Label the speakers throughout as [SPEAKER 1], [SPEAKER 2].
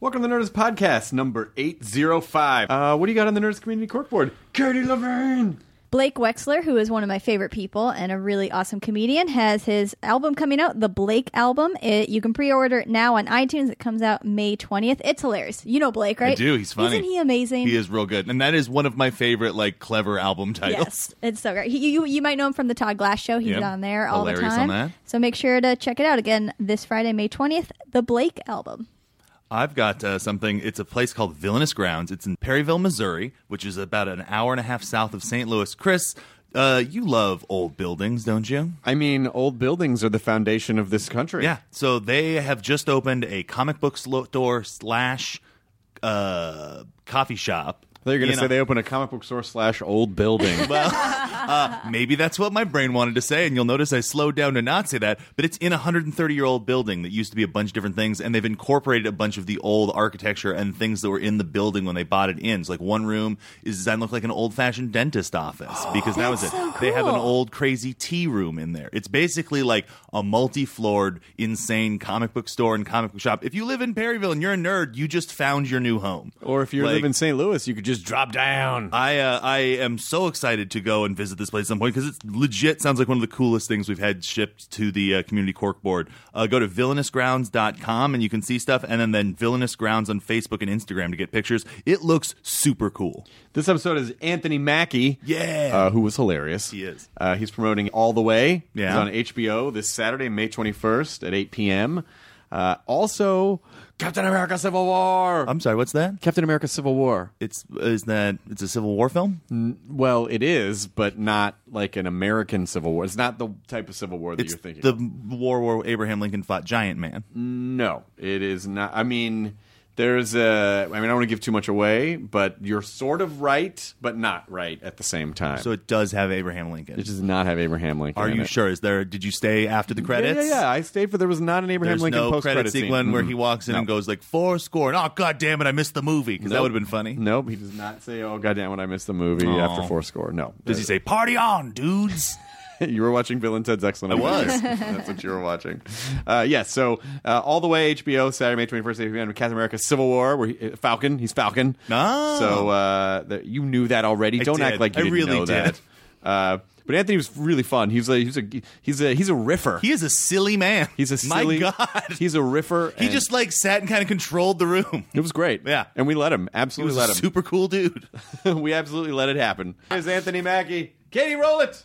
[SPEAKER 1] Welcome to the Nerdist Podcast, number 805. Uh, what do you got on the Nerdist Community Corkboard? Katie Laverne!
[SPEAKER 2] Blake Wexler, who is one of my favorite people and a really awesome comedian, has his album coming out, the Blake album. It, you can pre-order it now on iTunes. It comes out May 20th. It's hilarious. You know Blake, right?
[SPEAKER 1] I do. He's funny.
[SPEAKER 2] Isn't he amazing?
[SPEAKER 1] He is real good. And that is one of my favorite, like, clever album titles.
[SPEAKER 2] Yes, it's so great. He, you you might know him from the Todd Glass show. He's
[SPEAKER 1] Yep.
[SPEAKER 2] on there all the
[SPEAKER 1] Hilarious
[SPEAKER 2] time.
[SPEAKER 1] on that.
[SPEAKER 2] So make sure to check it out again this Friday, May twentieth. The Blake album.
[SPEAKER 1] I've got uh, something. It's a place called Villainous Grounds. It's in Perryville, Missouri, which is about an hour and a half south of St. Louis. Chris, uh, you love old buildings, don't you?
[SPEAKER 3] I mean, old buildings are the foundation of this country.
[SPEAKER 1] Yeah. So they have just opened a comic book slo- store slash uh, coffee shop.
[SPEAKER 3] They're going to
[SPEAKER 1] You
[SPEAKER 3] say
[SPEAKER 1] know,
[SPEAKER 3] they open a comic book store slash old building.
[SPEAKER 1] Maybe that's what my brain wanted to say, and you'll notice I slowed down to not say that. But it's in a 130 year old building that used to be a bunch of different things, and they've incorporated a bunch of the old architecture and things that were in the building when they bought it in. So, like, one room is designed to look like an old fashioned dentist office because that was it.
[SPEAKER 2] That's so
[SPEAKER 1] They have an
[SPEAKER 2] cool.
[SPEAKER 1] old crazy tea room in there. It's basically like a multi floored, insane comic book store and comic book shop. If you live in Perryville and you're a nerd, you just found your new home.
[SPEAKER 3] or if you
[SPEAKER 1] Like-
[SPEAKER 3] live in St. Louis, you could just drop down.
[SPEAKER 1] I uh, I am so excited to go and visit this place at some point because it's legit sounds like one of the coolest things we've had shipped to the uh, community cork board. Uh, go to villainousgrounds.com and you can see stuff, and then, then Villainous Grounds on Facebook and Instagram to get pictures. It looks super cool.
[SPEAKER 3] This episode is Anthony Mackie.
[SPEAKER 1] Yeah.
[SPEAKER 3] Uh, who was hilarious.
[SPEAKER 1] He is.
[SPEAKER 3] Uh, he's promoting All the Way.
[SPEAKER 1] Yeah.
[SPEAKER 3] He's on HBO this Saturday, May 21st at 8 p.m. Uh, also, Captain America Civil War.
[SPEAKER 1] I'm sorry, what's that?
[SPEAKER 3] Captain America Civil War.
[SPEAKER 1] It's is that it's a Civil War film?
[SPEAKER 3] Well, it is, but not like an American Civil War. It's not the type of Civil War that
[SPEAKER 1] It's
[SPEAKER 3] you're thinking.
[SPEAKER 1] the
[SPEAKER 3] of.
[SPEAKER 1] war where Abraham Lincoln fought Giant Man.
[SPEAKER 3] No, it is not. I mean, there's a. I mean, I don't want to give too much away, but you're sort of right, but not right at the same time.
[SPEAKER 1] So
[SPEAKER 3] So it,
[SPEAKER 1] it does have Abraham Lincoln.
[SPEAKER 3] does not have Abraham Lincoln.
[SPEAKER 1] Are
[SPEAKER 3] in
[SPEAKER 1] you
[SPEAKER 3] it.
[SPEAKER 1] sure? Is there? Did you stay after the
[SPEAKER 3] Yeah,
[SPEAKER 1] credits?
[SPEAKER 3] Yeah, yeah. I stayed for there was not an Abraham
[SPEAKER 1] There's
[SPEAKER 3] Lincoln Mm-hmm.
[SPEAKER 1] no
[SPEAKER 3] post
[SPEAKER 1] credit
[SPEAKER 4] Mm-hmm.
[SPEAKER 1] sequence where he walks in and goes like four score, and oh god damn it, I missed the movie because that would have been funny.
[SPEAKER 3] Nope, he does not say. Oh goddamn, when I missed the movie
[SPEAKER 1] Aw.
[SPEAKER 3] after four score. No,
[SPEAKER 1] Does he say party on, dudes?
[SPEAKER 3] you were watching Bill and Ted's Excellent.
[SPEAKER 1] I was.
[SPEAKER 3] Adventure. That's what you were watching. Uh, yeah. So uh, all the way HBO Saturday May twenty first eight p.m. Captain America Civil War where he, uh, Falcon he's Falcon.
[SPEAKER 1] Oh.
[SPEAKER 3] So uh, that you knew that already.
[SPEAKER 1] I
[SPEAKER 3] Don't
[SPEAKER 1] did.
[SPEAKER 3] act like you
[SPEAKER 1] I
[SPEAKER 3] didn't
[SPEAKER 1] really
[SPEAKER 3] know
[SPEAKER 1] did.
[SPEAKER 3] that. Uh, but Anthony was really fun. He's a he's a he's a he's a riffer.
[SPEAKER 1] he is a silly man.
[SPEAKER 3] he's a silly,
[SPEAKER 1] my god.
[SPEAKER 3] He's a riffer.
[SPEAKER 1] he
[SPEAKER 3] and
[SPEAKER 1] just like sat and kind of controlled the room.
[SPEAKER 3] it was great.
[SPEAKER 1] Yeah.
[SPEAKER 3] and we let him
[SPEAKER 1] He
[SPEAKER 3] absolutely
[SPEAKER 1] was a
[SPEAKER 3] let him.
[SPEAKER 1] super cool dude.
[SPEAKER 3] we absolutely let it happen. Here's Anthony Mackie. Katie, roll it.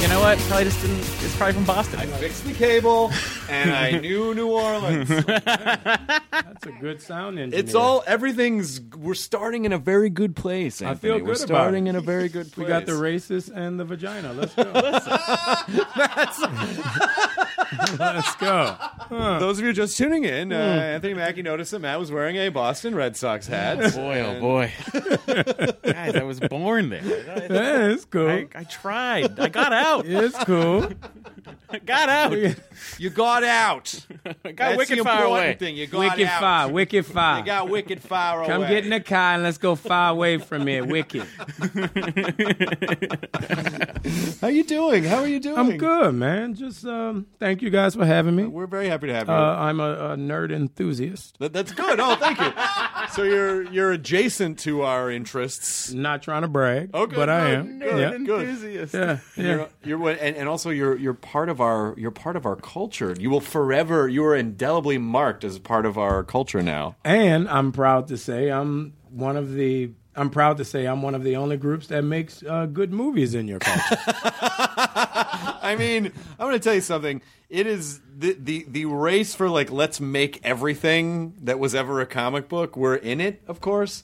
[SPEAKER 5] You know what? Probably just didn't. It's probably from Boston.
[SPEAKER 3] Fixed the cable, and I knew New Orleans.
[SPEAKER 5] That's a good sound engineer.
[SPEAKER 3] It's all everything's. We're starting in a very good place.
[SPEAKER 5] I
[SPEAKER 3] Anthony.
[SPEAKER 5] feel
[SPEAKER 3] We're
[SPEAKER 5] good about
[SPEAKER 3] starting
[SPEAKER 5] it.
[SPEAKER 3] in a very good place.
[SPEAKER 5] We got the racist and the vagina. Let's go. Let's go.
[SPEAKER 3] Those of you just tuning in, uh, Anthony Mackie noticed that Matt was wearing a Boston Red Sox hat.
[SPEAKER 5] Boy, oh
[SPEAKER 3] And-
[SPEAKER 5] boy.
[SPEAKER 4] Guys, I was born there.
[SPEAKER 5] Yeah, it's cool.
[SPEAKER 4] I, I tried. I got out.
[SPEAKER 5] It's cool.
[SPEAKER 4] I got out.
[SPEAKER 3] You got out.
[SPEAKER 4] I got
[SPEAKER 3] That's
[SPEAKER 4] wicked
[SPEAKER 3] the
[SPEAKER 4] far
[SPEAKER 3] important
[SPEAKER 4] away.
[SPEAKER 3] thing. You got
[SPEAKER 5] Wicked
[SPEAKER 3] out.
[SPEAKER 5] fire. Wicked fire.
[SPEAKER 3] You got wicked far
[SPEAKER 5] Come
[SPEAKER 3] away.
[SPEAKER 5] get in the car and let's go far away from here. Wicked.
[SPEAKER 3] How you doing? How are you doing?
[SPEAKER 5] I'm good, man. Just um, thank you guys for having me.
[SPEAKER 3] We're very happy to have
[SPEAKER 5] Uh,
[SPEAKER 3] you.
[SPEAKER 5] I'm a, a nerd enthusiast.
[SPEAKER 3] That- that's good. Oh, thank you. So you're you're adjacent to our interests.
[SPEAKER 5] Not trying to brag,
[SPEAKER 3] Okay,
[SPEAKER 5] but I
[SPEAKER 3] good,
[SPEAKER 5] am.
[SPEAKER 3] good,
[SPEAKER 5] yeah.
[SPEAKER 3] good.
[SPEAKER 5] Yeah, yeah.
[SPEAKER 3] You're, you're what- and, and also you're you're part of our you're part of our culture. You will forever you are indelibly marked as part of our culture now.
[SPEAKER 5] And I'm proud to say I'm one of the. I'm proud to say I'm one of the only groups that makes uh, good movies in your culture.
[SPEAKER 3] I mean, I'm going to tell you something. It is the, the the race for like let's make everything that was ever a comic book. We're in it, of course.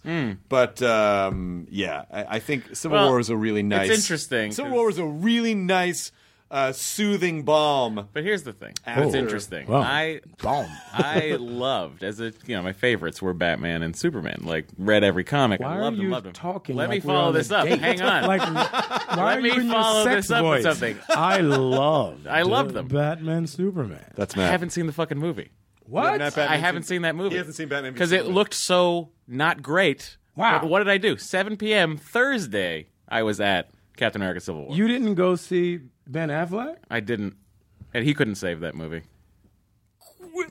[SPEAKER 3] But um, yeah, I, I think Civil
[SPEAKER 4] Hmm. Well,
[SPEAKER 3] War is a really nice.
[SPEAKER 4] interesting,
[SPEAKER 3] Civil
[SPEAKER 4] 'cause-
[SPEAKER 3] War is a really nice, uh, soothing balm.
[SPEAKER 4] But here's the thing.
[SPEAKER 3] After-
[SPEAKER 4] That's interesting.
[SPEAKER 5] Wow.
[SPEAKER 4] I
[SPEAKER 5] Boom.
[SPEAKER 4] I loved as a you know my favorites were Batman and Superman. Like read every comic.
[SPEAKER 5] Why
[SPEAKER 4] I
[SPEAKER 5] are
[SPEAKER 4] loved them,
[SPEAKER 5] you
[SPEAKER 4] loved them.
[SPEAKER 5] talking?
[SPEAKER 4] Let
[SPEAKER 5] like
[SPEAKER 4] me
[SPEAKER 5] we're
[SPEAKER 4] follow
[SPEAKER 5] on a
[SPEAKER 4] this up.
[SPEAKER 5] date?
[SPEAKER 4] Hang on.
[SPEAKER 5] Like, why
[SPEAKER 4] Let
[SPEAKER 5] are
[SPEAKER 4] me
[SPEAKER 5] you in
[SPEAKER 4] follow
[SPEAKER 5] your sex
[SPEAKER 4] this up with
[SPEAKER 5] voice?
[SPEAKER 4] something.
[SPEAKER 5] I love.
[SPEAKER 4] I loved them.
[SPEAKER 5] Batman, Superman.
[SPEAKER 3] That's
[SPEAKER 4] I
[SPEAKER 3] Matt.
[SPEAKER 4] haven't seen the fucking movie.
[SPEAKER 3] Not
[SPEAKER 5] What?
[SPEAKER 3] Batman
[SPEAKER 4] I haven't seen that movie.
[SPEAKER 3] He hasn't seen Batman v
[SPEAKER 4] because it
[SPEAKER 3] Superman.
[SPEAKER 4] looked so not great.
[SPEAKER 5] Wow.
[SPEAKER 4] But what did I do? 7 p.m. Thursday, I was at Captain America: Civil War.
[SPEAKER 5] You didn't go see Ben Affleck?
[SPEAKER 4] I didn't, and he couldn't save that movie.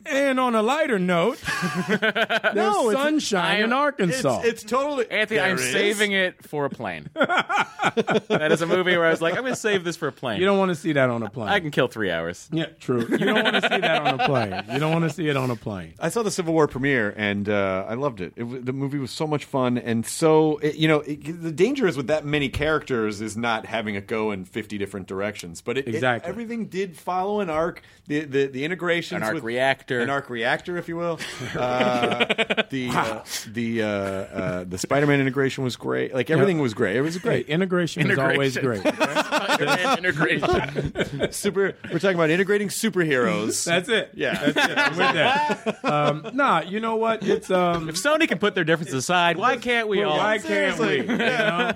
[SPEAKER 5] And on a lighter note, there's sunshine
[SPEAKER 4] I-
[SPEAKER 5] in Arkansas.
[SPEAKER 3] It's totally
[SPEAKER 4] Anthony,
[SPEAKER 3] There
[SPEAKER 4] I'm
[SPEAKER 3] is.
[SPEAKER 4] saving it for a plane. that is a movie where I was like, I'm going to save this for a plane.
[SPEAKER 5] you don't want to see that on a plane.
[SPEAKER 4] I can kill three hours.
[SPEAKER 5] yeah, true. You don't want to see that on a plane. You don't want to see it on a plane.
[SPEAKER 3] I saw the Civil War premiere and uh, I loved it. it. w- The movie was so much fun and so it, you know it, the danger is with that many characters is not having it go in fifty different directions. But it, it-
[SPEAKER 5] Exactly.
[SPEAKER 3] everything did follow an arc. The the, the integrations
[SPEAKER 4] An arc
[SPEAKER 3] with-
[SPEAKER 4] reactor.
[SPEAKER 3] an arc reactor, if you will. Uh, the uh, the uh, uh, the Spider Man integration was great. Like everything was great. It was great.
[SPEAKER 5] Great. Integration, is always great.
[SPEAKER 4] Integration.
[SPEAKER 3] Super. We're talking about integrating superheroes.
[SPEAKER 5] That's it.
[SPEAKER 3] Yeah.
[SPEAKER 5] That's it. I'm with that. Um, nah, you know what? It's um,
[SPEAKER 4] if Sony can put their differences aside, why can't we all?
[SPEAKER 5] why can't we? You know?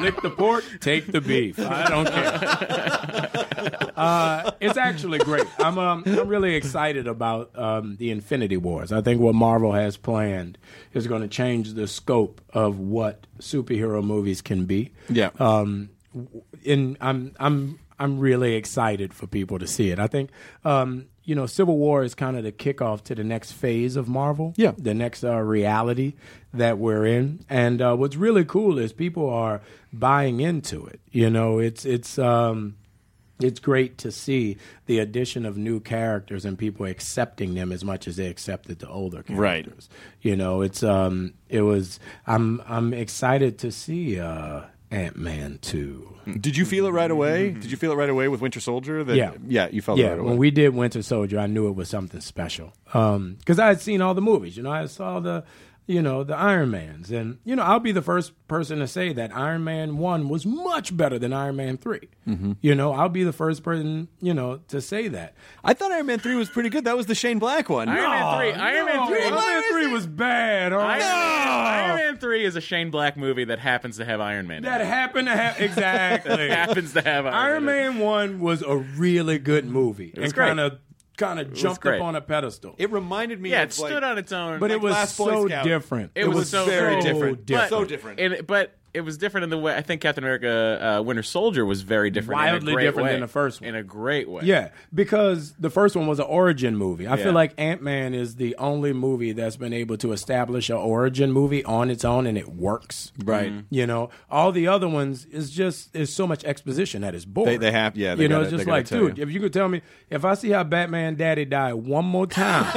[SPEAKER 5] Lick the pork, take the beef. I don't care. Uh, it's actually great. I'm um, I'm really excited about um, the Infinity Wars. I think what Marvel has planned is going to change the scope of what superhero movies can be.
[SPEAKER 3] Yeah.
[SPEAKER 5] Um, w- and I'm I'm I'm really excited for people to see it. I think um, you know Civil War is kind of the kickoff to the next phase of Marvel.
[SPEAKER 3] Yeah.
[SPEAKER 5] the next uh, reality that we're in. And uh, what's really cool is people are buying into it. You know, it's it's. Um, it's great to see the addition of new characters and people accepting them as much as they accepted the older
[SPEAKER 3] Right.
[SPEAKER 5] characters. You know, it's um, it was. I'm I'm excited to see uh, Ant Man two.
[SPEAKER 3] Did you feel it right away?
[SPEAKER 4] Mm-hmm.
[SPEAKER 3] Did you feel it right away with Winter Soldier? That,
[SPEAKER 5] Yeah,
[SPEAKER 3] Yeah. You felt
[SPEAKER 5] yeah.
[SPEAKER 3] it right away.
[SPEAKER 5] when we did Winter Soldier, I knew it was something special because I had seen all the movies. You know, I saw the, you know, the Iron Mans, and you know, I'll be the first person to say that Iron Man one was much better than Iron Man 3
[SPEAKER 3] Mm-hmm.
[SPEAKER 5] You know, I'll be the first person, you know, to say that.
[SPEAKER 3] I thought Iron Man 3 was pretty good. That was the Shane Black one. Ah.
[SPEAKER 4] Iron Man three. Iron Man
[SPEAKER 5] Oh,
[SPEAKER 4] three.
[SPEAKER 5] Iron Man three was bad. all
[SPEAKER 4] Iron,
[SPEAKER 5] right?
[SPEAKER 4] Man, Iron Man three is a Shane Black movie that happens to have Iron Man. in
[SPEAKER 5] That
[SPEAKER 4] it.
[SPEAKER 5] happened to have exactly.
[SPEAKER 4] happens to have Iron,
[SPEAKER 5] Iron
[SPEAKER 4] Man. in it.
[SPEAKER 5] Man one was a really good movie
[SPEAKER 4] was
[SPEAKER 5] and
[SPEAKER 4] great.
[SPEAKER 5] kind of kind of jumped up
[SPEAKER 4] great.
[SPEAKER 5] on a pedestal.
[SPEAKER 3] It reminded me
[SPEAKER 4] Yeah,
[SPEAKER 3] of
[SPEAKER 4] it stood
[SPEAKER 3] like,
[SPEAKER 4] on its own.
[SPEAKER 5] but
[SPEAKER 4] Like,
[SPEAKER 5] it was
[SPEAKER 3] Last Boy
[SPEAKER 5] so
[SPEAKER 3] Scout.
[SPEAKER 5] different.
[SPEAKER 4] It was so
[SPEAKER 3] very different.
[SPEAKER 5] different.
[SPEAKER 3] So different.
[SPEAKER 4] And, but it was different in the way I think Captain America: uh, Winter Soldier was very different,
[SPEAKER 5] Wildly
[SPEAKER 4] in a great
[SPEAKER 5] different
[SPEAKER 4] way.
[SPEAKER 5] than the first one.
[SPEAKER 4] in a great way.
[SPEAKER 5] Yeah, because the first one was an origin movie. I
[SPEAKER 4] Yeah.
[SPEAKER 5] feel like Ant Man is the only movie that's been able to establish an origin movie on its own and it works. Mm-hmm.
[SPEAKER 3] Right.
[SPEAKER 5] You know, all the other ones is just there's so much exposition that is boring.
[SPEAKER 3] They- they have- yeah, they
[SPEAKER 5] you know,
[SPEAKER 3] gotta-
[SPEAKER 5] it's just
[SPEAKER 3] they gotta
[SPEAKER 5] like,
[SPEAKER 3] tell
[SPEAKER 5] dude,
[SPEAKER 3] you.
[SPEAKER 5] if you could tell me if I see how Batman Daddy died one more time,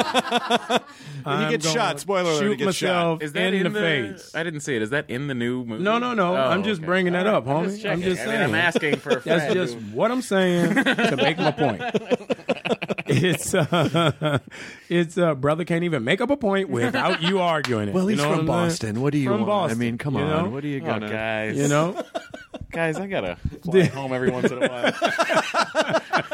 [SPEAKER 3] He
[SPEAKER 5] I'm
[SPEAKER 3] gets
[SPEAKER 5] gonna
[SPEAKER 3] shot. Spoiler alert. He
[SPEAKER 5] Shoot
[SPEAKER 3] gets
[SPEAKER 5] myself
[SPEAKER 3] shot.
[SPEAKER 4] Is that
[SPEAKER 5] in, the, face.
[SPEAKER 4] I didn't see it. Is that in the new movie?
[SPEAKER 5] No, no, no.
[SPEAKER 4] Oh,
[SPEAKER 5] I'm just
[SPEAKER 4] okay.
[SPEAKER 5] bringing that up, homie.
[SPEAKER 4] Just
[SPEAKER 5] I'm
[SPEAKER 4] checking.
[SPEAKER 5] just
[SPEAKER 4] I
[SPEAKER 5] saying.
[SPEAKER 4] mean, I'm asking for a
[SPEAKER 5] That's
[SPEAKER 4] friend
[SPEAKER 5] just
[SPEAKER 4] who-
[SPEAKER 5] what I'm saying to make my point. it's uh, it's uh, brother can't even make up a point without you arguing it.
[SPEAKER 3] Well,
[SPEAKER 5] You
[SPEAKER 3] he's
[SPEAKER 5] know
[SPEAKER 3] from
[SPEAKER 5] what I'm saying?
[SPEAKER 3] Boston. What do you
[SPEAKER 5] from
[SPEAKER 3] want?
[SPEAKER 5] Boston,
[SPEAKER 3] I mean, come
[SPEAKER 5] you
[SPEAKER 3] on.
[SPEAKER 5] know?
[SPEAKER 3] What are you
[SPEAKER 4] Oh,
[SPEAKER 3] going to.
[SPEAKER 4] guys,
[SPEAKER 5] You know,
[SPEAKER 4] guys, I gotta fly home every once in a while.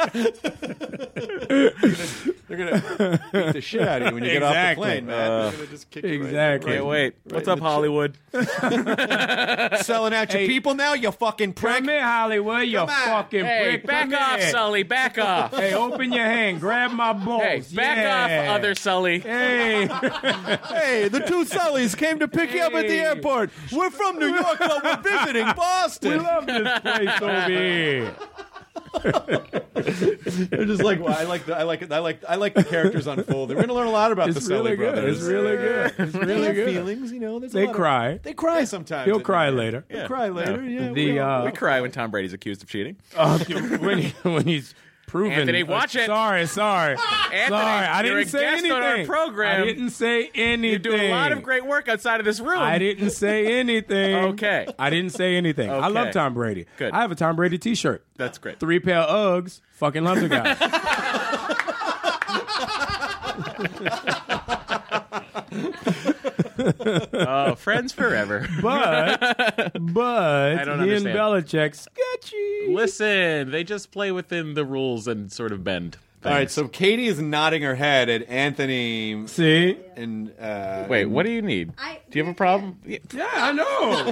[SPEAKER 3] they're gonna, they're gonna beat the shit out of you when you get off the
[SPEAKER 5] Exactly.
[SPEAKER 3] plane, man.
[SPEAKER 5] Uh,
[SPEAKER 3] They're gonna just kick you right-
[SPEAKER 5] exactly.
[SPEAKER 3] right-
[SPEAKER 5] Can't
[SPEAKER 4] wait.
[SPEAKER 3] right
[SPEAKER 4] What's
[SPEAKER 3] in
[SPEAKER 4] up,
[SPEAKER 3] the chin.
[SPEAKER 4] Hollywood?
[SPEAKER 3] Selling out your
[SPEAKER 5] Hey.
[SPEAKER 3] people now, you fucking prick.
[SPEAKER 5] Come here, Hollywood, you
[SPEAKER 3] Come on.
[SPEAKER 5] fucking
[SPEAKER 4] hey,
[SPEAKER 5] prick.
[SPEAKER 4] back
[SPEAKER 5] Come
[SPEAKER 4] off,
[SPEAKER 5] here.
[SPEAKER 4] Sully. Back off.
[SPEAKER 5] Hey, open your hand. Grab my balls.
[SPEAKER 4] Hey, back
[SPEAKER 5] Yeah.
[SPEAKER 4] off, other Sully.
[SPEAKER 5] Hey,
[SPEAKER 3] Hey, the two Sullys came to pick you up at the
[SPEAKER 5] Hey.
[SPEAKER 3] airport. We're from New York, but we're visiting
[SPEAKER 5] we
[SPEAKER 3] Boston.
[SPEAKER 5] love this place over here.
[SPEAKER 3] They're just like well, I like the, I like I like I like the characters unfolding. We're gonna learn a lot about
[SPEAKER 5] It's
[SPEAKER 3] the Sully
[SPEAKER 5] really good.
[SPEAKER 3] brothers.
[SPEAKER 5] It's really good. It's
[SPEAKER 3] They
[SPEAKER 5] really
[SPEAKER 3] have
[SPEAKER 5] good.
[SPEAKER 3] feelings, you know. there's a
[SPEAKER 5] They
[SPEAKER 3] lot of-
[SPEAKER 5] cry.
[SPEAKER 3] they cry sometimes.
[SPEAKER 5] He'll cry later.
[SPEAKER 3] They cry later. Yeah.
[SPEAKER 5] The,
[SPEAKER 3] we all-
[SPEAKER 5] uh,
[SPEAKER 4] We cry when Tom Brady's accused of cheating.
[SPEAKER 5] Uh, when, he, when he's proven.
[SPEAKER 4] Anthony, watch it.
[SPEAKER 5] Sorry, sorry.
[SPEAKER 4] Anthony,
[SPEAKER 5] sorry, I
[SPEAKER 4] you're
[SPEAKER 5] didn't
[SPEAKER 4] a
[SPEAKER 5] say
[SPEAKER 4] guest
[SPEAKER 5] anything.
[SPEAKER 4] on our program.
[SPEAKER 5] I didn't say anything.
[SPEAKER 4] You do a lot of great work outside of this room.
[SPEAKER 5] I didn't say anything.
[SPEAKER 4] Okay.
[SPEAKER 5] I didn't say anything. I love
[SPEAKER 4] Okay.
[SPEAKER 5] Tom Brady.
[SPEAKER 4] Good.
[SPEAKER 5] I have a Tom Brady t shirt.
[SPEAKER 4] That's great.
[SPEAKER 5] Three pair of Uggs. Fucking love the guy.
[SPEAKER 4] Oh, friends forever.
[SPEAKER 5] But, but,
[SPEAKER 4] I don't
[SPEAKER 5] he
[SPEAKER 4] understand.
[SPEAKER 5] and Belichick, sketchy.
[SPEAKER 4] Listen, they just play within the rules and sort of bend.
[SPEAKER 3] all right. So Katie is nodding her head at Anthony
[SPEAKER 5] See?
[SPEAKER 3] and uh,
[SPEAKER 4] Wait, what do you need?
[SPEAKER 2] I-
[SPEAKER 4] do you have a problem? Yeah.
[SPEAKER 5] Yeah, I know.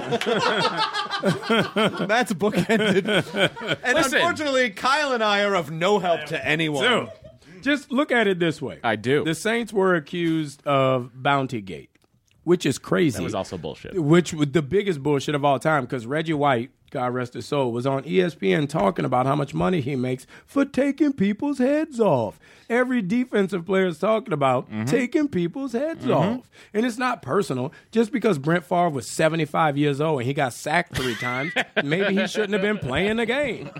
[SPEAKER 3] That's bookended. and
[SPEAKER 4] Listen.
[SPEAKER 3] unfortunately, Kyle and I are of no help to anyone.
[SPEAKER 5] Dude, just look at it this way.
[SPEAKER 4] I do.
[SPEAKER 5] The Saints were accused of Bounty Gate, which is crazy.
[SPEAKER 4] That was also bullshit.
[SPEAKER 5] which was the biggest bullshit of all time because Reggie White, God rest his soul, was on E ESPN talking about how much money he makes for taking people's heads off. Every defensive player is talking about
[SPEAKER 4] Mm-hmm.
[SPEAKER 5] taking people's heads off. And it's not personal. Just because Brent Favre was 75 years old and he got sacked three times, maybe he shouldn't have been playing the game.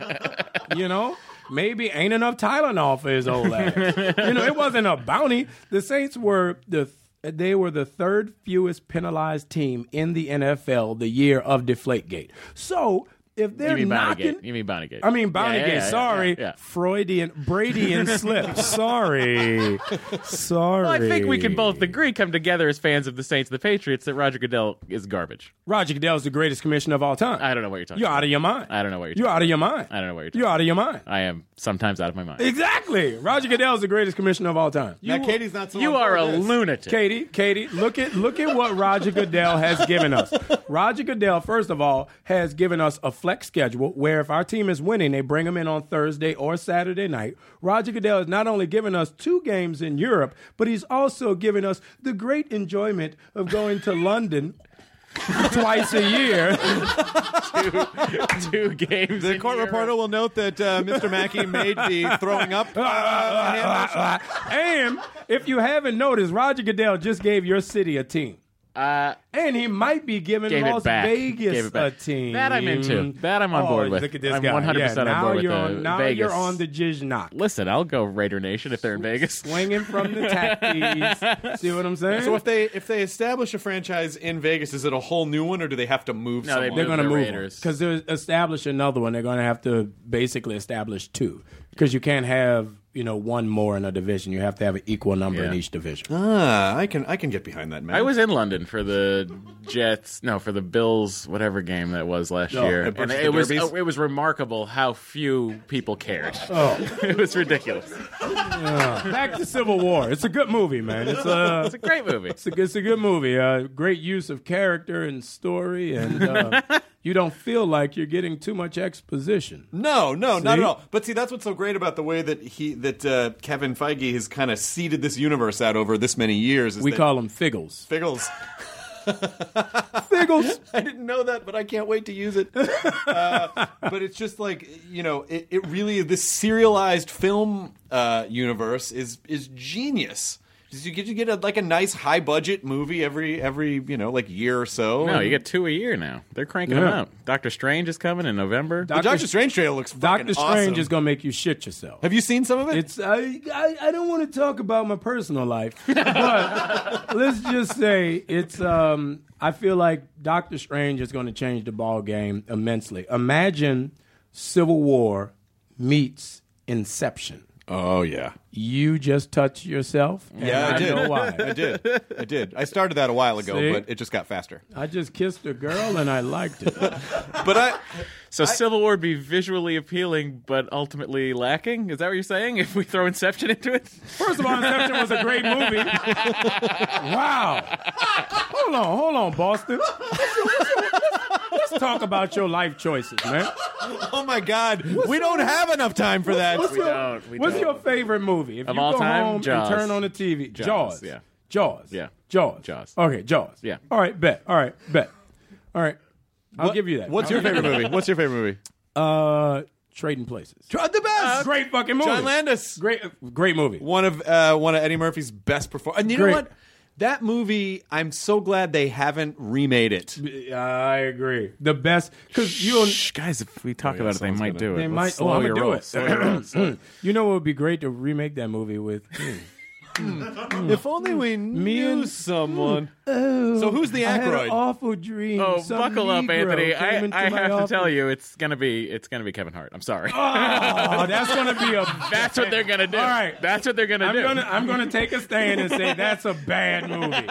[SPEAKER 5] You know? Maybe ain't enough Tylenol for his old ass. you know, it wasn't a bounty. The Saints were the they were the third fewest penalized team in the NFL the year of Deflategate. So if they're
[SPEAKER 4] You mean
[SPEAKER 5] knocking,
[SPEAKER 4] Bonnygate. You mean Bonnygate.
[SPEAKER 5] I mean Bounty
[SPEAKER 4] Yeah, yeah, yeah,
[SPEAKER 5] sorry,
[SPEAKER 4] yeah, yeah.
[SPEAKER 5] Freudian, Bradian slip. Sorry, sorry.
[SPEAKER 4] Well, I think we can both agree, come together as fans of the Saints and the Patriots, that Roger Goodell is garbage.
[SPEAKER 5] Roger Goodell is the greatest commissioner of all time.
[SPEAKER 4] I don't know what you're talking
[SPEAKER 5] You're
[SPEAKER 4] about.
[SPEAKER 5] out of your mind.
[SPEAKER 4] I don't know what you're
[SPEAKER 5] You're
[SPEAKER 4] talking
[SPEAKER 5] out of your mind.
[SPEAKER 4] I don't know what you're talking
[SPEAKER 5] You're out of your mind.
[SPEAKER 4] I am sometimes out of my mind.
[SPEAKER 5] Exactly. Roger Goodell is the greatest commissioner of all time.
[SPEAKER 3] now Katie's not so.
[SPEAKER 4] you
[SPEAKER 3] on
[SPEAKER 4] are a
[SPEAKER 3] board with this.
[SPEAKER 4] lunatic.
[SPEAKER 5] Katie, Katie, look at look at what Roger Goodell has given us. Roger Goodell, first of all, has given us a flex schedule where if our team is winning, they bring them in on Thursday or Saturday night. Roger Goodell has not only given us two games in Europe, but he's also given us the great enjoyment of going to London twice a year.
[SPEAKER 4] Two games.
[SPEAKER 3] The
[SPEAKER 4] in
[SPEAKER 3] court
[SPEAKER 4] Europe.
[SPEAKER 3] reporter will note that uh, Mr. Mackey made the throwing up. Uh, hand motion.
[SPEAKER 5] and if you haven't noticed, Roger Goodell just gave your city a team.
[SPEAKER 4] Uh,
[SPEAKER 5] And he might be giving
[SPEAKER 4] Gave it
[SPEAKER 5] Las
[SPEAKER 4] back.
[SPEAKER 5] Vegas
[SPEAKER 4] Gave it back.
[SPEAKER 5] a team.
[SPEAKER 4] That I'm into. That I'm on
[SPEAKER 5] Oh,
[SPEAKER 4] board with.
[SPEAKER 5] Look at this
[SPEAKER 4] I'm
[SPEAKER 5] guy.
[SPEAKER 4] 100%
[SPEAKER 5] yeah,
[SPEAKER 4] on
[SPEAKER 5] now
[SPEAKER 4] board with
[SPEAKER 5] you're
[SPEAKER 4] the
[SPEAKER 5] on, Now
[SPEAKER 4] Vegas.
[SPEAKER 5] you're on the jizz knock.
[SPEAKER 4] listen, I'll go Raider Nation if they're in Vegas.
[SPEAKER 5] Swinging from the tackies. See what I'm saying?
[SPEAKER 3] So if they if they establish a franchise in Vegas, is it a whole new one, or do they have to move?
[SPEAKER 4] No, they-
[SPEAKER 3] someone?
[SPEAKER 5] they're going to
[SPEAKER 4] the
[SPEAKER 5] move
[SPEAKER 4] Raiders.
[SPEAKER 5] because they establish another one. They're going to have to basically establish two because you can't have you know one more in a division. You have to have an equal number in
[SPEAKER 4] Yeah.
[SPEAKER 5] each division.
[SPEAKER 3] Ah, I can I can get behind that man.
[SPEAKER 4] I was in London for the Jets, no, for the Bills, whatever game that was last year,
[SPEAKER 3] versus
[SPEAKER 4] and
[SPEAKER 3] the
[SPEAKER 4] it was uh,
[SPEAKER 3] Derbies?
[SPEAKER 4] it was remarkable how few people cared. Oh, it was ridiculous.
[SPEAKER 5] Back to Civil War. It's a good movie, man. It's a
[SPEAKER 4] It's a great movie.
[SPEAKER 5] It's a, it's a good movie. Uh, great use of character and story, and uh, you don't feel like you're getting too much exposition.
[SPEAKER 3] No, no, not at
[SPEAKER 5] See?
[SPEAKER 3] all. But see, that's what's so great about the way that he that uh, Kevin Feige has kind of seeded this universe out over this many years. Is
[SPEAKER 5] We
[SPEAKER 3] that
[SPEAKER 5] call them figgles.
[SPEAKER 3] Figgles.
[SPEAKER 5] Figgles.
[SPEAKER 3] I didn't know that, but I can't wait to use it. uh, but it's just like you know, it, it really this serialized film uh, universe is is genius. 'Cause You get you get a, like a nice high budget movie every every you know like year or so.
[SPEAKER 4] No, you get two a year now. They're cranking them
[SPEAKER 5] Yeah.
[SPEAKER 4] out. Doctor Strange is coming in November.
[SPEAKER 3] the Doctor Strange trailer looks fucking
[SPEAKER 5] Doctor Strange
[SPEAKER 3] awesome.
[SPEAKER 5] is gonna make you shit yourself.
[SPEAKER 3] Have you seen some of it?
[SPEAKER 5] It's I, I I don't want to talk about my personal life, but let's just say it's um I feel like Doctor Strange is going to change the ball game immensely. Imagine Civil War meets Inception. Oh yeah. You just touched yourself. and
[SPEAKER 3] Yeah, I,
[SPEAKER 5] I
[SPEAKER 3] did.
[SPEAKER 5] Know why.
[SPEAKER 3] I did. I did. I started that a while ago,
[SPEAKER 5] See?
[SPEAKER 3] but it just got faster.
[SPEAKER 5] I just kissed a girl and I liked it.
[SPEAKER 3] But I
[SPEAKER 4] So Civil War would be visually appealing, but ultimately lacking. Is that what you're saying? If we throw Inception into it,
[SPEAKER 5] First of all, Inception was a great movie. Wow. Hold on, hold on, Boston. Let's, let's- let's talk about your life choices, man.
[SPEAKER 3] Oh my God, we don't have enough time for that.
[SPEAKER 5] What's
[SPEAKER 3] We
[SPEAKER 5] your,
[SPEAKER 3] don't, we
[SPEAKER 5] what's
[SPEAKER 3] don't.
[SPEAKER 5] your favorite movie? If
[SPEAKER 4] Of
[SPEAKER 5] you
[SPEAKER 4] all
[SPEAKER 5] go
[SPEAKER 4] time,
[SPEAKER 5] home
[SPEAKER 4] Jaws.
[SPEAKER 5] and turn on the TV, Jaws.
[SPEAKER 4] Jaws, yeah.
[SPEAKER 5] Jaws.
[SPEAKER 4] Yeah.
[SPEAKER 5] Jaws.
[SPEAKER 4] Jaws.
[SPEAKER 5] Okay, Jaws.
[SPEAKER 4] Yeah.
[SPEAKER 5] All right, bet. All right, bet. All right. I'll
[SPEAKER 3] What-
[SPEAKER 5] give you that.
[SPEAKER 3] What's your favorite movie? What's your favorite movie?
[SPEAKER 5] Uh, Trading Places.
[SPEAKER 3] Tr- The
[SPEAKER 4] Uh,
[SPEAKER 3] best.
[SPEAKER 5] Uh, Great fucking movie.
[SPEAKER 3] John Landis.
[SPEAKER 5] Great, great movie.
[SPEAKER 3] One of uh, one of Eddie Murphy's best performances. And you
[SPEAKER 5] Great.
[SPEAKER 3] know what? That movie, I'm so glad they haven't remade it.
[SPEAKER 5] I agree. The best because you'll
[SPEAKER 4] Shh, guys, if we talk about it, they might do it.
[SPEAKER 5] They
[SPEAKER 4] Let's
[SPEAKER 5] might.
[SPEAKER 4] slow
[SPEAKER 5] oh, I'm
[SPEAKER 4] your
[SPEAKER 5] gonna do
[SPEAKER 4] roll.
[SPEAKER 5] it.
[SPEAKER 4] Slow your roll.
[SPEAKER 5] you know what would be great to remake that movie with? Mm.
[SPEAKER 3] If only we knew
[SPEAKER 5] and-
[SPEAKER 3] someone. so who's the
[SPEAKER 5] I had an
[SPEAKER 3] Aykroyd?
[SPEAKER 5] awful dream.
[SPEAKER 4] Oh,
[SPEAKER 5] Some
[SPEAKER 4] buckle up,
[SPEAKER 5] Negro
[SPEAKER 4] Anthony.
[SPEAKER 5] came
[SPEAKER 4] I,
[SPEAKER 5] into
[SPEAKER 4] I
[SPEAKER 5] my
[SPEAKER 4] have
[SPEAKER 5] office.
[SPEAKER 4] to tell you, it's gonna be it's gonna be Kevin Hart. I'm sorry.
[SPEAKER 5] Oh, that's gonna be a.
[SPEAKER 4] That's what they're gonna do.
[SPEAKER 5] All right.
[SPEAKER 4] That's what they're gonna
[SPEAKER 5] I'm
[SPEAKER 4] do.
[SPEAKER 5] gonna I'm gonna take a stand and say that's a bad movie.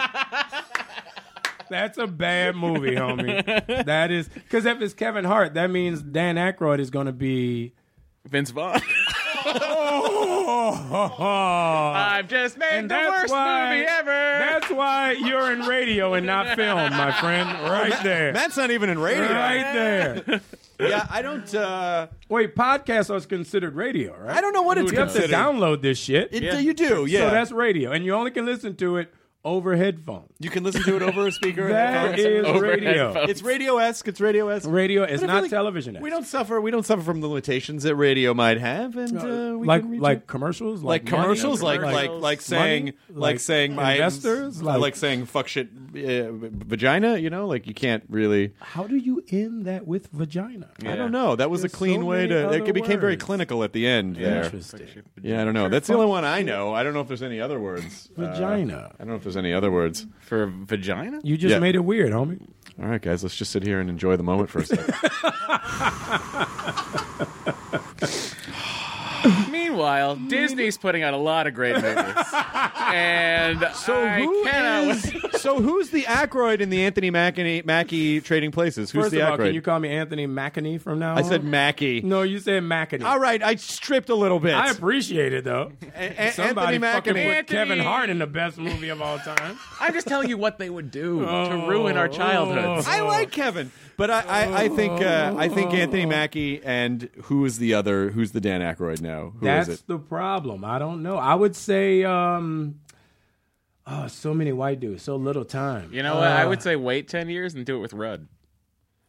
[SPEAKER 5] That's a bad movie, homie. That is because if it's Kevin Hart, that means Dan Aykroyd is gonna be.
[SPEAKER 4] Vince Vaughn.
[SPEAKER 5] Oh,
[SPEAKER 4] I've just made the worst movie ever.
[SPEAKER 5] That's why you're in radio and not film, my friend. Right there.
[SPEAKER 3] That's not even in radio.
[SPEAKER 5] right there.
[SPEAKER 3] Yeah, I don't. Uh,
[SPEAKER 5] Wait, podcasts are considered radio, right?
[SPEAKER 3] I don't know what it's
[SPEAKER 5] You have to
[SPEAKER 3] considered.
[SPEAKER 5] download this shit.
[SPEAKER 3] it, You do, yeah.
[SPEAKER 5] So that's radio, and you only can listen to it over headphones.
[SPEAKER 3] you can listen to it over a speaker.
[SPEAKER 5] That
[SPEAKER 3] and
[SPEAKER 5] is
[SPEAKER 3] headphones.
[SPEAKER 4] Over
[SPEAKER 5] radio.
[SPEAKER 4] headphones.
[SPEAKER 3] It's radio esque. It's radio esque.
[SPEAKER 5] Radio is
[SPEAKER 3] But I feel
[SPEAKER 5] not
[SPEAKER 3] like
[SPEAKER 5] television.
[SPEAKER 3] We don't suffer. We don't suffer from the limitations that radio might have, and uh, we
[SPEAKER 5] like
[SPEAKER 3] can reach
[SPEAKER 5] like
[SPEAKER 3] it.
[SPEAKER 5] commercials,
[SPEAKER 3] like
[SPEAKER 5] money,
[SPEAKER 3] commercials, like like
[SPEAKER 4] commercials,
[SPEAKER 3] like saying
[SPEAKER 5] money,
[SPEAKER 3] like
[SPEAKER 5] like
[SPEAKER 3] saying my
[SPEAKER 5] investors,
[SPEAKER 3] like,
[SPEAKER 5] like-
[SPEAKER 3] like saying fuck shit uh, v- vagina. You know, like you can't really.
[SPEAKER 5] How do you end that with vagina?
[SPEAKER 3] I don't know. That was
[SPEAKER 5] There's
[SPEAKER 3] a clean
[SPEAKER 5] so
[SPEAKER 3] way
[SPEAKER 5] many
[SPEAKER 3] to. It
[SPEAKER 5] other
[SPEAKER 3] became very
[SPEAKER 5] words.
[SPEAKER 3] clinical at the end there.
[SPEAKER 5] Interesting.
[SPEAKER 3] Yeah, I don't know. That's the only one I know. I don't know if there's any other words. Uh,
[SPEAKER 5] Vagina.
[SPEAKER 3] I don't know if there's any other words.
[SPEAKER 4] For vagina?
[SPEAKER 5] You just
[SPEAKER 3] Yeah.
[SPEAKER 5] made it weird, homie.
[SPEAKER 3] All right, guys, let's just sit here and enjoy the moment for a second.
[SPEAKER 4] Meanwhile, Disney's putting out a lot of great movies. and
[SPEAKER 3] So
[SPEAKER 4] I
[SPEAKER 3] who
[SPEAKER 4] cannot
[SPEAKER 3] is- so who's the Ackroyd in the Anthony Mackie, Mackie trading places? Who's
[SPEAKER 5] First
[SPEAKER 3] the
[SPEAKER 5] of all,
[SPEAKER 3] Ackroyd?
[SPEAKER 5] can you call me Anthony McAney from now?
[SPEAKER 3] I said
[SPEAKER 5] on?
[SPEAKER 3] Mackie.
[SPEAKER 5] No, you said McAney.
[SPEAKER 3] All right, I stripped a little bit.
[SPEAKER 5] I appreciate it though.
[SPEAKER 3] A-
[SPEAKER 5] Somebody
[SPEAKER 3] Anthony
[SPEAKER 5] fucking
[SPEAKER 3] McAnee.
[SPEAKER 5] put Kevin
[SPEAKER 4] Anthony.
[SPEAKER 5] Hart in the best movie of all time.
[SPEAKER 4] I'm just telling you what they would do
[SPEAKER 5] Oh,
[SPEAKER 4] to ruin our childhoods.
[SPEAKER 3] I like Kevin, but I, I, I think uh, I think Anthony Mackie and who is the other? Who's the Dan Aykroyd now? Who is
[SPEAKER 5] That's the problem. I don't know. I would say, um, oh, so many white dudes, so little time. Uh,
[SPEAKER 4] You know what? I would say wait 10 years and do it with Rudd.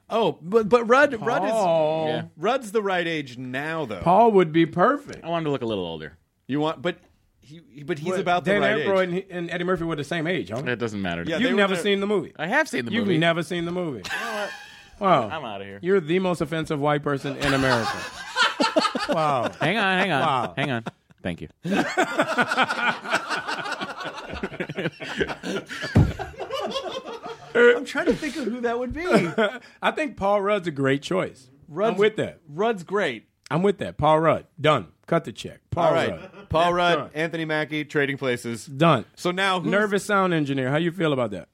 [SPEAKER 3] Oh, but but Rudd Rudd is
[SPEAKER 5] Paul,
[SPEAKER 4] Yeah.
[SPEAKER 3] Rudd's the right age now though.
[SPEAKER 5] Paul would be perfect.
[SPEAKER 4] I want him to look a little older.
[SPEAKER 3] You want but he but he's
[SPEAKER 5] But
[SPEAKER 3] about the
[SPEAKER 5] Dan
[SPEAKER 3] right
[SPEAKER 5] Aykroyd
[SPEAKER 3] age.
[SPEAKER 5] and, he- and Eddie Murphy were the same age. Huh?
[SPEAKER 4] It doesn't matter. to
[SPEAKER 3] Yeah,
[SPEAKER 4] me.
[SPEAKER 3] they
[SPEAKER 5] You've
[SPEAKER 3] were
[SPEAKER 5] never
[SPEAKER 3] the-
[SPEAKER 5] seen the movie.
[SPEAKER 4] I have seen the
[SPEAKER 5] You've
[SPEAKER 4] movie.
[SPEAKER 5] never seen the movie. wow,
[SPEAKER 4] I'm out of here.
[SPEAKER 5] you're the most offensive white person in America. wow.
[SPEAKER 4] Hang on, hang on,
[SPEAKER 5] Wow.
[SPEAKER 4] hang on. Thank you.
[SPEAKER 3] I'm trying to think of who that would be.
[SPEAKER 5] I think Paul Rudd's a great choice. I'm
[SPEAKER 3] Rudd's-
[SPEAKER 5] with that.
[SPEAKER 3] Rudd's great.
[SPEAKER 5] I'm with that. Paul Rudd. Done. Cut the check. Paul
[SPEAKER 3] All right.
[SPEAKER 5] Rudd.
[SPEAKER 3] Paul Rudd,
[SPEAKER 5] done.
[SPEAKER 3] Anthony Mackie, trading places.
[SPEAKER 5] Done.
[SPEAKER 3] So now who's
[SPEAKER 5] nervous sound engineer. How you feel about that?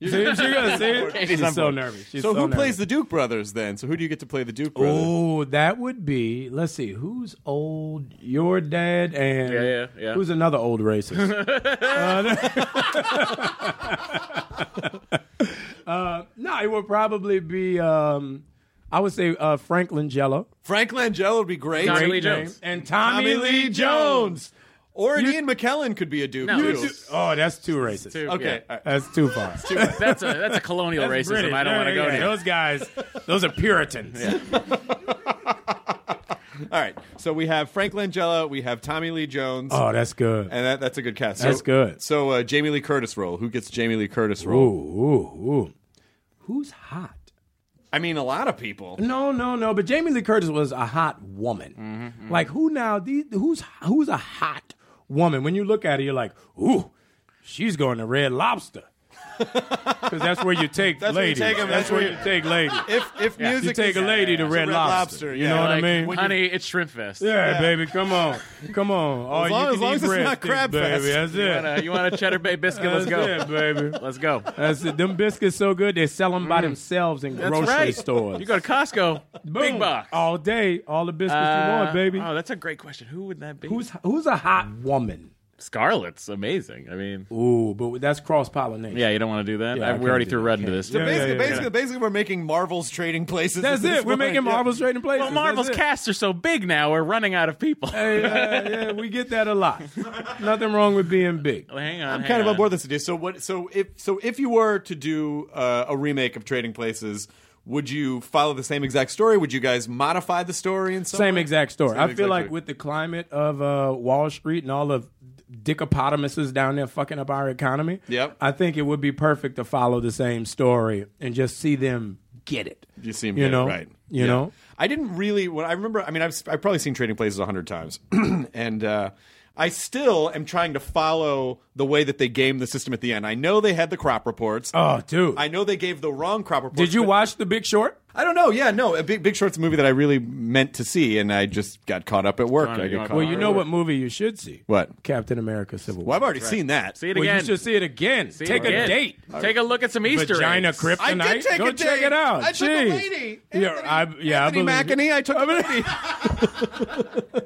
[SPEAKER 5] See, she gonna see it.
[SPEAKER 4] Katie's on
[SPEAKER 5] She's so
[SPEAKER 4] board.
[SPEAKER 5] nervous. She's
[SPEAKER 3] So who
[SPEAKER 5] nervous.
[SPEAKER 3] plays the Duke brothers then? So who do you get to play the Duke brothers?
[SPEAKER 5] Oh, that would be. Let's see. Who's old? Your dad and
[SPEAKER 4] Yeah, yeah, yeah.
[SPEAKER 5] Who's another old racist? uh, uh, no, it would probably be. Um, I would say uh, Frank Langella.
[SPEAKER 3] Frank Langella would be great.
[SPEAKER 4] Tommy Lee
[SPEAKER 5] Great name.
[SPEAKER 4] Jones.
[SPEAKER 5] and
[SPEAKER 3] Tommy
[SPEAKER 5] Tommy,
[SPEAKER 3] Lee Jones. Or an
[SPEAKER 5] You-
[SPEAKER 3] Ian McKellen could be a Duke.
[SPEAKER 4] No.
[SPEAKER 3] too.
[SPEAKER 4] You do-
[SPEAKER 5] Oh, that's too racist. uh,
[SPEAKER 4] Too-
[SPEAKER 3] Okay.
[SPEAKER 4] yeah.
[SPEAKER 3] all right.
[SPEAKER 5] That's too far.
[SPEAKER 4] That's a that's a colonial
[SPEAKER 5] That's
[SPEAKER 4] racism.
[SPEAKER 5] British.
[SPEAKER 4] I don't
[SPEAKER 5] Yeah,
[SPEAKER 4] want to go
[SPEAKER 5] yeah,
[SPEAKER 4] to.
[SPEAKER 5] Those guys, those are Puritans.
[SPEAKER 3] All right. So we have Frank Langella, we have Tommy Lee Jones,
[SPEAKER 5] Oh, that's good.
[SPEAKER 3] and that, that's a good cast. So,
[SPEAKER 5] That's good.
[SPEAKER 3] So uh, Jamie Lee Curtis role. Who gets Jamie Lee Curtis
[SPEAKER 5] ooh,
[SPEAKER 3] role?
[SPEAKER 5] ooh, ooh. Who's hot?
[SPEAKER 3] I mean, a lot of people.
[SPEAKER 5] No, no, no. But Jamie Lee Curtis was a hot woman.
[SPEAKER 4] Mm-hmm,
[SPEAKER 5] Like who now? These, who's who's a hot woman? When you look at her, you're like, ooh, she's going to Red Lobster. because that's where you take
[SPEAKER 3] That's where you
[SPEAKER 5] ladies.
[SPEAKER 3] take 'em.
[SPEAKER 5] That's
[SPEAKER 3] That's
[SPEAKER 5] where
[SPEAKER 3] where
[SPEAKER 5] you take ladies.
[SPEAKER 3] If if
[SPEAKER 5] Yeah.
[SPEAKER 3] music
[SPEAKER 5] you take
[SPEAKER 3] is-
[SPEAKER 5] a lady to
[SPEAKER 3] it's a
[SPEAKER 5] Red, Lobster, you
[SPEAKER 3] yeah.
[SPEAKER 5] know what
[SPEAKER 4] Like,
[SPEAKER 5] I mean?
[SPEAKER 4] honey, it's shrimp fest.
[SPEAKER 5] yeah, baby, come on, come on. Oh,
[SPEAKER 4] As
[SPEAKER 5] you
[SPEAKER 4] long-
[SPEAKER 5] can
[SPEAKER 4] as long
[SPEAKER 5] eat
[SPEAKER 4] as it's not
[SPEAKER 5] breadsticks,
[SPEAKER 4] crab
[SPEAKER 5] baby.
[SPEAKER 4] fest.
[SPEAKER 5] That's
[SPEAKER 4] You
[SPEAKER 5] it.
[SPEAKER 4] want a- you want a cheddar bay biscuit? Let's
[SPEAKER 5] That's it, baby.
[SPEAKER 4] Let's go.
[SPEAKER 5] That's it. Them biscuits so good they sell them by themselves in
[SPEAKER 4] Mm. That's
[SPEAKER 5] grocery
[SPEAKER 4] right.
[SPEAKER 5] stores.
[SPEAKER 4] You go to Costco, big
[SPEAKER 5] Boom.
[SPEAKER 4] box.
[SPEAKER 5] all day, all the biscuits you
[SPEAKER 4] Uh,
[SPEAKER 5] want, baby.
[SPEAKER 4] Oh, that's a great question. Who would that be?
[SPEAKER 5] Who's who's a hot woman?
[SPEAKER 4] Scarlet's amazing. I mean,
[SPEAKER 5] ooh, but that's cross pollination.
[SPEAKER 4] Yeah, you don't want to do that.
[SPEAKER 5] Yeah,
[SPEAKER 4] I-
[SPEAKER 5] I
[SPEAKER 4] we
[SPEAKER 5] can't
[SPEAKER 4] already
[SPEAKER 5] do
[SPEAKER 4] threw
[SPEAKER 5] that.
[SPEAKER 4] red into
[SPEAKER 5] Can't-
[SPEAKER 4] this.
[SPEAKER 5] Yeah, yeah,
[SPEAKER 3] basically,
[SPEAKER 5] yeah,
[SPEAKER 3] basically,
[SPEAKER 5] yeah.
[SPEAKER 3] basically, we're making Marvel's trading places.
[SPEAKER 5] That's
[SPEAKER 3] at this
[SPEAKER 5] it. We're
[SPEAKER 3] point.
[SPEAKER 5] making
[SPEAKER 3] Yeah.
[SPEAKER 5] Marvel straight in places.
[SPEAKER 4] Well, Marvel's
[SPEAKER 5] That's it.
[SPEAKER 4] casts are so big now, we're running out of people.
[SPEAKER 5] Hey, uh, yeah, we get that a lot. Nothing wrong with being big.
[SPEAKER 4] hang on.
[SPEAKER 3] I'm
[SPEAKER 4] hang
[SPEAKER 3] kind of on
[SPEAKER 4] on.
[SPEAKER 3] board with this idea. So what? So if so, if you were to do uh, a remake of Trading Places, would you follow the same exact story? Would you guys modify the story in some
[SPEAKER 5] Same
[SPEAKER 3] way?
[SPEAKER 5] exact story.
[SPEAKER 3] Same
[SPEAKER 5] I
[SPEAKER 3] exact
[SPEAKER 5] feel like
[SPEAKER 3] story.
[SPEAKER 5] with the climate of uh, Wall Street and all of dickopotamuses down there fucking up our economy,
[SPEAKER 3] Yep.
[SPEAKER 5] I think it would be perfect to follow the same story and just see them get it.
[SPEAKER 3] You see him
[SPEAKER 5] you
[SPEAKER 3] get it,
[SPEAKER 5] know?
[SPEAKER 3] right.
[SPEAKER 5] You
[SPEAKER 3] Yeah.
[SPEAKER 5] know?
[SPEAKER 3] I didn't really. When I remember, I mean, I've I've probably seen Trading Places a hundred times, and uh, I still am trying to follow the way that they game the system at the end. I know they had the crop reports.
[SPEAKER 5] Oh, dude.
[SPEAKER 3] I know they gave the wrong crop reports.
[SPEAKER 5] Did you
[SPEAKER 3] but-
[SPEAKER 5] watch The Big Short?
[SPEAKER 3] I don't know. Yeah, no. A Big Big Short's a movie that I really meant to see, and I just got caught up at work.
[SPEAKER 4] Darn it,
[SPEAKER 3] I
[SPEAKER 4] you
[SPEAKER 3] get
[SPEAKER 4] got
[SPEAKER 3] caught
[SPEAKER 5] Well,
[SPEAKER 3] up
[SPEAKER 5] you
[SPEAKER 3] at
[SPEAKER 5] know
[SPEAKER 3] work.
[SPEAKER 5] what movie you should see?
[SPEAKER 3] What?
[SPEAKER 5] Captain America Civil War.
[SPEAKER 3] Well, I've already seen that.
[SPEAKER 4] See it
[SPEAKER 5] well,
[SPEAKER 4] again.
[SPEAKER 5] you should see it again.
[SPEAKER 4] See it
[SPEAKER 5] Take
[SPEAKER 4] again.
[SPEAKER 5] a date.
[SPEAKER 4] Take a look at some Easter
[SPEAKER 5] Vagina
[SPEAKER 4] eggs.
[SPEAKER 5] Kryptonite.
[SPEAKER 3] I did take
[SPEAKER 5] Go
[SPEAKER 3] a
[SPEAKER 5] check
[SPEAKER 3] date.
[SPEAKER 5] it out.
[SPEAKER 3] I took a
[SPEAKER 5] Jeez.
[SPEAKER 3] lady.
[SPEAKER 5] Yeah,
[SPEAKER 3] Anthony-
[SPEAKER 5] I, yeah,
[SPEAKER 3] Anthony
[SPEAKER 5] I believe
[SPEAKER 3] McEnany. I took a lady.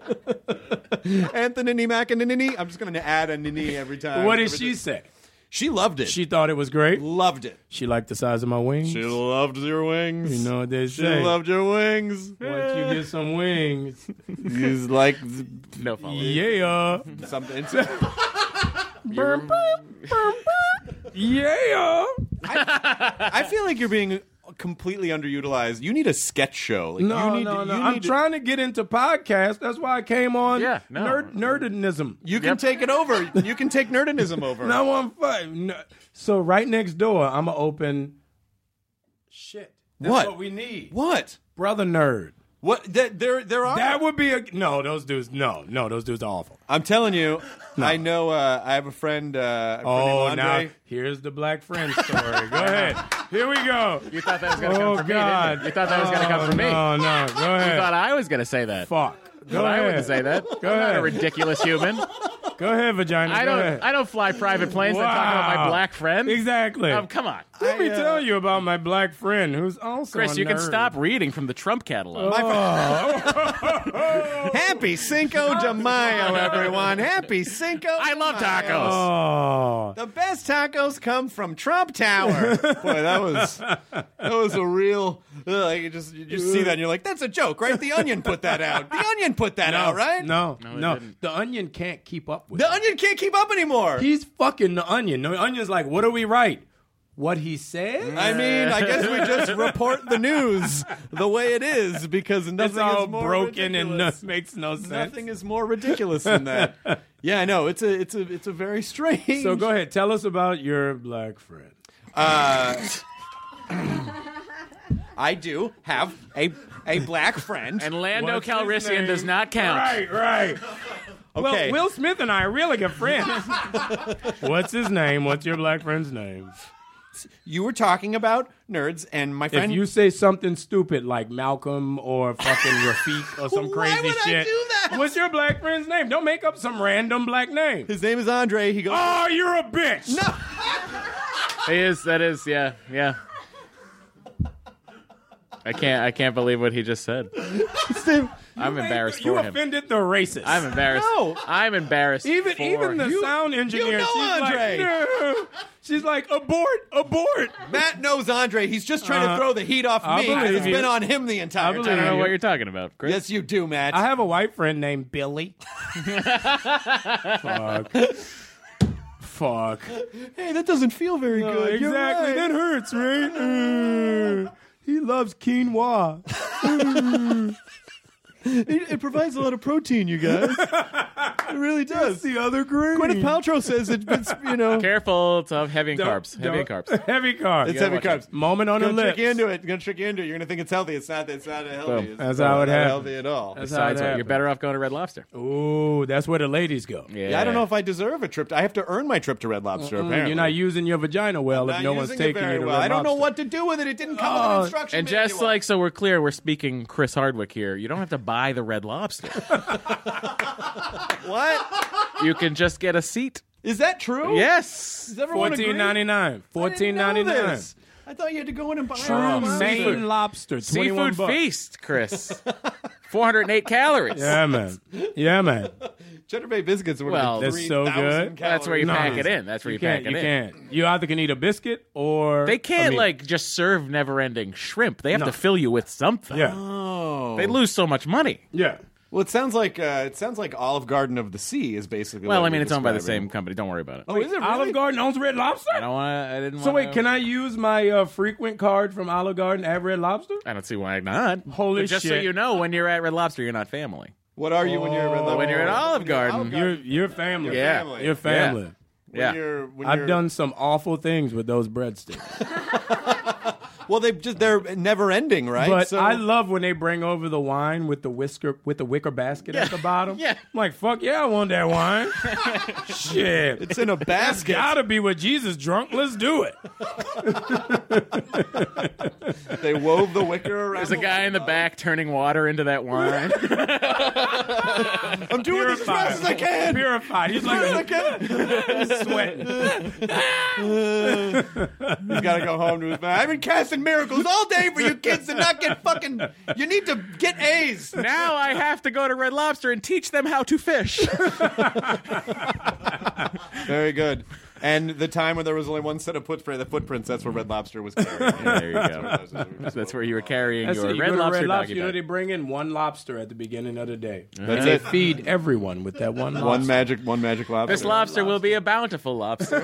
[SPEAKER 3] Anthony McEnany. I'm just going to add a nini every time.
[SPEAKER 5] What did she say?
[SPEAKER 3] She loved it.
[SPEAKER 5] She thought it was great.
[SPEAKER 3] loved it.
[SPEAKER 5] She liked the size of my wings.
[SPEAKER 3] She loved your wings.
[SPEAKER 5] You know what they
[SPEAKER 3] she
[SPEAKER 5] say.
[SPEAKER 3] loved your wings.
[SPEAKER 5] Once you get some wings,
[SPEAKER 3] She's like
[SPEAKER 4] No
[SPEAKER 3] Oh,
[SPEAKER 4] follow.
[SPEAKER 5] yeah,
[SPEAKER 3] something.
[SPEAKER 5] Burp, burp, burp, burp. yeah.
[SPEAKER 3] I feel like you're being completely underutilized. You need a sketch show. Like,
[SPEAKER 5] No,
[SPEAKER 3] you need
[SPEAKER 5] no,
[SPEAKER 3] to,
[SPEAKER 5] no.
[SPEAKER 3] You
[SPEAKER 5] I'm
[SPEAKER 3] need to-
[SPEAKER 5] trying to get into podcasts. That's why I came on.
[SPEAKER 4] Yeah, no.
[SPEAKER 5] nerd, nerdinism.
[SPEAKER 3] You can take it over. You can take nerdinism over.
[SPEAKER 5] No one fight. No. So right next door, I'm gonna open. Shit. That's
[SPEAKER 3] What?
[SPEAKER 5] what? we need,
[SPEAKER 3] What?
[SPEAKER 5] brother nerd.
[SPEAKER 3] What? That there there are.
[SPEAKER 5] That would be a no. Those dudes, no, no. Those dudes are awful.
[SPEAKER 3] I'm telling you. I know. Uh, I have a friend. Uh, a friend
[SPEAKER 5] Oh,
[SPEAKER 3] named
[SPEAKER 5] now
[SPEAKER 3] Andre.
[SPEAKER 5] here's the black friend story. go ahead. Here we go.
[SPEAKER 4] You thought that was going to
[SPEAKER 5] Oh
[SPEAKER 4] come from me.
[SPEAKER 5] God!
[SPEAKER 4] didn't You? you thought that was going to
[SPEAKER 5] Oh,
[SPEAKER 4] come from me.
[SPEAKER 5] No, no. Go
[SPEAKER 4] You
[SPEAKER 5] ahead.
[SPEAKER 4] thought I was going to say that.
[SPEAKER 5] Fuck. Go
[SPEAKER 4] But
[SPEAKER 5] ahead.
[SPEAKER 4] I wouldn't say that.
[SPEAKER 5] Go
[SPEAKER 4] I'm not a
[SPEAKER 5] ahead.
[SPEAKER 4] ridiculous human.
[SPEAKER 5] Go ahead, vagina.
[SPEAKER 4] I
[SPEAKER 5] Go
[SPEAKER 4] don't.
[SPEAKER 5] ahead.
[SPEAKER 4] I don't fly private planes. I talk about my
[SPEAKER 5] Wow.
[SPEAKER 4] black friend.
[SPEAKER 5] Exactly.
[SPEAKER 4] Um, come on,
[SPEAKER 5] Let me tell you about my black friend who's also
[SPEAKER 4] Chris.
[SPEAKER 5] a
[SPEAKER 4] You can
[SPEAKER 5] nerd.
[SPEAKER 4] stop reading from the Trump catalog.
[SPEAKER 5] Oh.
[SPEAKER 3] Happy Cinco de Mayo, everyone. Happy Cinco.
[SPEAKER 4] I
[SPEAKER 3] de
[SPEAKER 4] love
[SPEAKER 3] Mayo.
[SPEAKER 4] tacos.
[SPEAKER 5] Oh.
[SPEAKER 3] The best tacos come from Trump Tower. Boy, that was that was a real. ugh, Like you just you just see that and you're like, that's a joke, right? The Onion put that out. The Onion put that out, right?
[SPEAKER 5] No,
[SPEAKER 4] No, it
[SPEAKER 5] no,
[SPEAKER 4] didn't.
[SPEAKER 5] The onion can't keep up with.
[SPEAKER 3] The
[SPEAKER 5] it.
[SPEAKER 3] Onion can't keep up anymore.
[SPEAKER 5] He's fucking the onion. The onion's like, what do we write? What he said?
[SPEAKER 3] I mean, I guess we just report the news the way it is because nothing
[SPEAKER 5] it's all
[SPEAKER 3] is more
[SPEAKER 5] broken and
[SPEAKER 3] ridiculous.
[SPEAKER 5] no- makes no sense.
[SPEAKER 3] nothing is more ridiculous than that. Yeah, I know. It's a it's a it's a very strange.
[SPEAKER 5] So go ahead, tell us about your black friend.
[SPEAKER 3] Uh, I do have a a black friend.
[SPEAKER 4] And Lando
[SPEAKER 5] What's his
[SPEAKER 4] Calrissian
[SPEAKER 5] name?
[SPEAKER 4] does not count.
[SPEAKER 5] Right, right.
[SPEAKER 3] Okay.
[SPEAKER 5] Well, Will Smith and I are really good friends. What's his name? What's your black friend's name?
[SPEAKER 3] you were talking about nerds, and my
[SPEAKER 5] If
[SPEAKER 3] friend.
[SPEAKER 5] you say something stupid like Malcolm or fucking Rafik or some
[SPEAKER 3] Why
[SPEAKER 5] crazy
[SPEAKER 3] would I
[SPEAKER 5] shit,
[SPEAKER 3] do that?
[SPEAKER 5] what's your black friend's name? Don't make up some random black name.
[SPEAKER 3] his name is Andre. He goes.
[SPEAKER 5] Oh, you're a bitch. No.
[SPEAKER 4] He is. That is. Yeah. Yeah. I can't. I can't believe what he just said. I'm embarrassed
[SPEAKER 5] you
[SPEAKER 4] for him.
[SPEAKER 5] offended the racist.
[SPEAKER 4] I'm embarrassed.
[SPEAKER 3] No.
[SPEAKER 4] I'm embarrassed.
[SPEAKER 5] even
[SPEAKER 4] for
[SPEAKER 5] even the
[SPEAKER 4] him.
[SPEAKER 5] sound engineer.
[SPEAKER 3] know
[SPEAKER 5] she's
[SPEAKER 3] Andre.
[SPEAKER 5] like, no. She's like, abort, abort.
[SPEAKER 3] Matt knows Andre. He's just trying to
[SPEAKER 5] Uh,
[SPEAKER 3] throw the heat off
[SPEAKER 5] I
[SPEAKER 3] me. 'cause
[SPEAKER 5] believe
[SPEAKER 3] It's
[SPEAKER 5] you.
[SPEAKER 3] been on him the
[SPEAKER 5] I
[SPEAKER 3] entire
[SPEAKER 5] believe
[SPEAKER 4] I
[SPEAKER 3] time.
[SPEAKER 4] don't know
[SPEAKER 5] you.
[SPEAKER 4] what you're talking about, Chris.
[SPEAKER 3] Yes, you do, Matt.
[SPEAKER 5] I have a white friend named Billy. Fuck. Fuck.
[SPEAKER 3] hey, that doesn't feel very
[SPEAKER 5] No,
[SPEAKER 3] good. You're
[SPEAKER 5] exactly.
[SPEAKER 3] right.
[SPEAKER 5] That hurts, right? Mm. he loves quinoa.
[SPEAKER 3] It, it provides a lot of protein, you guys. It really does.
[SPEAKER 5] the other green.
[SPEAKER 3] Gwyneth Paltrow says it's been, you know.
[SPEAKER 4] Careful, it's of heavy in carbs. Heavy in carbs.
[SPEAKER 5] Heavy carbs.
[SPEAKER 3] It's heavy carbs.
[SPEAKER 5] Moment on the
[SPEAKER 3] gonna
[SPEAKER 5] lips.
[SPEAKER 3] trick you into it. Gonna trick you into it. You're gonna think it's healthy. It's not. It's not healthy. It's
[SPEAKER 5] That's
[SPEAKER 3] not,
[SPEAKER 5] how it
[SPEAKER 3] not
[SPEAKER 5] happened.
[SPEAKER 3] healthy at all.
[SPEAKER 5] That's how it
[SPEAKER 4] Besides, what, you're
[SPEAKER 5] happened.
[SPEAKER 4] better off going to Red Lobster.
[SPEAKER 5] Ooh, that's where the ladies go.
[SPEAKER 4] Yeah.
[SPEAKER 3] Yeah, I don't know if I deserve a trip. To, I have to earn my trip to Red Lobster.
[SPEAKER 5] Mm,
[SPEAKER 3] apparently,
[SPEAKER 5] You're not using your vagina well if
[SPEAKER 3] Not
[SPEAKER 5] no one's
[SPEAKER 3] using it
[SPEAKER 5] taking
[SPEAKER 3] very
[SPEAKER 5] you to
[SPEAKER 3] well.
[SPEAKER 5] Red
[SPEAKER 3] I don't know
[SPEAKER 5] Lobster.
[SPEAKER 3] what to do with it. It didn't come with
[SPEAKER 5] Oh,
[SPEAKER 3] an instruction
[SPEAKER 4] And just
[SPEAKER 3] manual.
[SPEAKER 4] like so we're clear, we're speaking Chris Hardwick here. You don't have to buy the Red Lobster.
[SPEAKER 3] what
[SPEAKER 4] you can just get a seat.
[SPEAKER 3] is that true?
[SPEAKER 4] Yes.
[SPEAKER 3] Does everyone agree?
[SPEAKER 5] Fourteen ninety nine. Fourteen
[SPEAKER 3] I
[SPEAKER 5] ninety
[SPEAKER 3] didn't know
[SPEAKER 5] nine.
[SPEAKER 3] this. I thought you had to go in and buy
[SPEAKER 5] True
[SPEAKER 3] it.
[SPEAKER 5] Maine lobster. 21
[SPEAKER 4] Seafood
[SPEAKER 5] bucks.
[SPEAKER 4] feast, Chris. 408 calories.
[SPEAKER 5] Yeah, man. Yeah, man.
[SPEAKER 3] Cheddar Bay biscuits would
[SPEAKER 4] Well,
[SPEAKER 3] have been
[SPEAKER 4] that's
[SPEAKER 3] three
[SPEAKER 5] so
[SPEAKER 3] thousand
[SPEAKER 5] good.
[SPEAKER 3] calories.
[SPEAKER 4] That's where you
[SPEAKER 5] No.
[SPEAKER 4] pack it in. That's where you,
[SPEAKER 5] You can't.
[SPEAKER 4] pack it
[SPEAKER 5] You
[SPEAKER 4] in.
[SPEAKER 5] can't. You either can eat a biscuit or
[SPEAKER 4] They
[SPEAKER 5] I
[SPEAKER 4] can't
[SPEAKER 5] mean,
[SPEAKER 4] like just serve never-ending shrimp. They have
[SPEAKER 5] No.
[SPEAKER 4] to fill you with something.
[SPEAKER 5] Yeah.
[SPEAKER 3] Oh.
[SPEAKER 4] They lose so much money.
[SPEAKER 5] Yeah.
[SPEAKER 3] Well, it sounds like uh, it sounds like Olive Garden of the Sea is basically.
[SPEAKER 4] Well,
[SPEAKER 3] what
[SPEAKER 4] I mean,
[SPEAKER 3] you're
[SPEAKER 4] it's owned by the
[SPEAKER 3] describing.
[SPEAKER 4] same company. Don't worry about it.
[SPEAKER 3] Oh, is it really?
[SPEAKER 5] Olive Garden owns Red Lobster.
[SPEAKER 4] I don't want. to I didn't.
[SPEAKER 5] So wait, can I use my uh, frequent card from Olive Garden at Red Lobster?
[SPEAKER 4] I don't see why not.
[SPEAKER 5] Holy
[SPEAKER 4] But just so
[SPEAKER 5] shit.
[SPEAKER 4] you know, when you're at Red Lobster, you're not family.
[SPEAKER 3] What are you when you're at Red
[SPEAKER 5] Oh,
[SPEAKER 3] Lobster?
[SPEAKER 4] When you're at Olive Garden,
[SPEAKER 5] Your your family.
[SPEAKER 4] Yeah.
[SPEAKER 3] family.
[SPEAKER 5] Your family.
[SPEAKER 3] When
[SPEAKER 4] yeah.
[SPEAKER 3] you're- when
[SPEAKER 5] I've
[SPEAKER 3] you're-
[SPEAKER 5] done some awful things with those breadsticks,
[SPEAKER 3] Well, they just they're never ending, right?
[SPEAKER 5] but
[SPEAKER 3] So-
[SPEAKER 5] I love when they bring over the wine with the whisker with the wicker basket at the bottom.
[SPEAKER 4] Yeah.
[SPEAKER 5] I'm like fuck yeah, I want that wine. Shit,
[SPEAKER 3] it's in a
[SPEAKER 5] that's
[SPEAKER 3] basket.
[SPEAKER 5] gotta be what Jesus drunk. Let's do it.
[SPEAKER 3] They wove the wicker around.
[SPEAKER 4] There's a guy in the back turning water into that wine.
[SPEAKER 3] I'm doing this as fast as I can.
[SPEAKER 5] Purified. He's
[SPEAKER 3] I
[SPEAKER 5] like
[SPEAKER 3] can.
[SPEAKER 5] sweating.
[SPEAKER 3] He's got to go home to his man. I've been casting miracles all day for you kids to not get fucking. You need to get A's.
[SPEAKER 4] now I have to go to Red Lobster and teach them how to fish.
[SPEAKER 3] Very good. And the time when there was only one set of footprint, the footprints. That's where Red Lobster was.
[SPEAKER 4] Yeah,
[SPEAKER 3] Carried.
[SPEAKER 4] there you go. That's where you were carrying
[SPEAKER 5] That's
[SPEAKER 4] your
[SPEAKER 5] it. You
[SPEAKER 4] Red
[SPEAKER 5] go to
[SPEAKER 4] Lobster
[SPEAKER 5] Red Lobster.
[SPEAKER 4] doggy
[SPEAKER 5] You know they
[SPEAKER 4] bag.
[SPEAKER 5] bring in one lobster at the beginning of the day.
[SPEAKER 3] That's
[SPEAKER 5] They
[SPEAKER 3] it.
[SPEAKER 5] feed everyone with that one lobster.
[SPEAKER 3] One magic, one magic lobster.
[SPEAKER 4] This lobster will be a bountiful lobster.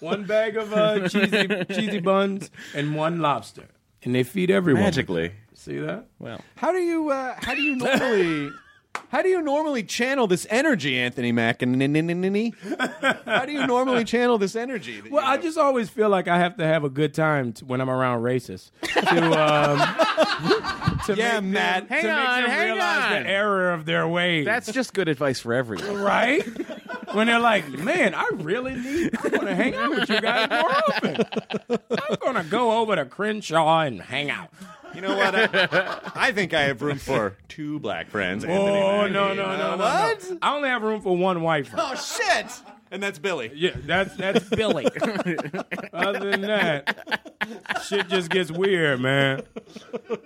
[SPEAKER 5] one bag of uh, cheesy cheesy buns and one lobster, and they feed everyone.
[SPEAKER 4] Magically.
[SPEAKER 5] see that?
[SPEAKER 4] Well,
[SPEAKER 3] How do you? Uh, how do you normally? How do you normally channel this energy, Anthony Mack? And how do you normally channel this energy? that
[SPEAKER 5] Well,
[SPEAKER 3] you
[SPEAKER 5] I
[SPEAKER 3] have?
[SPEAKER 5] just always feel like I have to have a good time t when I'm around racists. To, um, to
[SPEAKER 3] Yeah,
[SPEAKER 5] make
[SPEAKER 3] Matt.
[SPEAKER 5] them,
[SPEAKER 4] Hang
[SPEAKER 5] to make
[SPEAKER 4] on,
[SPEAKER 5] them
[SPEAKER 4] hang
[SPEAKER 5] realize
[SPEAKER 4] on.
[SPEAKER 5] the error of their ways.
[SPEAKER 4] that's just good advice for everyone.
[SPEAKER 5] right. When they're like, "Man, I really need. I'm gonna hang out with you guys more often. I'm gonna go over to Crenshaw and hang out."
[SPEAKER 3] You know what? I, I think I have room for two black friends. Anthony
[SPEAKER 5] Oh
[SPEAKER 3] Mackie.
[SPEAKER 5] no, no, no, no, no!
[SPEAKER 3] What?
[SPEAKER 5] I only have room for one white friend.
[SPEAKER 3] Oh shit! And that's Billy.
[SPEAKER 5] Yeah, that's that's Billy. Other than that, shit just gets weird, man.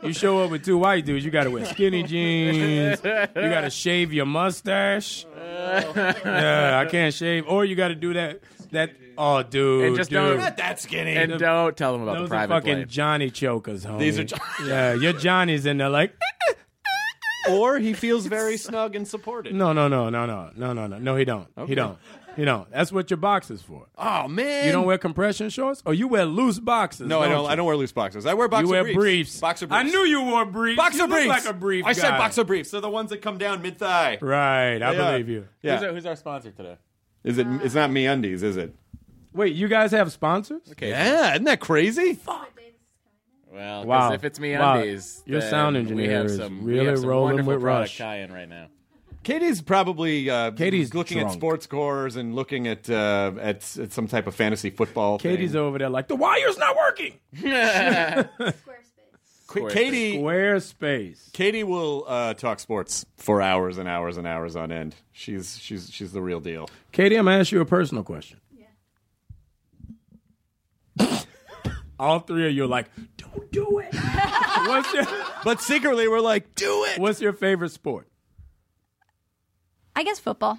[SPEAKER 5] You show up with two white dudes, you gotta wear skinny jeans, you gotta shave your mustache. Yeah, I can't shave, or you gotta do that. That oh, dude,
[SPEAKER 4] And just
[SPEAKER 5] dude.
[SPEAKER 4] don't-
[SPEAKER 3] Not that skinny.
[SPEAKER 4] And
[SPEAKER 5] uh,
[SPEAKER 4] don't tell them about
[SPEAKER 5] Those
[SPEAKER 4] the
[SPEAKER 5] are
[SPEAKER 4] private
[SPEAKER 5] fucking
[SPEAKER 4] plane.
[SPEAKER 5] Johnny chokers, homie.
[SPEAKER 3] These are Jo-
[SPEAKER 5] yeah, your Johnny's in there like.
[SPEAKER 3] or he feels very snug and supported.
[SPEAKER 5] No, no, no, no, no, no, no, no. No, he don't. He don't. He don't. That's what your box is for.
[SPEAKER 3] Oh man!
[SPEAKER 5] You don't wear compression shorts, or you wear loose boxes.
[SPEAKER 3] No, I don't.
[SPEAKER 5] you?
[SPEAKER 3] I don't wear loose boxers. I wear boxer
[SPEAKER 5] you wear
[SPEAKER 3] briefs.
[SPEAKER 5] briefs.
[SPEAKER 3] Boxer briefs.
[SPEAKER 5] I knew you wore briefs.
[SPEAKER 3] Boxer
[SPEAKER 5] you look
[SPEAKER 3] briefs.
[SPEAKER 5] like a brief.
[SPEAKER 3] I said
[SPEAKER 5] guy.
[SPEAKER 3] boxer briefs. They're the ones that come down mid thigh.
[SPEAKER 5] Right, I believe you.
[SPEAKER 4] Who's, our,
[SPEAKER 3] Yeah.
[SPEAKER 4] who's our sponsor today?
[SPEAKER 3] Is it? It's not me undies, is it?
[SPEAKER 5] Wait, you guys have sponsors?
[SPEAKER 4] Okay.
[SPEAKER 3] Yeah. Isn't that crazy?
[SPEAKER 4] Well, 'cause
[SPEAKER 5] Wow.
[SPEAKER 4] if it's me
[SPEAKER 5] Wow.
[SPEAKER 4] undies,
[SPEAKER 5] Your
[SPEAKER 4] then
[SPEAKER 5] sound
[SPEAKER 4] we
[SPEAKER 5] engineer
[SPEAKER 4] have
[SPEAKER 5] is
[SPEAKER 4] some, we
[SPEAKER 5] really
[SPEAKER 4] have some
[SPEAKER 5] rolling
[SPEAKER 4] wonderful
[SPEAKER 5] with
[SPEAKER 4] product
[SPEAKER 5] Rush.
[SPEAKER 4] Cayenne right now.
[SPEAKER 3] Katie's probably uh,
[SPEAKER 5] Katie's
[SPEAKER 3] looking at
[SPEAKER 5] drunk.
[SPEAKER 3] sports scores and looking at uh, at, at some type of fantasy football.
[SPEAKER 5] Katie's
[SPEAKER 3] thing.
[SPEAKER 5] over there like the wire's not working.
[SPEAKER 3] Qu- Katie.
[SPEAKER 5] Squarespace.
[SPEAKER 3] Katie will uh, talk sports for hours and hours and hours on end. She's she's she's the real deal.
[SPEAKER 5] Katie, I'm gonna ask you a personal question. Yeah. All three of you are like, don't do it. what's your
[SPEAKER 3] But secretly, we're like, do it.
[SPEAKER 5] What's your favorite sport?
[SPEAKER 2] I guess football.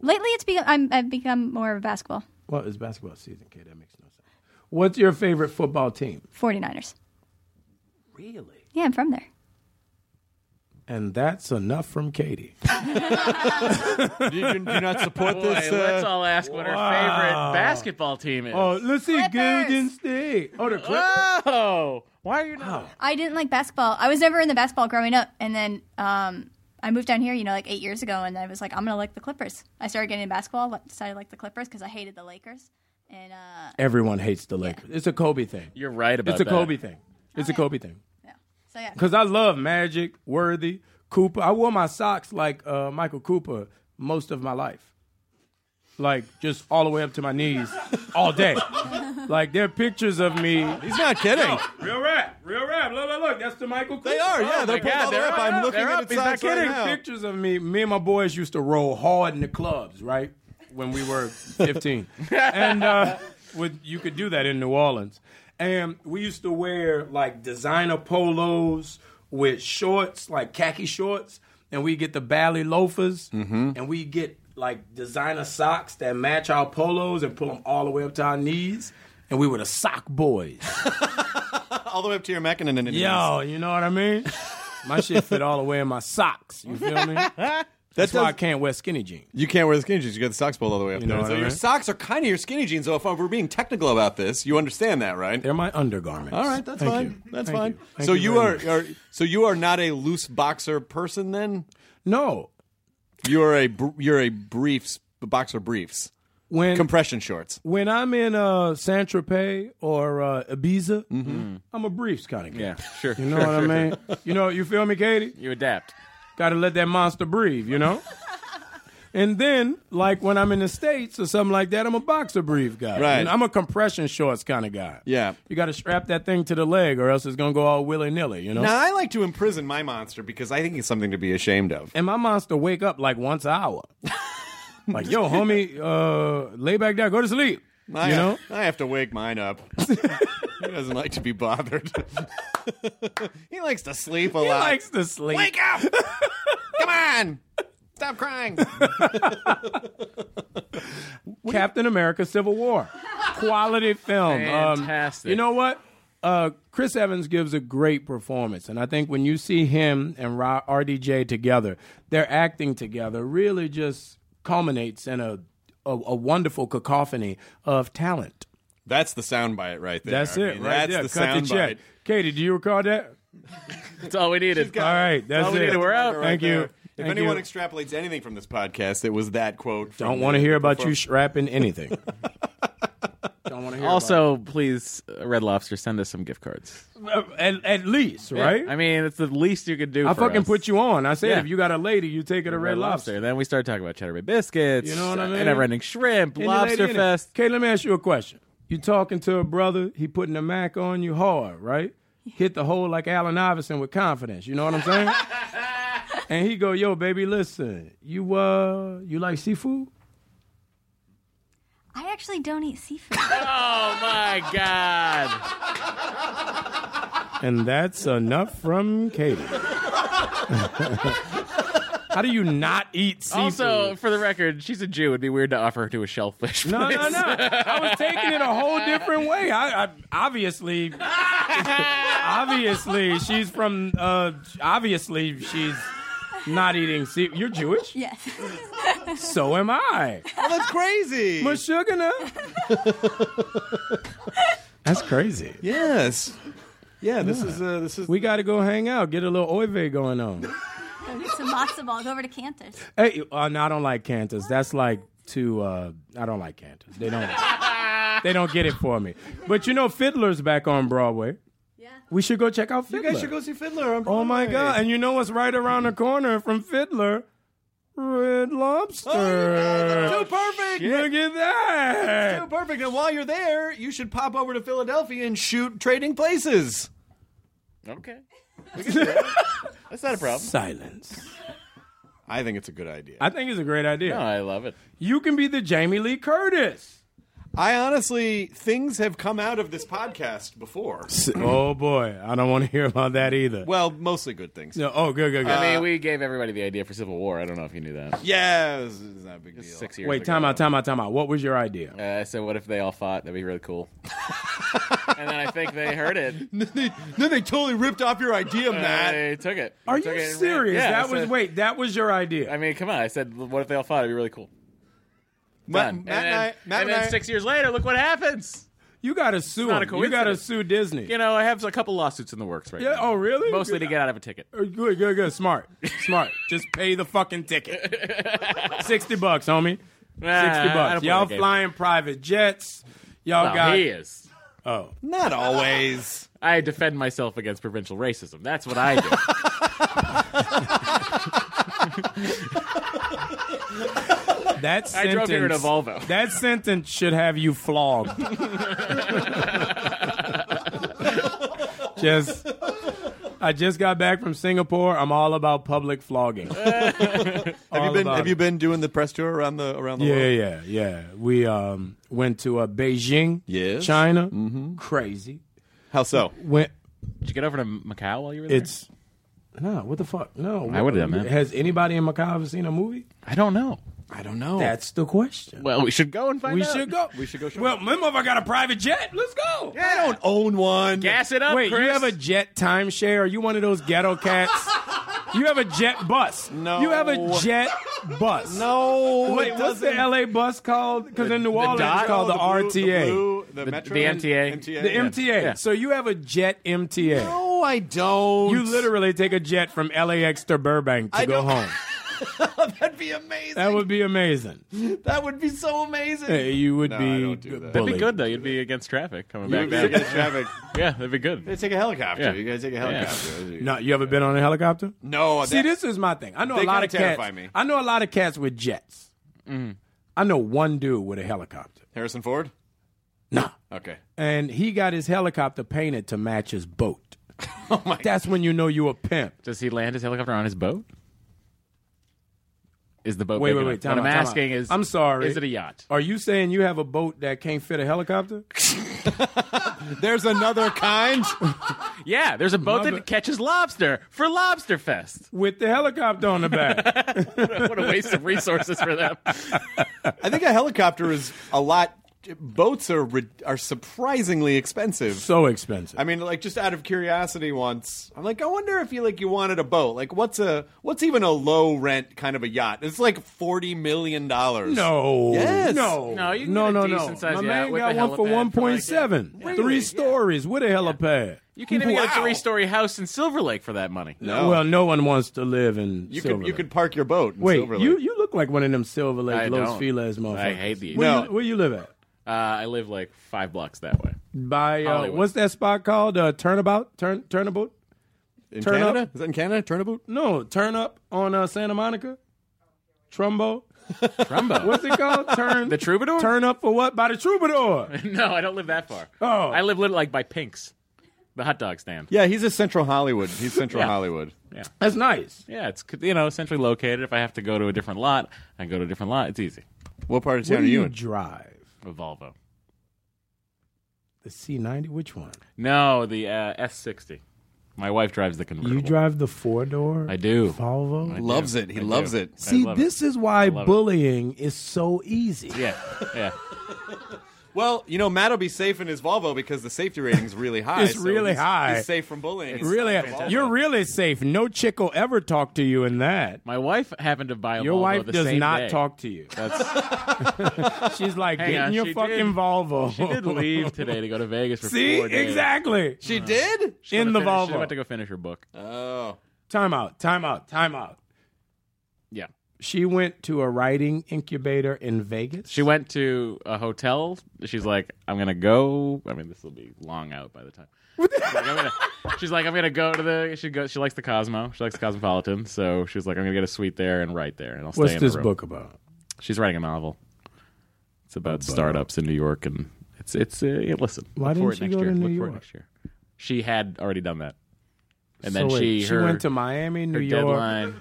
[SPEAKER 2] Lately, it's become I'm, I've become more of a basketball.
[SPEAKER 5] Well, it's basketball season, Katie. That makes no sense. What's your favorite football team?
[SPEAKER 2] 49ers.
[SPEAKER 5] Really?
[SPEAKER 2] Yeah, I'm from there.
[SPEAKER 5] And that's enough from Katie.
[SPEAKER 3] do, you, do you not support
[SPEAKER 4] Boy,
[SPEAKER 3] this?
[SPEAKER 4] let's
[SPEAKER 3] Uh,
[SPEAKER 4] all ask what our favorite basketball team is.
[SPEAKER 5] Oh, let's see
[SPEAKER 2] Clippers.
[SPEAKER 5] Golden State. Oh, the Clippers.
[SPEAKER 4] Oh, why are you not?
[SPEAKER 2] I didn't like basketball. I was never in the basketball growing up, and then um, I moved down here, you know, like eight years ago, and I was like, I'm gonna like the Clippers. I started getting into basketball, like, decided to like the Clippers because I hated the Lakers, and uh,
[SPEAKER 5] Everyone hates the Lakers. It's a Kobe thing.
[SPEAKER 4] You're right about
[SPEAKER 5] It's a
[SPEAKER 4] that.
[SPEAKER 5] Kobe thing. It's a Kobe thing.
[SPEAKER 2] so yeah.
[SPEAKER 5] Because I love Magic, Worthy, Cooper. I wore my socks like uh, Michael Cooper most of my life. Like, just all the way up to my knees all day. like, there are pictures of me.
[SPEAKER 3] He's not kidding.
[SPEAKER 5] real rap, real rap. Look, look, look. That's the Michael Cooper.
[SPEAKER 3] They are, yeah.
[SPEAKER 5] Oh
[SPEAKER 3] they're
[SPEAKER 5] my
[SPEAKER 3] pulled
[SPEAKER 5] God,
[SPEAKER 3] all the way
[SPEAKER 5] they're
[SPEAKER 3] up. I'm
[SPEAKER 5] up,
[SPEAKER 3] looking
[SPEAKER 5] they're
[SPEAKER 3] at
[SPEAKER 5] up.
[SPEAKER 3] its
[SPEAKER 5] He's not
[SPEAKER 3] sides right
[SPEAKER 5] kidding.
[SPEAKER 3] now.
[SPEAKER 5] Pictures of me. Me and my boys used to roll hard in the clubs, right? When we were 15. and uh, would, you could do that in New Orleans. And we used to wear like designer polos with shorts, like khaki shorts. And we get the Bally loafers. And we get like designer socks that match our polos and pull them all the way up to our knees. And we were the sock boys.
[SPEAKER 3] all the way up to your Mac and
[SPEAKER 5] Yo, you know what I mean? My shit fit all the way in my socks. You feel me? That's why I can't wear skinny jeans.
[SPEAKER 3] You can't wear the skinny jeans. You got the socks pulled all the way up
[SPEAKER 5] You
[SPEAKER 3] there.
[SPEAKER 5] know what
[SPEAKER 3] So
[SPEAKER 5] I
[SPEAKER 3] your
[SPEAKER 5] mean?
[SPEAKER 3] socks are kind of your skinny jeans. Though, if we're being technical about this, you understand that, right?
[SPEAKER 5] They're my undergarments.
[SPEAKER 3] All right, that's
[SPEAKER 5] Thank
[SPEAKER 3] fine.
[SPEAKER 5] you.
[SPEAKER 3] That's
[SPEAKER 5] Thank
[SPEAKER 3] fine.
[SPEAKER 5] you. Thank
[SPEAKER 3] So
[SPEAKER 5] you
[SPEAKER 3] you
[SPEAKER 5] very
[SPEAKER 3] are, are so you are not a loose boxer person then?
[SPEAKER 5] No,
[SPEAKER 3] you are a br- you're a briefs boxer briefs
[SPEAKER 5] when
[SPEAKER 3] compression shorts.
[SPEAKER 5] when I'm in uh, San Tropez or uh, Ibiza,
[SPEAKER 3] Mm-hmm.
[SPEAKER 5] I'm a briefs kind of guy.
[SPEAKER 4] Yeah, sure.
[SPEAKER 5] You know
[SPEAKER 4] sure,
[SPEAKER 5] what I
[SPEAKER 4] sure,
[SPEAKER 5] mean?
[SPEAKER 4] sure.
[SPEAKER 5] You know, you feel me, Katie?
[SPEAKER 4] You adapt.
[SPEAKER 5] Got to let that monster breathe, you know? And then, like when I'm in the States or something like that, I'm a boxer brief guy.
[SPEAKER 3] Right.
[SPEAKER 5] And I'm a compression shorts kind of guy.
[SPEAKER 3] Yeah.
[SPEAKER 5] You got to strap that thing to the leg or else it's going to go all willy nilly, you know?
[SPEAKER 3] Now I like to imprison my monster because I think it's something to be ashamed of.
[SPEAKER 5] And my monster wake up like once an hour. like, yo, homie, uh, lay back down, go to sleep.
[SPEAKER 3] I
[SPEAKER 5] you know?
[SPEAKER 3] I have to wake mine up. he doesn't like to be bothered. he likes to sleep a
[SPEAKER 5] He
[SPEAKER 3] lot.
[SPEAKER 5] likes to sleep.
[SPEAKER 3] Wake up! Come on! Stop crying.
[SPEAKER 5] Captain America Civil War. Quality film. Um,
[SPEAKER 4] Fantastic.
[SPEAKER 5] you know what? Uh, Chris Evans gives a great performance. And I think when you see him and Ra- RDJ together, their acting together really just culminates in a, a, a wonderful cacophony of talent.
[SPEAKER 3] That's the soundbite right there.
[SPEAKER 5] That's
[SPEAKER 3] I
[SPEAKER 5] it,
[SPEAKER 3] mean,
[SPEAKER 5] right
[SPEAKER 3] That's
[SPEAKER 5] there.
[SPEAKER 3] the
[SPEAKER 5] Cut the check.
[SPEAKER 3] soundbite.
[SPEAKER 5] Katie, do you recall that?
[SPEAKER 4] That's all we needed.
[SPEAKER 5] All right, that's
[SPEAKER 4] all we
[SPEAKER 5] it.
[SPEAKER 4] needed. We're out.
[SPEAKER 3] Right
[SPEAKER 5] Thank you.
[SPEAKER 3] there. If
[SPEAKER 5] Thank
[SPEAKER 3] anyone
[SPEAKER 5] you.
[SPEAKER 3] extrapolates anything from this podcast, it was that quote. from
[SPEAKER 5] Don't
[SPEAKER 3] the-
[SPEAKER 5] want to hear
[SPEAKER 3] the
[SPEAKER 5] about you
[SPEAKER 3] perform-
[SPEAKER 5] strapping anything. Don't want to hear
[SPEAKER 4] Also, please, uh, Red Lobster, send us some gift cards.
[SPEAKER 5] about it. Uh, at, at least, right?
[SPEAKER 4] I mean, it's the least you could do.
[SPEAKER 5] I
[SPEAKER 4] for
[SPEAKER 5] fucking
[SPEAKER 4] us.
[SPEAKER 5] put you on. I said
[SPEAKER 4] Yeah.
[SPEAKER 5] if you got a lady, you take her to Red, Lobster.
[SPEAKER 4] Then we start talking about cheddar bay biscuits.
[SPEAKER 5] You know what I
[SPEAKER 4] uh,
[SPEAKER 5] mean?
[SPEAKER 4] And never-ending shrimp,
[SPEAKER 5] Any lady
[SPEAKER 4] lobster
[SPEAKER 5] in it.
[SPEAKER 4] fest.
[SPEAKER 5] Okay, let me ask you a question. You talking to a brother? He putting the mac on you hard, right? Hit the hole like Allen Iverson with confidence. You know what I'm saying? and he go, yo, baby, listen, you uh, you like seafood?
[SPEAKER 2] I actually don't eat seafood.
[SPEAKER 4] Oh my god!
[SPEAKER 5] And that's enough from Katie. How do you not eat seafood?
[SPEAKER 4] Also, for the record, she's a Jew. It'd be weird to offer her to a shellfish.
[SPEAKER 5] No,
[SPEAKER 4] place.
[SPEAKER 5] no, no. I was taking it a whole different way. I, I obviously, obviously, she's from. Uh, obviously, she's not eating. See, you're Jewish.
[SPEAKER 2] yes.
[SPEAKER 5] So am I.
[SPEAKER 3] Oh, that's crazy.
[SPEAKER 5] Mashugana. That's crazy.
[SPEAKER 3] yes. Yeah, this is uh, this is
[SPEAKER 5] We got to go hang out. Get a little oive going on.
[SPEAKER 2] Go get some matzo balls over to Cantor's.
[SPEAKER 5] Hey, uh, no, I don't like Cantus. That's like too. Uh, I don't like Cantus. They don't. they don't get it for me. But you know, Fiddler's back on Broadway. Yeah. We should go check out Fiddler.
[SPEAKER 3] see Fiddler. On
[SPEAKER 5] Oh my god! And you know what's right around the corner from Fiddler? Red
[SPEAKER 3] Oh,
[SPEAKER 5] Lobster.
[SPEAKER 3] Too perfect.
[SPEAKER 5] Look at
[SPEAKER 3] Too
[SPEAKER 5] that!
[SPEAKER 3] perfect. And while you're there, you should pop over to Philadelphia and shoot Trading Places.
[SPEAKER 4] Okay. That's not a problem.
[SPEAKER 5] Silence.
[SPEAKER 3] I think it's a good idea.
[SPEAKER 5] I think it's a great idea.
[SPEAKER 4] No, I love it.
[SPEAKER 5] You can be the Jamie Lee Curtis.
[SPEAKER 3] I honestly, things have come out of this podcast before.
[SPEAKER 5] oh boy, I don't want to hear about that either.
[SPEAKER 3] Well, mostly good things.
[SPEAKER 5] No, oh, good, good, good.
[SPEAKER 4] I mean, we gave everybody the idea for Civil War. I don't know if you knew that.
[SPEAKER 3] Yeah, it's, it's not a big deal.
[SPEAKER 4] Six years.
[SPEAKER 5] Wait, time out, time out, time out. What was your idea?
[SPEAKER 4] Uh, I said, "What if they all fought? That'd be really cool." and then I think they heard it. and
[SPEAKER 3] then they totally ripped off your idea, Matt.
[SPEAKER 4] They took it.
[SPEAKER 5] Are
[SPEAKER 4] They took
[SPEAKER 5] you
[SPEAKER 4] it and ran.
[SPEAKER 5] serious?
[SPEAKER 4] Yeah, I
[SPEAKER 5] that was
[SPEAKER 4] said-
[SPEAKER 5] wait, that was your idea.
[SPEAKER 4] I mean, come on. I said, "What if they all fought? It'd be really cool."
[SPEAKER 3] Matt,
[SPEAKER 4] Done.
[SPEAKER 3] Matt and,
[SPEAKER 4] then,
[SPEAKER 3] I, Matt
[SPEAKER 4] and
[SPEAKER 3] and
[SPEAKER 4] then
[SPEAKER 3] I,
[SPEAKER 4] six years later, look what happens.
[SPEAKER 5] You got to
[SPEAKER 4] It's
[SPEAKER 5] sue.
[SPEAKER 4] not a
[SPEAKER 5] them. You got to
[SPEAKER 4] coincidence.
[SPEAKER 5] sue Disney.
[SPEAKER 4] You know, I have a couple lawsuits in the works right
[SPEAKER 5] Yeah,
[SPEAKER 4] now.
[SPEAKER 5] oh, really?
[SPEAKER 4] Mostly to get out of a ticket.
[SPEAKER 5] Uh, Good, good, good. Smart, smart. Just pay the fucking ticket. Sixty bucks, homie.
[SPEAKER 4] Nah,
[SPEAKER 5] Sixty
[SPEAKER 4] I don't
[SPEAKER 5] bucks.
[SPEAKER 4] play
[SPEAKER 5] Y'all
[SPEAKER 4] that game.
[SPEAKER 5] flying private jets. Y'all
[SPEAKER 4] No,
[SPEAKER 5] got
[SPEAKER 4] he is.
[SPEAKER 5] Oh,
[SPEAKER 3] Not always.
[SPEAKER 4] I defend myself against provincial racism. That's what I do.
[SPEAKER 5] that sentence.
[SPEAKER 4] I drove here in a Volvo.
[SPEAKER 5] That sentence should have you flogged. just, I just got back from Singapore. I'm all about public flogging.
[SPEAKER 3] Have you been Have you been doing the press tour around the around the
[SPEAKER 5] Yeah,
[SPEAKER 3] world?
[SPEAKER 5] yeah, yeah. We um, went to uh, Beijing,
[SPEAKER 3] Yes.
[SPEAKER 5] China. Mm-hmm. Crazy.
[SPEAKER 3] How so?
[SPEAKER 5] Went.
[SPEAKER 4] Did you get over to Macau while you were there?
[SPEAKER 5] It's no. What the fuck? No.
[SPEAKER 4] I would've done that.
[SPEAKER 5] Has anybody in Macau ever seen a movie?
[SPEAKER 4] I don't know.
[SPEAKER 3] I don't know.
[SPEAKER 5] That's the question.
[SPEAKER 4] Well, we should go and find
[SPEAKER 5] we
[SPEAKER 4] out.
[SPEAKER 5] should go.
[SPEAKER 3] We should go show
[SPEAKER 5] Well, my mother got a private jet. Let's go.
[SPEAKER 3] I don't own one.
[SPEAKER 4] Gas it up,
[SPEAKER 5] Wait,
[SPEAKER 4] Chris.
[SPEAKER 5] you have a jet timeshare? Are you one of those ghetto cats? you have a jet bus.
[SPEAKER 3] No.
[SPEAKER 5] You have a jet bus.
[SPEAKER 3] No.
[SPEAKER 5] Wait, what's the LA bus called? Because in New Orleans
[SPEAKER 4] dot?
[SPEAKER 5] it's called the, RTA.
[SPEAKER 3] Oh, blue, the,
[SPEAKER 4] The-
[SPEAKER 3] Metro,
[SPEAKER 4] the MTA.
[SPEAKER 3] MTA.
[SPEAKER 5] The
[SPEAKER 3] yeah.
[SPEAKER 5] MTA. So you have a jet MTA.
[SPEAKER 3] No, I don't.
[SPEAKER 5] You literally take a jet from LAX to Burbank to
[SPEAKER 3] I
[SPEAKER 5] go
[SPEAKER 3] don't-
[SPEAKER 5] home.
[SPEAKER 3] That'd be amazing.
[SPEAKER 5] That would be amazing.
[SPEAKER 3] That would be so amazing.
[SPEAKER 5] Hey, you would
[SPEAKER 3] No, I
[SPEAKER 5] be
[SPEAKER 3] don't do that. That'd
[SPEAKER 5] bullied.
[SPEAKER 4] That'd be good though. You'd be against traffic coming
[SPEAKER 3] You
[SPEAKER 4] back.
[SPEAKER 3] would be
[SPEAKER 4] down.
[SPEAKER 3] against traffic.
[SPEAKER 4] yeah, that'd be good.
[SPEAKER 3] They take a helicopter.
[SPEAKER 4] Yeah.
[SPEAKER 3] You guys take a helicopter.
[SPEAKER 5] No, you ever been on a helicopter?
[SPEAKER 3] No,
[SPEAKER 5] See,
[SPEAKER 3] that-
[SPEAKER 5] this is my thing. I know
[SPEAKER 3] They
[SPEAKER 5] a lot
[SPEAKER 3] kinda
[SPEAKER 5] of cats.
[SPEAKER 3] terrify me.
[SPEAKER 5] I know a lot of cats with jets.
[SPEAKER 4] Mm.
[SPEAKER 5] I know one dude with a helicopter.
[SPEAKER 3] Harrison Ford.
[SPEAKER 5] Nah.
[SPEAKER 3] Okay.
[SPEAKER 5] And he got his helicopter painted to match his boat. oh my That's when you know you a pimp.
[SPEAKER 4] Does he land his helicopter on his boat? Is the boat
[SPEAKER 5] Wait,
[SPEAKER 4] big
[SPEAKER 5] wait,
[SPEAKER 4] enough?
[SPEAKER 5] wait. Time
[SPEAKER 4] what
[SPEAKER 5] out,
[SPEAKER 4] I'm
[SPEAKER 5] time out.
[SPEAKER 4] asking is,
[SPEAKER 5] I'm sorry.
[SPEAKER 4] Is it a yacht?
[SPEAKER 5] Are you saying you have a boat that can't fit a helicopter?
[SPEAKER 3] There's another kind.
[SPEAKER 4] Yeah, there's a boat
[SPEAKER 5] Mother-
[SPEAKER 4] that catches lobster for Lobster Fest.
[SPEAKER 5] With the helicopter on the back.
[SPEAKER 4] What a waste of resources for them.
[SPEAKER 3] I think a helicopter is a lot. Boats are re- are surprisingly expensive.
[SPEAKER 5] so expensive.
[SPEAKER 3] I mean, like just out of curiosity, once I'm like, I wonder if you like you wanted a boat. Like, what's a what's even a low rent kind of a yacht? It's like forty million dollars.
[SPEAKER 5] No.
[SPEAKER 3] Yes.
[SPEAKER 5] No.
[SPEAKER 4] No, you can
[SPEAKER 5] no,
[SPEAKER 4] get a
[SPEAKER 5] no, no.
[SPEAKER 4] decent-sized
[SPEAKER 5] My
[SPEAKER 4] yacht
[SPEAKER 5] man
[SPEAKER 4] with
[SPEAKER 5] got
[SPEAKER 4] a
[SPEAKER 5] one for
[SPEAKER 4] helipad for, like,
[SPEAKER 5] 1.7.
[SPEAKER 4] yeah.
[SPEAKER 5] Three
[SPEAKER 4] Really? Yeah.
[SPEAKER 5] stories with a helipad.
[SPEAKER 4] You can't even get a
[SPEAKER 5] Wow.
[SPEAKER 4] three-story house in Silver Lake for that money.
[SPEAKER 3] No.
[SPEAKER 5] Well, no one wants to live in
[SPEAKER 3] you
[SPEAKER 5] Silver
[SPEAKER 3] could you
[SPEAKER 5] Lake.
[SPEAKER 3] could park your boat. In
[SPEAKER 5] Wait,
[SPEAKER 3] Silver Lake.
[SPEAKER 5] you you look like one of them Silver Lake
[SPEAKER 4] I
[SPEAKER 5] Los
[SPEAKER 4] don't.
[SPEAKER 5] Feliz motherfuckers.
[SPEAKER 4] I hate these.
[SPEAKER 5] Where,
[SPEAKER 3] No.
[SPEAKER 5] you, where you live at?
[SPEAKER 4] Uh, I live like five blocks that way.
[SPEAKER 5] By uh,
[SPEAKER 4] Hollywood.
[SPEAKER 5] what's that spot called? Uh, turnabout, turn turnabout?
[SPEAKER 3] in
[SPEAKER 5] turn
[SPEAKER 3] Canada?
[SPEAKER 5] up?
[SPEAKER 3] Is that in Canada? Turnabout?
[SPEAKER 5] No, turn up on uh, Santa Monica, Trumbo. Trumbo. What's it called? Turn
[SPEAKER 4] The Troubadour?
[SPEAKER 5] Turn up for what? By the Troubadour.
[SPEAKER 4] No, I don't live that far.
[SPEAKER 5] Oh.
[SPEAKER 4] I live literally like by Pink's, the hot dog stand.
[SPEAKER 3] Yeah, he's a Central Hollywood. He's Central
[SPEAKER 4] Yeah.
[SPEAKER 3] Hollywood.
[SPEAKER 5] That's nice.
[SPEAKER 4] Yeah, it's you know centrally located. If I have to go to a different lot, I go to a different lot. It's easy.
[SPEAKER 3] What part of
[SPEAKER 5] What
[SPEAKER 3] town
[SPEAKER 5] do
[SPEAKER 3] are you
[SPEAKER 5] you
[SPEAKER 3] in?
[SPEAKER 5] drive?
[SPEAKER 4] A Volvo.
[SPEAKER 5] The C ninety. Which one?
[SPEAKER 4] No, the uh, S60. My wife drives the convertible.
[SPEAKER 5] You drive the four door.
[SPEAKER 4] I do.
[SPEAKER 5] Volvo.
[SPEAKER 4] I
[SPEAKER 3] Loves
[SPEAKER 4] do.
[SPEAKER 3] it. He
[SPEAKER 4] I
[SPEAKER 3] loves
[SPEAKER 4] do.
[SPEAKER 3] it.
[SPEAKER 4] I
[SPEAKER 5] See,
[SPEAKER 4] love
[SPEAKER 5] this is why
[SPEAKER 4] love it.
[SPEAKER 5] bullying is so easy.
[SPEAKER 4] it. Yeah, yeah.
[SPEAKER 3] Well, you know, Matt will be safe in his Volvo because the safety rating's really high.
[SPEAKER 5] It's
[SPEAKER 3] so
[SPEAKER 5] really
[SPEAKER 3] he's-
[SPEAKER 5] high.
[SPEAKER 3] He's safe from bullying. He's
[SPEAKER 5] Really,
[SPEAKER 3] safe from Volvo.
[SPEAKER 5] you're really safe. No chick will ever talk to you in that.
[SPEAKER 4] My wife happened to buy a
[SPEAKER 5] Your
[SPEAKER 4] Volvo
[SPEAKER 5] wife
[SPEAKER 4] the
[SPEAKER 5] does
[SPEAKER 4] same
[SPEAKER 5] not
[SPEAKER 4] day.
[SPEAKER 5] talk to you.
[SPEAKER 4] That's,
[SPEAKER 5] She's like,
[SPEAKER 4] Hang
[SPEAKER 5] get in
[SPEAKER 4] on,
[SPEAKER 5] your
[SPEAKER 4] she
[SPEAKER 5] fucking
[SPEAKER 4] did-
[SPEAKER 5] Volvo.
[SPEAKER 4] she did leave today to go to Vegas for
[SPEAKER 5] See,
[SPEAKER 4] four days.
[SPEAKER 5] exactly.
[SPEAKER 3] She did.
[SPEAKER 4] She went
[SPEAKER 5] in
[SPEAKER 4] to
[SPEAKER 5] the
[SPEAKER 4] finish- She
[SPEAKER 5] Volvo.
[SPEAKER 4] went to go finish her book.
[SPEAKER 3] Oh,
[SPEAKER 5] Time out. Time out. Time out.
[SPEAKER 4] Yeah,
[SPEAKER 5] She went to a writing incubator in Vegas.
[SPEAKER 4] she went to a hotel. She's like, I'm gonna go. I mean, this will be long out by the time. She's like, I'm gonna- she's like, I'm gonna go to the. She go. She likes the Cosmo. She likes the Cosmopolitan. So she's like, I'm gonna get a suite there and write there, and I'll stay
[SPEAKER 5] What's
[SPEAKER 4] in
[SPEAKER 5] this
[SPEAKER 4] the room.
[SPEAKER 5] book about?
[SPEAKER 4] She's writing a novel. It's about
[SPEAKER 5] Oh,
[SPEAKER 4] startups in New York, and it's it's. Uh, yeah, listen,
[SPEAKER 5] Why
[SPEAKER 4] look
[SPEAKER 5] didn't
[SPEAKER 4] for it
[SPEAKER 5] she
[SPEAKER 4] next
[SPEAKER 5] go to
[SPEAKER 4] year.
[SPEAKER 5] New
[SPEAKER 4] look for
[SPEAKER 5] York?
[SPEAKER 4] it next year. She had already done that, and then
[SPEAKER 5] So wait,
[SPEAKER 4] she
[SPEAKER 5] she
[SPEAKER 4] her,
[SPEAKER 5] went to Miami, New
[SPEAKER 4] her
[SPEAKER 5] York,
[SPEAKER 4] deadline.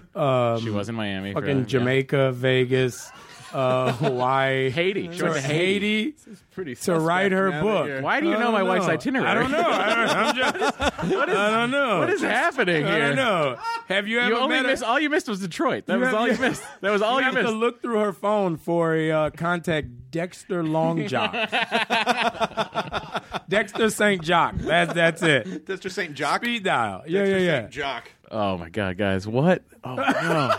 [SPEAKER 5] um,
[SPEAKER 4] she was in Miami. for,
[SPEAKER 5] fucking
[SPEAKER 4] yeah.
[SPEAKER 5] Jamaica, Vegas, uh, Hawaii,
[SPEAKER 4] Haiti. She
[SPEAKER 5] to
[SPEAKER 4] went to Haiti.
[SPEAKER 5] Haiti
[SPEAKER 3] pretty.
[SPEAKER 5] to write her book.
[SPEAKER 4] Why do you
[SPEAKER 5] I
[SPEAKER 4] know my
[SPEAKER 5] don't
[SPEAKER 4] wife's itinerary?
[SPEAKER 5] I don't know. I don't, I'm just, what is, I don't know.
[SPEAKER 4] What is happening
[SPEAKER 5] I
[SPEAKER 4] here?
[SPEAKER 5] don't know. Have you ever
[SPEAKER 4] You only
[SPEAKER 5] met
[SPEAKER 4] missed.
[SPEAKER 5] her?
[SPEAKER 4] All you missed was Detroit. That
[SPEAKER 5] You
[SPEAKER 4] was
[SPEAKER 5] have-
[SPEAKER 4] all you
[SPEAKER 5] you-
[SPEAKER 4] missed. That was all
[SPEAKER 5] you
[SPEAKER 4] you
[SPEAKER 5] have to
[SPEAKER 4] missed.
[SPEAKER 5] look through her phone for a uh, contact Dexter Longjock. Dexter St. Jock. That's that's it.
[SPEAKER 3] That's just Saint Jock.
[SPEAKER 5] Speed dial. Yeah, yeah, yeah.
[SPEAKER 3] Jock.
[SPEAKER 4] Oh my god, guys, what? Oh no.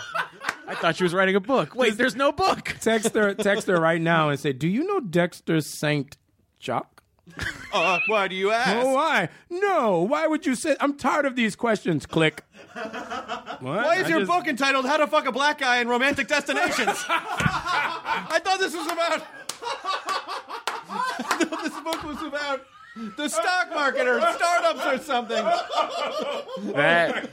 [SPEAKER 4] I thought she was writing a book. Wait, there's no book.
[SPEAKER 5] Text her text her right now and say, Do you know Dexter St. Jock?
[SPEAKER 3] Uh, why do you ask?
[SPEAKER 5] Oh, why? No. Why would you say? I'm tired of these questions. Click.
[SPEAKER 3] Why is
[SPEAKER 5] I
[SPEAKER 3] your
[SPEAKER 5] just-
[SPEAKER 3] book entitled "How to Fuck a Black Guy in Romantic Destinations"? I thought this was about. I thought this book was about the stock market or startups or something.
[SPEAKER 5] That, that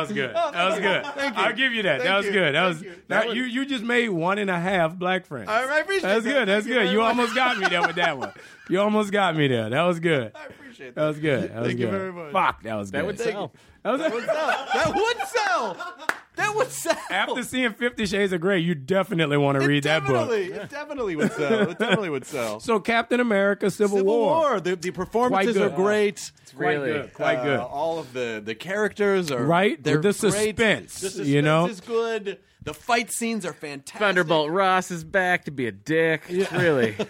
[SPEAKER 5] was good. That was good.
[SPEAKER 3] Thank you.
[SPEAKER 5] I'll give you that.
[SPEAKER 3] Thank
[SPEAKER 5] that was
[SPEAKER 3] you.
[SPEAKER 5] good. That
[SPEAKER 3] Thank
[SPEAKER 5] was
[SPEAKER 3] you.
[SPEAKER 5] that, you. You just made one and a half black friends.
[SPEAKER 3] I- I appreciate
[SPEAKER 5] That's
[SPEAKER 3] that.
[SPEAKER 5] good. That's
[SPEAKER 3] Thank you
[SPEAKER 5] good.
[SPEAKER 3] very
[SPEAKER 5] You
[SPEAKER 3] much.
[SPEAKER 5] almost got me there with that one. You almost got me there. That was good. I
[SPEAKER 3] appreciate
[SPEAKER 5] That was good. That was
[SPEAKER 3] Thank
[SPEAKER 5] good.
[SPEAKER 3] you very much.
[SPEAKER 5] Fuck, that was
[SPEAKER 4] That
[SPEAKER 5] good.
[SPEAKER 4] would sell.
[SPEAKER 5] That was
[SPEAKER 3] That would sell. That would sell. That would sell.
[SPEAKER 5] After seeing Fifty Shades of Grey, you definitely want to
[SPEAKER 3] It
[SPEAKER 5] read that book.
[SPEAKER 3] definitely- It definitely would sell. It definitely would sell.
[SPEAKER 5] So Captain America: Civil,
[SPEAKER 3] Civil War. The, the performances
[SPEAKER 5] Quite
[SPEAKER 3] are
[SPEAKER 5] good.
[SPEAKER 3] great. It's Uh,
[SPEAKER 5] quite Really? good. Quite good.
[SPEAKER 3] All of the the characters are
[SPEAKER 5] Right?
[SPEAKER 3] They're
[SPEAKER 5] With the
[SPEAKER 3] great.
[SPEAKER 5] suspense,
[SPEAKER 3] The suspense
[SPEAKER 5] you know?
[SPEAKER 3] is good. The fight scenes are fantastic.
[SPEAKER 4] Thunderbolt Ross is back to be a dick. Really.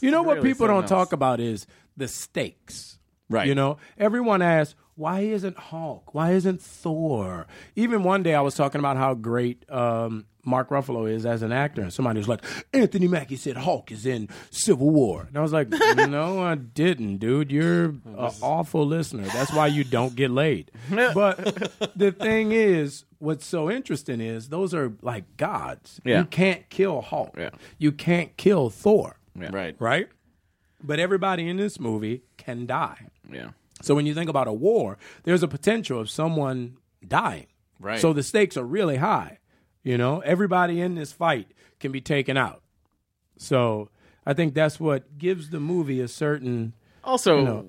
[SPEAKER 5] You know what
[SPEAKER 4] really
[SPEAKER 5] people don't
[SPEAKER 4] something else.
[SPEAKER 5] talk about is the stakes.
[SPEAKER 3] Right.
[SPEAKER 5] You know, everyone asks, why isn't Hulk? Why isn't Thor? Even one day I was talking about how great um, Mark Ruffalo is as an actor, and somebody was like, Anthony Mackie said Hulk is in Civil War. And I was like, no, I didn't, dude. You're an awful listener. That's why you don't get laid. but the thing is, what's so interesting is those are like gods.
[SPEAKER 4] Yeah.
[SPEAKER 5] You can't kill Hulk.
[SPEAKER 4] Yeah.
[SPEAKER 5] You can't kill Thor
[SPEAKER 3] Right.
[SPEAKER 5] right? But everybody in this movie can die.
[SPEAKER 4] Yeah.
[SPEAKER 5] So when you think about a war, there's a potential of someone dying.
[SPEAKER 3] Right.
[SPEAKER 5] So the stakes are really high. You know, everybody in this fight can be taken out. So I think that's what gives the movie a certain
[SPEAKER 4] Also,
[SPEAKER 5] No.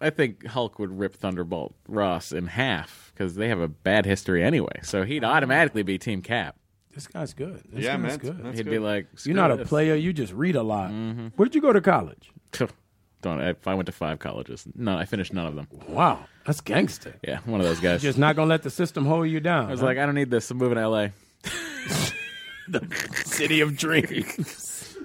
[SPEAKER 4] I think Hulk would rip Thunderbolt Ross in half because they have a bad history anyway. So he'd automatically be Team Cap.
[SPEAKER 5] this guy's good. This
[SPEAKER 3] Yeah,
[SPEAKER 5] guy's
[SPEAKER 3] man.
[SPEAKER 5] good.
[SPEAKER 3] That's
[SPEAKER 4] he'd be like,
[SPEAKER 5] You're not a
[SPEAKER 4] "Screw
[SPEAKER 5] player, you just read a lot.
[SPEAKER 3] Mm-hmm.
[SPEAKER 5] Where did you go to college?
[SPEAKER 4] this." Don't. I, I went to five colleges. No, I finished none of them.
[SPEAKER 5] Wow, that's gangster.
[SPEAKER 4] Yeah, one of those guys.
[SPEAKER 5] Just not gonna let the system hold you down.
[SPEAKER 4] I was
[SPEAKER 3] Uh-huh.
[SPEAKER 5] huh?
[SPEAKER 4] like, I don't need this. I'm moving to LA.
[SPEAKER 3] City of Dreams.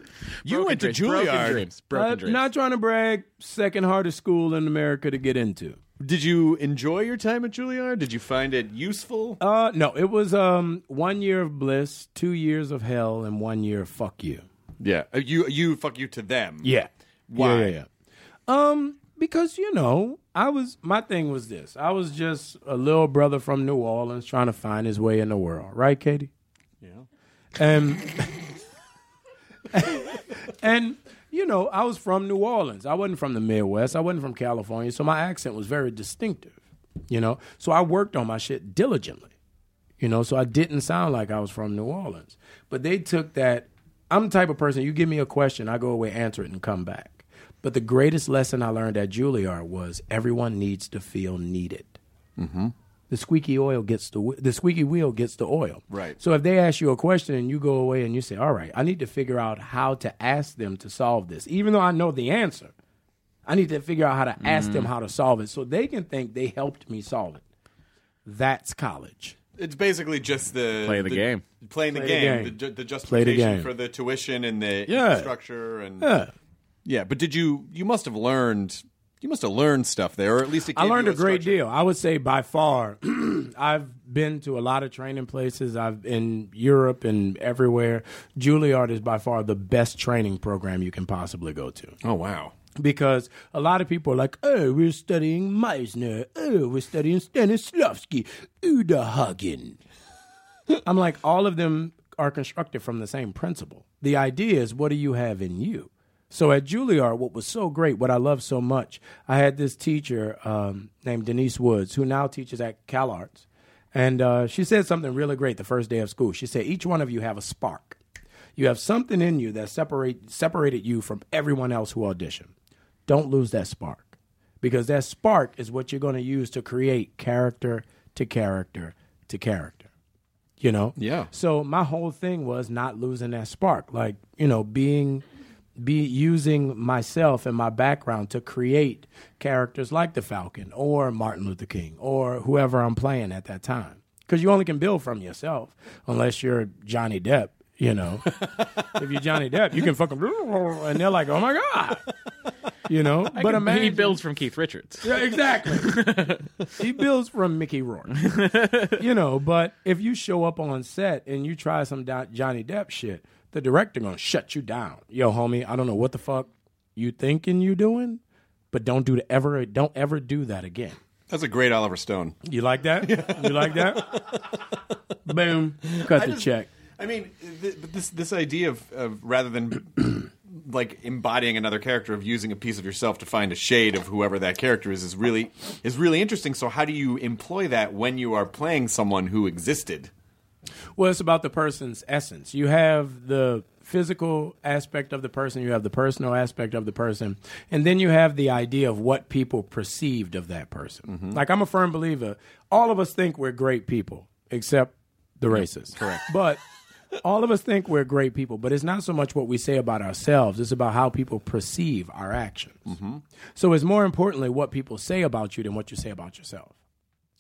[SPEAKER 3] you
[SPEAKER 4] Broken
[SPEAKER 3] went to
[SPEAKER 4] dreams, Broken
[SPEAKER 3] Juilliard.
[SPEAKER 4] dreams. Broken
[SPEAKER 5] Uh,
[SPEAKER 4] dreams.
[SPEAKER 5] Not trying to brag, second hardest school in America to get into.
[SPEAKER 3] Did you enjoy your time at Juilliard? Did you find it useful?
[SPEAKER 5] Uh, no, it was um one year of bliss, two years of hell, and one year of fuck you.
[SPEAKER 3] yeah. Uh, You you fuck you to them.
[SPEAKER 5] Yeah.
[SPEAKER 3] Why?
[SPEAKER 5] Yeah, yeah, yeah. Um, because you know, I was my thing was this. I was just a little brother from New Orleans trying to find his way in the world, right, Katie? Yeah. And and you know, I was from New Orleans. I wasn't from the Midwest. I wasn't from California, so my accent was very distinctive. You know, so I worked on my shit diligently. You know, so I didn't sound like I was from New Orleans. But they took that. I'm the type of person, you give me a question, I go away, answer it, and come back. But the greatest lesson I learned at Juilliard was everyone needs to feel needed. The squeaky oil gets the wh- the squeaky wheel gets the oil.
[SPEAKER 3] Right.
[SPEAKER 5] So if they ask you a question and you go away and you say, "All right, I need to figure out how to ask them to solve this," even though I know the answer, I need to figure out how to ask them how to solve it so they can think they helped me solve it. That's college.
[SPEAKER 3] It's basically just the
[SPEAKER 4] Play the game.
[SPEAKER 3] Playing the
[SPEAKER 5] Play the
[SPEAKER 3] game.
[SPEAKER 5] game.
[SPEAKER 3] The, ju- the
[SPEAKER 5] Play the
[SPEAKER 3] justification
[SPEAKER 5] game.
[SPEAKER 3] for the tuition and the
[SPEAKER 5] Yeah.
[SPEAKER 3] infrastructure and
[SPEAKER 5] Yeah.
[SPEAKER 3] Yeah, but did you? You must have learned. You must have learned stuff there, or at least it
[SPEAKER 5] I
[SPEAKER 3] gave
[SPEAKER 5] learned
[SPEAKER 3] you
[SPEAKER 5] a great
[SPEAKER 3] structure.
[SPEAKER 5] deal. I would say by far, I've been to a lot of training places. I've in Europe and everywhere. Juilliard is by far the best training program you can possibly go to
[SPEAKER 3] Oh wow!
[SPEAKER 5] because a lot of people are like, "Oh, we're studying Meisner. Oh, we're studying Stanislavski, Udahagen." I'm like, all of them are constructed from the same principle. The idea is, what do you have in you? So at Juilliard, what was so great, what I loved so much, I had this teacher um, named Denise Woods, who now teaches at CalArts, and uh, she said something really great the first day of school. She said, "Each one of you have a spark." You have something in you that separate separated you from everyone else who auditioned. Don't lose that spark. Because that spark is what you're going to use to create character to character to character. You know?
[SPEAKER 3] Yeah.
[SPEAKER 5] So my whole thing was not losing that spark. Like, you know, being be using myself and my background to create characters like the Falcon or Martin Luther King or whoever I'm playing at that time. Because you only can build from yourself unless you're Johnny Depp, you know. if you're Johnny Depp, you can fucking and they're like, oh my God. You know? but
[SPEAKER 4] he
[SPEAKER 5] imagine
[SPEAKER 4] builds from Keith Richards.
[SPEAKER 5] yeah, exactly. he builds from Mickey Rourke. you know, but if you show up on set and you try some Do- Johnny Depp shit, the director gonna shut you down. Yo, homie, I don't know what the fuck. you thinking you doing, but don't do the ever don't ever do that again.
[SPEAKER 3] That's a great Oliver Stone.
[SPEAKER 5] You like that? you like that? Boom. Cut
[SPEAKER 3] I
[SPEAKER 5] the
[SPEAKER 3] just-
[SPEAKER 5] check.
[SPEAKER 3] I mean, th- but this this idea of, of rather than like embodying another character of using a piece of yourself to find a shade of whoever that character is is really is really interesting. So how do you employ that when you are playing someone who existed?
[SPEAKER 5] Well, it's about the person's essence. You have the physical aspect of the person, you have the personal aspect of the person, and then you have the idea of what people perceived of that person. Like, I'm a firm believer, all of us think we're great people, except the racists. Correct. But all of us think we're great people, but it's not so much what we say about ourselves, it's about how people perceive our actions. So it's more importantly what people say about you than what you say about yourself.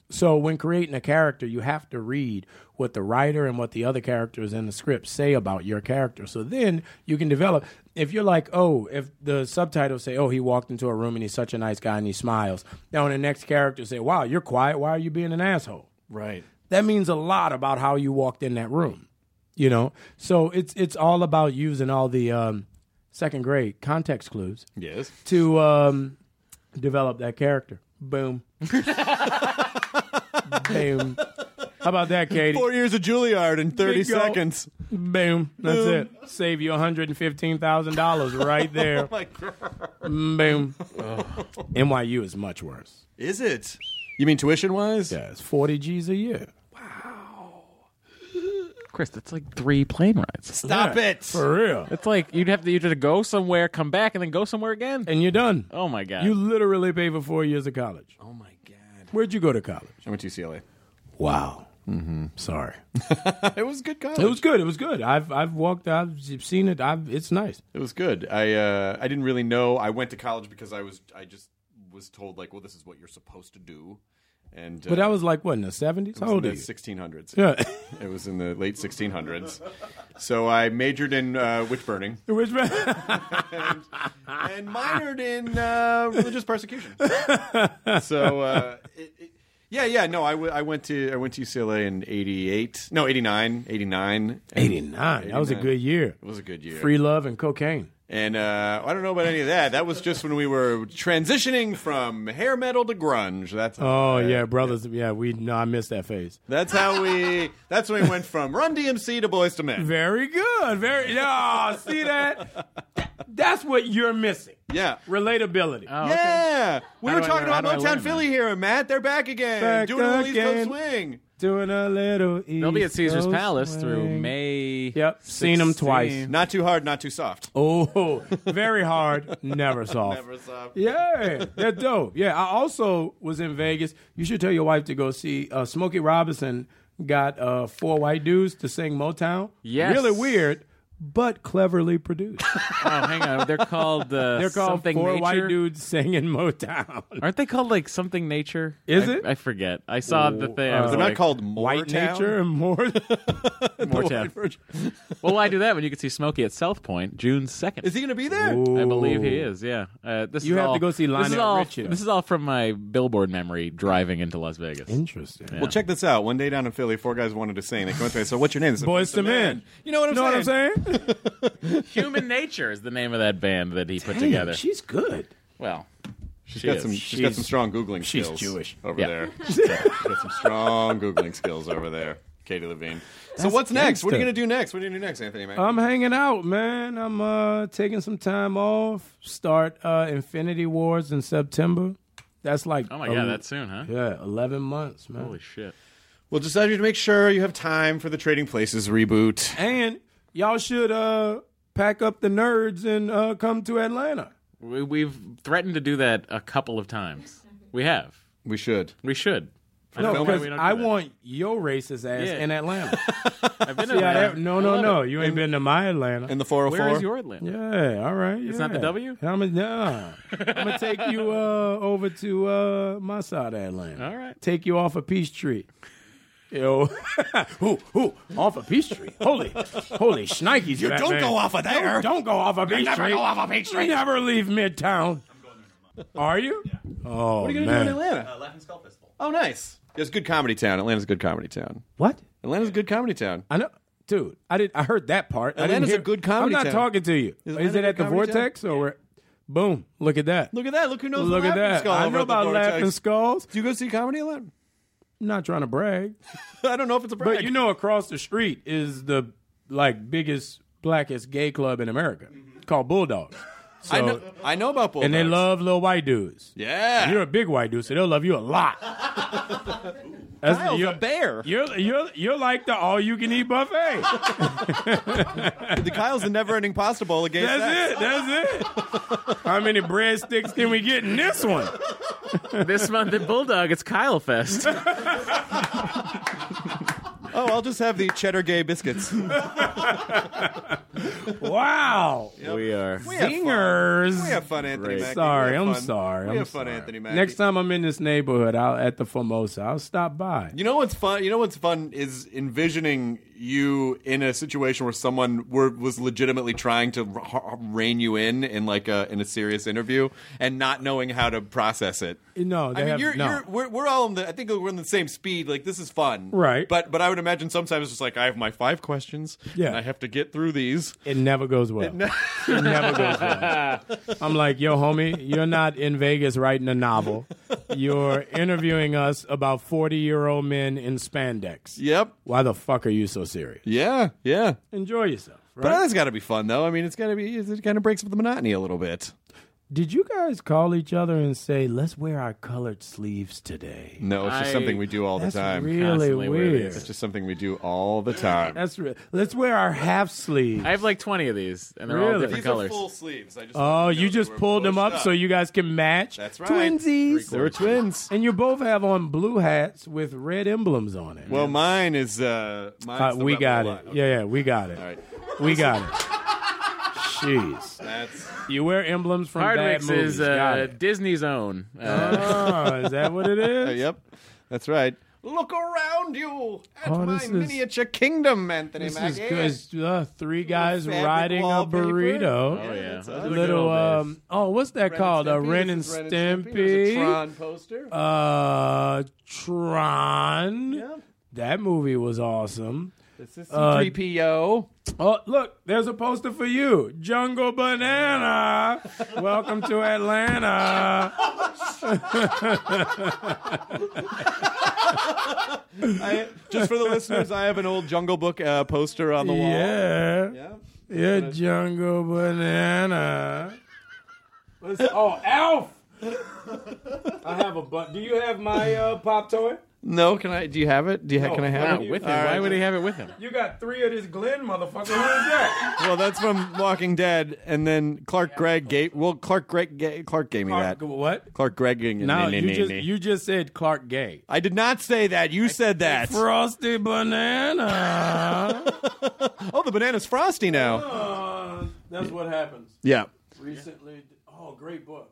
[SPEAKER 5] So when creating a character, you have to read what the writer and what the other characters in the script say about your character. So then you can develop. If you're like, oh, if the subtitles say, oh, he walked into a room and he's such a nice guy and he smiles. Now when the next character say, wow, you're quiet. Why are you being an asshole?
[SPEAKER 3] Right.
[SPEAKER 5] That means a lot about how you walked in that room. You know. So it's it's all about using all the um, second grade context clues
[SPEAKER 3] Yes.
[SPEAKER 5] to um, develop that character. Boom. Boom. How about that, Katie?
[SPEAKER 3] Four years of Juilliard in thirty
[SPEAKER 5] Bingo.
[SPEAKER 3] seconds.
[SPEAKER 5] Boom. That's
[SPEAKER 3] Boom. Oh,
[SPEAKER 5] it. Save you $115,000 right there. Mm,
[SPEAKER 3] my god. Oh.
[SPEAKER 5] Boom. NYU is much worse.
[SPEAKER 3] Is it? You mean tuition wise?
[SPEAKER 5] Yeah, it's 40 G's a year.
[SPEAKER 4] Chris, that's like three plane rides.
[SPEAKER 3] Stop
[SPEAKER 5] Yeah,
[SPEAKER 3] it.
[SPEAKER 5] For real.
[SPEAKER 4] It's like you'd have to you'd have to go somewhere, come back, and then go somewhere again.
[SPEAKER 5] And you're done.
[SPEAKER 4] Oh my god!
[SPEAKER 5] You literally pay for four years of college.
[SPEAKER 3] oh my god.
[SPEAKER 5] Where'd you go to college?
[SPEAKER 3] I went to UCLA.
[SPEAKER 5] Wow. Mm-hmm. Sorry.
[SPEAKER 3] It was good college.
[SPEAKER 5] it was good. It was good. I've I've walked. I've seen it. I've, it's nice.
[SPEAKER 3] It was good. I uh, I didn't really know. I went to college because I was I just was told like, well, this is what you're supposed to do. And uh,
[SPEAKER 5] But that was like what in the seventies?
[SPEAKER 3] it
[SPEAKER 5] How
[SPEAKER 3] was in
[SPEAKER 5] old
[SPEAKER 3] the
[SPEAKER 5] are you?
[SPEAKER 3] 1600s.
[SPEAKER 5] Yeah.
[SPEAKER 3] it was in the late 1600s. So I majored in uh, witch burning
[SPEAKER 5] Which man?
[SPEAKER 3] and minored in uh, religious persecution. So uh, it, it, yeah, yeah, no, I, w- I went to I went to UCLA in 88, no, 89, 89, and-
[SPEAKER 5] Eighty nine. That was a
[SPEAKER 3] 89.
[SPEAKER 5] good year.
[SPEAKER 3] It was a good year.
[SPEAKER 5] Free love and cocaine.
[SPEAKER 3] And uh, I don't know about any of that. That was just when we were transitioning from hair metal to grunge. That's
[SPEAKER 5] Oh yeah, brothers. Yeah, we. No, I missed that phase.
[SPEAKER 3] that's how we. That's when we went from Run DMC to Boys to Men.
[SPEAKER 5] Very good. Very. Yeah. see that? That's what you're missing.
[SPEAKER 3] Yeah.
[SPEAKER 5] Relatability.
[SPEAKER 4] Oh, okay.
[SPEAKER 3] yeah, we
[SPEAKER 4] How
[SPEAKER 3] were
[SPEAKER 4] do I
[SPEAKER 3] talking
[SPEAKER 4] learn- how
[SPEAKER 3] about
[SPEAKER 4] do I learn
[SPEAKER 3] Motown Philly
[SPEAKER 4] that?
[SPEAKER 3] here, and Matt. They're back again,
[SPEAKER 5] Back
[SPEAKER 3] doing a East Coast
[SPEAKER 5] again.
[SPEAKER 3] swing.
[SPEAKER 5] Doing a little.
[SPEAKER 4] They'll be at Caesar's
[SPEAKER 5] Coast
[SPEAKER 4] Palace through
[SPEAKER 5] swing.
[SPEAKER 4] May.
[SPEAKER 5] Yep, seen 'em
[SPEAKER 4] 16th.
[SPEAKER 5] twice.
[SPEAKER 3] Not too hard, not too soft.
[SPEAKER 5] Oh, very hard. Never soft.
[SPEAKER 3] Never soft.
[SPEAKER 5] Yeah, they're dope. Yeah, I also was in Vegas. You should tell your wife to go see uh, Smokey Robinson got uh, four white dudes to sing Motown.
[SPEAKER 4] Yes.
[SPEAKER 5] Really weird, but cleverly produced.
[SPEAKER 4] Oh, hang on. They're called uh,
[SPEAKER 5] They're called
[SPEAKER 4] something
[SPEAKER 5] Four
[SPEAKER 4] nature.
[SPEAKER 5] White Dudes Singing Motown.
[SPEAKER 4] Aren't they called like something nature?
[SPEAKER 5] Is
[SPEAKER 4] I-
[SPEAKER 5] it?
[SPEAKER 4] I forget. I saw the thing. I was
[SPEAKER 3] They're
[SPEAKER 4] like,
[SPEAKER 3] not called Moore
[SPEAKER 5] White
[SPEAKER 3] Town.
[SPEAKER 5] nature and more.
[SPEAKER 4] more tab. well, why do that when you can see Smokey at South Point June second?
[SPEAKER 3] Is he going to be there?
[SPEAKER 4] I believe he is. Yeah. Uh, this
[SPEAKER 5] You
[SPEAKER 4] is
[SPEAKER 5] have to
[SPEAKER 4] all-
[SPEAKER 5] go see
[SPEAKER 4] This is
[SPEAKER 5] Lionel
[SPEAKER 4] all.
[SPEAKER 5] Richie.
[SPEAKER 4] This is all from my billboard memory driving into Las Vegas.
[SPEAKER 5] Interesting.
[SPEAKER 3] Well, check this out. One day down in Philly, four guys wanted to sing. They come up to me. So, what's your name? They said,
[SPEAKER 5] Boys to Men.
[SPEAKER 3] You know what I'm
[SPEAKER 5] know
[SPEAKER 3] saying?
[SPEAKER 5] what I'm saying?
[SPEAKER 4] Human Nature is the name of that band that he put
[SPEAKER 5] Damn,
[SPEAKER 4] together.
[SPEAKER 5] She's good.
[SPEAKER 4] well,
[SPEAKER 3] She's
[SPEAKER 4] she
[SPEAKER 3] got
[SPEAKER 4] is.
[SPEAKER 3] some. she's got some strong googling
[SPEAKER 5] she's
[SPEAKER 3] skills.
[SPEAKER 5] Jewish.
[SPEAKER 3] over
[SPEAKER 4] Yeah.
[SPEAKER 3] there. she's got some strong googling skills over there. Katie Levine. so what's next? What are you gonna
[SPEAKER 5] gangster.
[SPEAKER 3] do next? What are you gonna do next, Anthony? Man?
[SPEAKER 5] I'm hanging out, man. I'm uh taking some time off. Start uh Infinity Wars in September. That's like
[SPEAKER 4] Oh my god, that's soon, huh?
[SPEAKER 5] yeah, eleven monts, man.
[SPEAKER 4] Holy shit!
[SPEAKER 3] well, just I need to make sure you have time for the Trading Places reboot.
[SPEAKER 5] and y'all should uh pack up the nerds and uh come to Atlanta.
[SPEAKER 4] We, we've threatened to do that a couple of times. We have.
[SPEAKER 3] We should.
[SPEAKER 4] We should. I don't
[SPEAKER 5] No,
[SPEAKER 4] know why
[SPEAKER 5] because
[SPEAKER 4] we don't do
[SPEAKER 5] I
[SPEAKER 4] that.
[SPEAKER 5] want your racist ass
[SPEAKER 4] Yeah.
[SPEAKER 5] in Atlanta.
[SPEAKER 4] I've been to
[SPEAKER 5] yeah,
[SPEAKER 4] Atlanta.
[SPEAKER 5] that, no, no, no. You ain't been to my Atlanta.
[SPEAKER 3] In the 404.
[SPEAKER 4] Where is your Atlanta?
[SPEAKER 5] yeah, all right. It's
[SPEAKER 4] not the W?
[SPEAKER 5] I'm gonna nah. I'm gonna take you uh, over to uh, my side of Atlanta.
[SPEAKER 4] All right.
[SPEAKER 5] take you off a peace tree. Yo, who who off a peace tree? Holy, holy shnikes! You
[SPEAKER 3] don't go off of there.
[SPEAKER 5] Don't, don't go off a peace
[SPEAKER 3] never
[SPEAKER 5] tree.
[SPEAKER 3] go off a peach tree.
[SPEAKER 5] You never leave Midtown. Are you? Oh
[SPEAKER 3] What are you gonna
[SPEAKER 5] man.
[SPEAKER 3] do in Atlanta? Uh, Laughing Skull Festival. Oh, nice. It's a good comedy town. Atlanta's a good comedy town.
[SPEAKER 5] What?
[SPEAKER 3] Atlanta's a good comedy town.
[SPEAKER 5] I know, dude. I did. I heard that part. I didn't
[SPEAKER 3] Atlanta's a
[SPEAKER 5] hear-
[SPEAKER 3] good comedy
[SPEAKER 5] I'm not
[SPEAKER 3] town.
[SPEAKER 5] talking to you. Is,
[SPEAKER 3] Atlanta
[SPEAKER 5] it
[SPEAKER 3] a
[SPEAKER 5] at the
[SPEAKER 3] comedy town?
[SPEAKER 5] Vortex or where? Boom. Look at that.
[SPEAKER 3] Look at that. Look who knows.
[SPEAKER 5] Look at
[SPEAKER 3] Laughing
[SPEAKER 5] that.
[SPEAKER 3] Skull
[SPEAKER 5] I
[SPEAKER 3] over at
[SPEAKER 5] know
[SPEAKER 3] the
[SPEAKER 5] about
[SPEAKER 3] Vortex.
[SPEAKER 5] Laughing Skulls.
[SPEAKER 3] Do you go see comedy a lot?
[SPEAKER 5] Not trying to brag.
[SPEAKER 3] I don't know if it's a brag.
[SPEAKER 5] But you know, across the street is the like biggest, blackest gay club in America called Bulldogs. So,
[SPEAKER 3] I know. I know about bulldogs.
[SPEAKER 5] and they love little white dudes.
[SPEAKER 3] Yeah.
[SPEAKER 5] you're a big white dude, so they'll love you a lot. That's,
[SPEAKER 3] Kyle's
[SPEAKER 5] you're,
[SPEAKER 3] a bear.
[SPEAKER 5] You're you're you're like the all you can eat buffet.
[SPEAKER 3] the Kyle's the never-ending pasta bowl against
[SPEAKER 5] That's it. That's it. How many breadsticks can we get in this one?
[SPEAKER 4] this month at Bulldog, it's Kyle Fest.
[SPEAKER 3] Oh, I'll just have the cheddar gay biscuits.
[SPEAKER 5] Wow.
[SPEAKER 4] We are.
[SPEAKER 3] We have fun.
[SPEAKER 5] Zingers.
[SPEAKER 3] We have fun, Anthony
[SPEAKER 5] Great.
[SPEAKER 3] Mackie.
[SPEAKER 5] Sorry,
[SPEAKER 3] We have
[SPEAKER 5] I'm
[SPEAKER 3] fun.
[SPEAKER 5] sorry.
[SPEAKER 3] We
[SPEAKER 5] I'm
[SPEAKER 3] have fun,
[SPEAKER 5] sorry.
[SPEAKER 3] Anthony Mackie.
[SPEAKER 5] Next time I'm in this neighborhood, I'll at the Formosa. I'll stop by.
[SPEAKER 3] You know what's fun? You know what's fun is envisioning you in a situation where someone were, was legitimately trying to r- r- rein you in in like a in a serious interview and not knowing how to process it.
[SPEAKER 5] No, they
[SPEAKER 3] I mean,
[SPEAKER 5] have
[SPEAKER 3] you're,
[SPEAKER 5] no.
[SPEAKER 3] you're, we're, we're all in the. I think we're in the same speed. Like this is fun,
[SPEAKER 5] Right.
[SPEAKER 3] But but I would imagine sometimes it's like I have my five questions.
[SPEAKER 5] Yeah.
[SPEAKER 3] and I have to get through these.
[SPEAKER 5] It never goes well. It, never goes well. I'm like, yo, homie, you're not in Vegas writing a novel. You're interviewing us about 40 year old men in spandex.
[SPEAKER 3] Yep.
[SPEAKER 5] Why the fuck are you so serious?
[SPEAKER 3] Yeah. Yeah.
[SPEAKER 5] Enjoy yourself. Right?
[SPEAKER 3] But that's got to be fun, though. I mean, it's got to be. It kind of breaks up the monotony a little bit.
[SPEAKER 5] Did you guys call each other and say, let's wear our colored sleeves today?
[SPEAKER 3] No, it's just
[SPEAKER 4] I-
[SPEAKER 3] something we do all the
[SPEAKER 5] That's
[SPEAKER 3] time.
[SPEAKER 5] really
[SPEAKER 4] Constantly wear these.
[SPEAKER 5] weird.
[SPEAKER 3] It's just something we do all the time.
[SPEAKER 5] That's re- let's wear our half sleeves.
[SPEAKER 4] I have like 20 of these, and they're all
[SPEAKER 5] Really?
[SPEAKER 4] different
[SPEAKER 5] These
[SPEAKER 4] colors.
[SPEAKER 3] sleeves. I just
[SPEAKER 5] Oh, you just pulled them up so you guys can match.
[SPEAKER 3] That's right.
[SPEAKER 5] Twinsies.
[SPEAKER 3] They were twins.
[SPEAKER 5] And you both have on blue hats with red emblems on it.
[SPEAKER 3] Well, mine is. Uh,
[SPEAKER 5] Uh,
[SPEAKER 3] mine's the
[SPEAKER 5] we
[SPEAKER 3] Rebel
[SPEAKER 5] got
[SPEAKER 3] Line.
[SPEAKER 5] it. Yeah, yeah, we got it.
[SPEAKER 3] All right.
[SPEAKER 5] We got it. Jeez.
[SPEAKER 3] That's
[SPEAKER 5] You wear emblems from bad
[SPEAKER 4] Hardwick's
[SPEAKER 5] movies.
[SPEAKER 4] is
[SPEAKER 5] Got
[SPEAKER 4] uh,
[SPEAKER 5] it.
[SPEAKER 4] Disney's own. Uh,
[SPEAKER 5] oh, is that what it
[SPEAKER 3] uh,
[SPEAKER 5] is?
[SPEAKER 3] yep. That's right. Look around you at
[SPEAKER 5] Oh,
[SPEAKER 3] my
[SPEAKER 5] this is-
[SPEAKER 3] miniature kingdom, Anthony
[SPEAKER 5] This is
[SPEAKER 3] Mackie.
[SPEAKER 5] good. It's, Uh, three guys
[SPEAKER 3] fabric
[SPEAKER 5] riding a
[SPEAKER 3] wallpaper.
[SPEAKER 5] burrito.
[SPEAKER 4] oh yeah, Those are the good old
[SPEAKER 5] Little
[SPEAKER 4] days.
[SPEAKER 5] um oh what's that called? A Ren and
[SPEAKER 3] This is Ren
[SPEAKER 5] Stimpy.
[SPEAKER 3] and There's a Tron poster.
[SPEAKER 5] Uh, Tron. That movie was awesome.
[SPEAKER 3] this is
[SPEAKER 5] uh,
[SPEAKER 3] C3PO.
[SPEAKER 5] Oh, look, there's a poster for you. Jungle Banana. Welcome to Atlanta.
[SPEAKER 3] I, just for the listeners, I have an old Jungle Book uh, poster on the wall.
[SPEAKER 5] Yeah. Yeah,
[SPEAKER 3] Yeah.
[SPEAKER 5] Jungle Banana. What's- oh, Alf. I have a bu- Do you have my uh, pop toy?
[SPEAKER 3] No, can I? Do you have it? Do you ha- can I have
[SPEAKER 5] no,
[SPEAKER 3] it
[SPEAKER 5] with
[SPEAKER 4] With him.
[SPEAKER 3] All
[SPEAKER 4] Why
[SPEAKER 3] right.
[SPEAKER 4] would he have it with him?
[SPEAKER 5] You got three of this Glenn motherfucker. Who is that?
[SPEAKER 3] Well, that's from Walking Dead, and then Clark Gregg gave. Well, Clark Gregg ga- Clark gave me
[SPEAKER 5] Clark-
[SPEAKER 3] that.
[SPEAKER 5] what?
[SPEAKER 3] Clark Gregg. gave me-
[SPEAKER 5] No,
[SPEAKER 3] nee,
[SPEAKER 5] you
[SPEAKER 3] nee,
[SPEAKER 5] just
[SPEAKER 3] nee.
[SPEAKER 5] you just said Clark Gay.
[SPEAKER 3] I did not say that. You said that.
[SPEAKER 5] Frosty banana.
[SPEAKER 3] Oh, the banana's frosty now.
[SPEAKER 5] Uh, that's what happens.
[SPEAKER 3] Yeah,
[SPEAKER 5] Recently, oh, great book.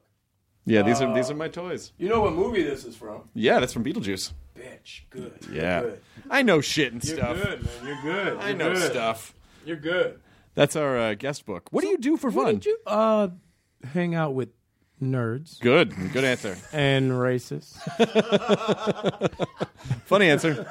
[SPEAKER 3] yeah. These are
[SPEAKER 5] Oh.
[SPEAKER 3] these are my toys.
[SPEAKER 5] You know what movie this is from?
[SPEAKER 3] Yeah, that's from Beetlejuice.
[SPEAKER 5] Bitch, good.
[SPEAKER 3] Yeah,
[SPEAKER 5] You're good.
[SPEAKER 3] I know shit and
[SPEAKER 5] You're
[SPEAKER 3] stuff.
[SPEAKER 5] good, man. You're good.
[SPEAKER 3] I
[SPEAKER 5] You're
[SPEAKER 3] know
[SPEAKER 5] good.
[SPEAKER 3] stuff.
[SPEAKER 5] You're good.
[SPEAKER 3] That's our uh, guest book. What do you do for fun?
[SPEAKER 5] you uh hang out with nerds
[SPEAKER 3] Good, good answer.
[SPEAKER 5] and racists?
[SPEAKER 3] Funny answer.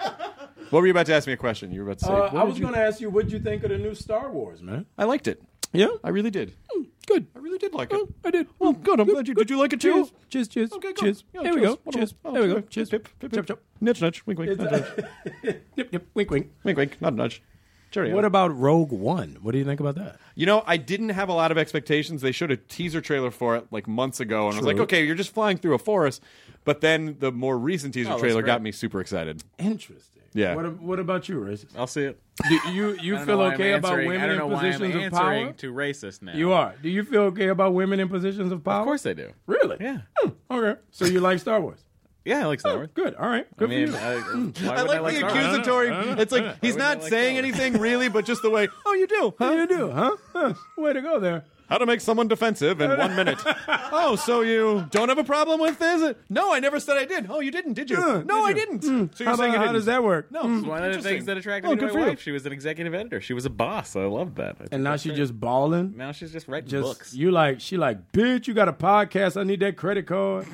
[SPEAKER 3] what were you about to ask me a question? You were about to say.
[SPEAKER 5] Uh,
[SPEAKER 3] what
[SPEAKER 5] I
[SPEAKER 3] did
[SPEAKER 5] was
[SPEAKER 3] you-
[SPEAKER 5] going to ask you, what'd you think of the new Star Wars, man?
[SPEAKER 3] I liked it.
[SPEAKER 5] Yeah,
[SPEAKER 3] I really did.
[SPEAKER 5] Hmm, good.
[SPEAKER 3] I really did like it.
[SPEAKER 5] I did. Oh, Hmm,
[SPEAKER 3] Well, good. I'm glad you. Did you like it too?
[SPEAKER 5] Cheers. Cheers. Cheers. cheers.
[SPEAKER 3] Yeah,
[SPEAKER 5] there we
[SPEAKER 3] cheers.
[SPEAKER 5] go.
[SPEAKER 3] Wonderful.
[SPEAKER 5] Cheers.
[SPEAKER 3] Oh,
[SPEAKER 5] there we go.
[SPEAKER 3] cheers.
[SPEAKER 5] Cheers.
[SPEAKER 3] Pip, pip, pip.
[SPEAKER 5] Chop, chop.
[SPEAKER 3] Nudge, nudge. Wink, wink. Not nudge.
[SPEAKER 5] Yep, yep. Wink, wink.
[SPEAKER 3] wink, wink. Not nudge. Cheerio.
[SPEAKER 5] What about Rogue One? What do you think about that?
[SPEAKER 3] you know, I didn't have a lot of expectations. They showed a teaser trailer for it like months ago, and I was like,
[SPEAKER 5] True.
[SPEAKER 3] okay, you're just flying through a forest. But then the more recent teaser
[SPEAKER 4] Oh, that's
[SPEAKER 3] trailer
[SPEAKER 4] great.
[SPEAKER 3] got me super excited.
[SPEAKER 5] Interesting.
[SPEAKER 3] Yeah.
[SPEAKER 5] What, what about you, racist?
[SPEAKER 3] I'll see it.
[SPEAKER 5] Do you you
[SPEAKER 4] I don't know
[SPEAKER 5] feel
[SPEAKER 4] why I'm
[SPEAKER 5] okay about
[SPEAKER 4] answering- I
[SPEAKER 5] women
[SPEAKER 4] don't
[SPEAKER 5] in
[SPEAKER 4] know why I'm
[SPEAKER 5] positions of
[SPEAKER 4] answering
[SPEAKER 5] power?
[SPEAKER 4] Too racist now.
[SPEAKER 5] you are. Do you feel okay about women in positions of power?
[SPEAKER 4] Of course I do.
[SPEAKER 5] Really?
[SPEAKER 4] Yeah.
[SPEAKER 5] Hmm, okay. So you like Star Wars? Oh,
[SPEAKER 4] Yeah, I like Star Wars.
[SPEAKER 5] Good. All right.
[SPEAKER 4] I
[SPEAKER 5] Good
[SPEAKER 4] mean,
[SPEAKER 5] for you. Hmm.
[SPEAKER 4] I, why
[SPEAKER 3] I
[SPEAKER 4] would
[SPEAKER 3] like,
[SPEAKER 4] I like
[SPEAKER 3] the
[SPEAKER 4] Star Wars?
[SPEAKER 3] accusatory. It's like he's not saying anything really, but just the way. Oh, you do, huh?
[SPEAKER 5] How you do, huh? Huh. Way to go there.
[SPEAKER 3] How to make someone defensive in one minute. oh, so you don't have a problem with this? No, I never said I did. Oh, you didn't, did you?
[SPEAKER 5] Uh,
[SPEAKER 3] no, I
[SPEAKER 5] did you?
[SPEAKER 3] didn't.
[SPEAKER 5] Mm.
[SPEAKER 3] So you're
[SPEAKER 5] how,
[SPEAKER 3] saying
[SPEAKER 5] about-
[SPEAKER 3] I
[SPEAKER 5] how
[SPEAKER 3] didn't.
[SPEAKER 5] does that work? Hmm. Oh,
[SPEAKER 3] No,
[SPEAKER 4] It's one of the things that attracted me to my wife. She was an executive editor. She was a boss. I loved that. I think
[SPEAKER 5] And now
[SPEAKER 4] that's
[SPEAKER 5] she
[SPEAKER 4] great.
[SPEAKER 5] just balling.
[SPEAKER 4] now she's just writing
[SPEAKER 5] Just
[SPEAKER 4] books.
[SPEAKER 5] you like she like bitch. You got a podcast. I need that credit card.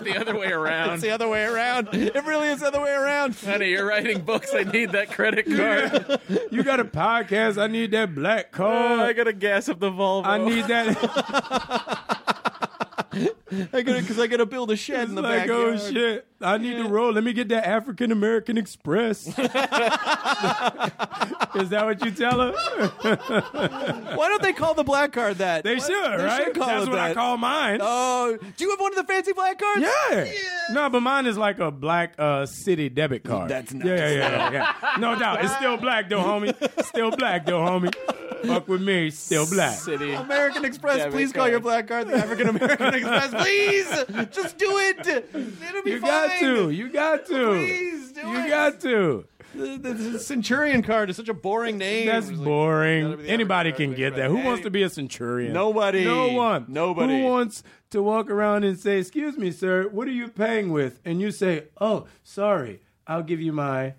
[SPEAKER 4] the other way
[SPEAKER 3] It's
[SPEAKER 4] around.
[SPEAKER 3] the other way around. It really is the other way around.
[SPEAKER 4] Honey, you're writing books. I need that credit card.
[SPEAKER 5] You got a podcast. I need that black
[SPEAKER 4] Oh, I
[SPEAKER 3] Uh,
[SPEAKER 4] Oh.
[SPEAKER 5] card.
[SPEAKER 4] gotta gas up the Volvo.
[SPEAKER 5] I need that.
[SPEAKER 3] I gotta, because I gotta build a shed in the
[SPEAKER 5] like,
[SPEAKER 3] backyard.
[SPEAKER 5] oh shit, I need to roll. Let me get that African American Express. Is that what you tell her?
[SPEAKER 3] Why don't they call the black card that?
[SPEAKER 5] They
[SPEAKER 3] What?
[SPEAKER 5] should,
[SPEAKER 3] They
[SPEAKER 5] right?
[SPEAKER 3] call
[SPEAKER 5] That's
[SPEAKER 3] it
[SPEAKER 5] what I
[SPEAKER 3] that.
[SPEAKER 5] call mine.
[SPEAKER 3] Oh, do you have one of the fancy black cards?
[SPEAKER 5] yeah. No, but mine is like a black uh, city debit card.
[SPEAKER 3] That's nice.
[SPEAKER 5] Yeah, yeah, yeah, yeah. No doubt. It's still black, though, homie. Still black, though, homie. Fuck with me. Still black.
[SPEAKER 4] City.
[SPEAKER 3] American Express,
[SPEAKER 4] Debit
[SPEAKER 3] please call
[SPEAKER 4] card.
[SPEAKER 3] your black card the African American Express, please. Just do it. It'll be
[SPEAKER 5] You
[SPEAKER 3] fine.
[SPEAKER 5] got to. You got to.
[SPEAKER 3] Please do
[SPEAKER 5] You
[SPEAKER 3] it.
[SPEAKER 5] got to.
[SPEAKER 3] The, the- the Centurion card is such a boring name.
[SPEAKER 5] That's
[SPEAKER 3] It was like, gotta
[SPEAKER 5] boring.
[SPEAKER 3] be the
[SPEAKER 5] Anybody
[SPEAKER 3] African
[SPEAKER 5] can get
[SPEAKER 3] American
[SPEAKER 5] that. Who
[SPEAKER 3] Express.
[SPEAKER 5] wants to be a centurion?
[SPEAKER 3] Nobody.
[SPEAKER 5] No one.
[SPEAKER 3] Nobody.
[SPEAKER 5] Who wants to walk around and say, "Excuse me, sir, what are you paying with?" And you say, "Oh, sorry, I'll give you my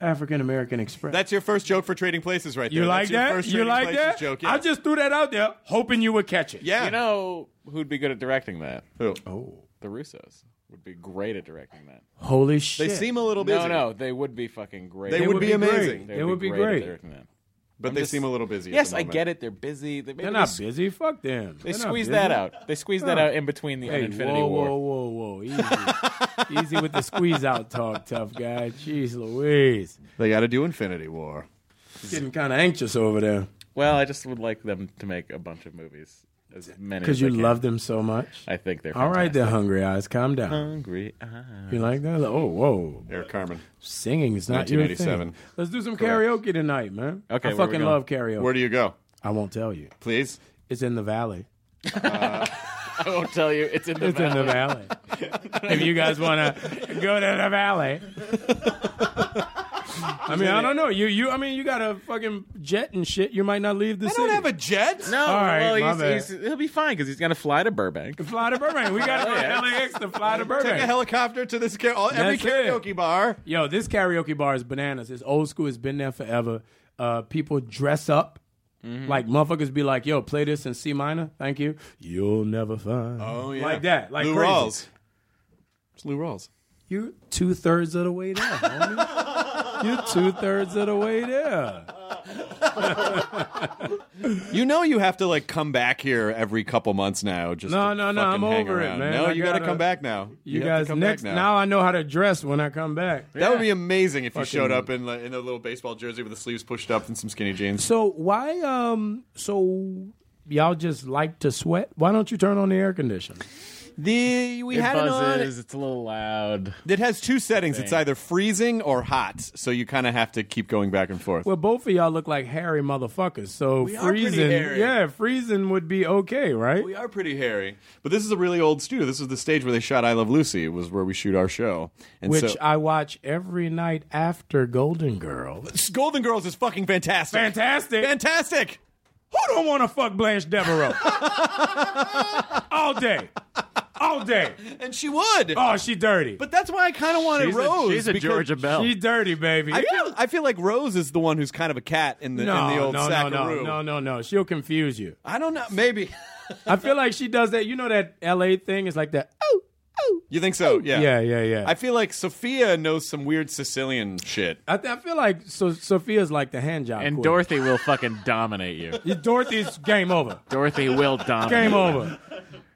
[SPEAKER 5] African American Express."
[SPEAKER 3] That's your first joke for trading places, right there.
[SPEAKER 5] you like
[SPEAKER 3] That's your
[SPEAKER 5] that?
[SPEAKER 3] First
[SPEAKER 5] You
[SPEAKER 3] Trading
[SPEAKER 5] like
[SPEAKER 3] Places
[SPEAKER 5] that?
[SPEAKER 3] Joke. Yeah.
[SPEAKER 5] I just threw that out there, hoping you would catch it.
[SPEAKER 3] yeah.
[SPEAKER 4] You know who'd be good at directing that?
[SPEAKER 3] Who?
[SPEAKER 5] Oh,
[SPEAKER 4] The Russos would be great at directing that.
[SPEAKER 5] holy shit!
[SPEAKER 3] they seem a little busy.
[SPEAKER 4] No, no, they would be fucking great.
[SPEAKER 3] They
[SPEAKER 5] It
[SPEAKER 3] would be amazing.
[SPEAKER 5] Great. It would be
[SPEAKER 4] at
[SPEAKER 5] great.
[SPEAKER 4] directing that.
[SPEAKER 3] but
[SPEAKER 4] I'm
[SPEAKER 3] they
[SPEAKER 4] just-
[SPEAKER 3] seem a little busy.
[SPEAKER 4] Yes, I get it. They're busy. They, maybe
[SPEAKER 5] They're
[SPEAKER 4] they
[SPEAKER 5] not
[SPEAKER 4] s-
[SPEAKER 5] busy. Fuck them.
[SPEAKER 4] They
[SPEAKER 5] They're not
[SPEAKER 4] squeeze
[SPEAKER 5] busy.
[SPEAKER 4] that out. They squeeze that
[SPEAKER 5] Huh.
[SPEAKER 4] out in between the
[SPEAKER 5] Hey,
[SPEAKER 4] and Infinity
[SPEAKER 5] whoa,
[SPEAKER 4] War.
[SPEAKER 5] whoa, whoa, whoa! Easy, easy with the squeeze out talk, tough guy. Jeez, Louise.
[SPEAKER 3] They got to do Infinity War.
[SPEAKER 5] Getting kind of anxious over there
[SPEAKER 4] Well, I just would like them to make a bunch of movies, as many
[SPEAKER 5] because
[SPEAKER 4] as
[SPEAKER 5] you
[SPEAKER 4] they can.
[SPEAKER 5] love them so much.
[SPEAKER 4] I think they're
[SPEAKER 5] All right,
[SPEAKER 4] fantastic.
[SPEAKER 5] there, hungry eyes, calm down.
[SPEAKER 4] Hungry. eyes.
[SPEAKER 5] You like that? Oh, whoa!
[SPEAKER 3] Eric Carmen.
[SPEAKER 5] Singing is not your thing.
[SPEAKER 3] 1987.
[SPEAKER 5] Let's do some
[SPEAKER 3] Correct.
[SPEAKER 5] karaoke tonight, man.
[SPEAKER 4] Okay,
[SPEAKER 5] I
[SPEAKER 4] where we
[SPEAKER 5] fucking
[SPEAKER 4] going?
[SPEAKER 5] love karaoke.
[SPEAKER 3] Where do you go?
[SPEAKER 5] I won't tell you.
[SPEAKER 3] Please.
[SPEAKER 5] It's in the valley.
[SPEAKER 4] I won't tell you. It's in the
[SPEAKER 5] It's in the valley. if you guys want to go to the valley. I mean, I don't know. You, you. I mean, you got a fucking jet and shit. You might not leave the
[SPEAKER 3] I
[SPEAKER 5] city.
[SPEAKER 3] don't have a jet.
[SPEAKER 4] No,
[SPEAKER 5] All right,
[SPEAKER 4] well,
[SPEAKER 5] my
[SPEAKER 4] he's,
[SPEAKER 5] bad.
[SPEAKER 4] he's- he'll be fine because he's gonna fly to Burbank.
[SPEAKER 5] fly to Burbank. We got to go to LAX to fly to Burbank.
[SPEAKER 3] Take a helicopter to this car- all, every
[SPEAKER 5] That's it.
[SPEAKER 3] karaoke bar.
[SPEAKER 5] Yo, this karaoke bar is bananas. It's old school. It's been there forever. Uh, people dress up.
[SPEAKER 3] Mm-hmm.
[SPEAKER 5] Like motherfuckers be like, "Yo, play this in C minor, thank you." You'll never find
[SPEAKER 3] Oh yeah,
[SPEAKER 5] like that, like
[SPEAKER 3] Lou
[SPEAKER 5] crazy.
[SPEAKER 3] Rawls. It's Lou Rawls.
[SPEAKER 5] You're two thirds of the way there. homie. You're two thirds of the way there.
[SPEAKER 3] You know you have to like come back here every couple months now. Just
[SPEAKER 5] No,
[SPEAKER 3] to
[SPEAKER 5] no, no,
[SPEAKER 3] fucking
[SPEAKER 5] I'm
[SPEAKER 3] hang
[SPEAKER 5] over it,
[SPEAKER 3] around.
[SPEAKER 5] man.
[SPEAKER 3] No,
[SPEAKER 5] I
[SPEAKER 3] you got to
[SPEAKER 5] gotta-
[SPEAKER 3] come back now. have
[SPEAKER 5] You,
[SPEAKER 3] to
[SPEAKER 5] guys,
[SPEAKER 3] come
[SPEAKER 5] next
[SPEAKER 3] back
[SPEAKER 5] now. I know how to dress when I come back.
[SPEAKER 3] That would be amazing if you showed
[SPEAKER 5] Fucking-
[SPEAKER 3] up in like, in a little baseball jersey with the sleeves pushed up and some skinny jeans.
[SPEAKER 5] So why, um, so y'all just like to sweat? Why don't you turn on the air conditioner?
[SPEAKER 3] The we
[SPEAKER 4] It
[SPEAKER 3] had it
[SPEAKER 4] buzzes.
[SPEAKER 3] on.
[SPEAKER 4] It's a little loud.
[SPEAKER 3] It has two settings. It's either freezing or hot, so you kind of have to keep going back and forth.
[SPEAKER 5] Well, both of y'all look like hairy motherfuckers, so
[SPEAKER 3] We are pretty
[SPEAKER 5] freezing,
[SPEAKER 3] hairy.
[SPEAKER 5] yeah, freezing would be okay, right?
[SPEAKER 3] We are pretty hairy, but this is a really old studio. This is the stage where they shot "I Love Lucy." It was where we shoot our show, and
[SPEAKER 5] Which
[SPEAKER 3] so
[SPEAKER 5] I watch every night after Golden Girls.
[SPEAKER 3] Golden Girls is fucking fantastic.
[SPEAKER 5] Fantastic!
[SPEAKER 3] Fantastic.
[SPEAKER 5] Who don't want to fuck Blanche Devereaux all day, all day?
[SPEAKER 3] And she would.
[SPEAKER 5] Oh, she dirty.
[SPEAKER 3] But that's why I kind of wanted
[SPEAKER 4] She's
[SPEAKER 3] Rose.
[SPEAKER 4] a, she's a
[SPEAKER 3] because
[SPEAKER 4] Georgia Bell.
[SPEAKER 5] she dirty, baby.
[SPEAKER 3] I feel, I feel like Rose is the one who's kind of a cat in the
[SPEAKER 5] no,
[SPEAKER 3] in the old
[SPEAKER 5] no, no,
[SPEAKER 3] sack of
[SPEAKER 5] no,
[SPEAKER 3] room.
[SPEAKER 5] no, no, no. She'll confuse you.
[SPEAKER 3] I don't know. Maybe
[SPEAKER 5] I feel like she does that. You know that L.A. thing? It's like that. Oh, oh.
[SPEAKER 3] you think so? Yeah.
[SPEAKER 5] Yeah, yeah, yeah.
[SPEAKER 3] I feel like Sophia knows some weird Sicilian shit.
[SPEAKER 5] I, th- I feel like so Sophia's like the hand job.
[SPEAKER 4] and
[SPEAKER 5] queen.
[SPEAKER 4] Dorothy will fucking dominate you.
[SPEAKER 5] Dorothy's game over.
[SPEAKER 4] Dorothy will dominate.
[SPEAKER 5] Game
[SPEAKER 4] you.
[SPEAKER 5] over.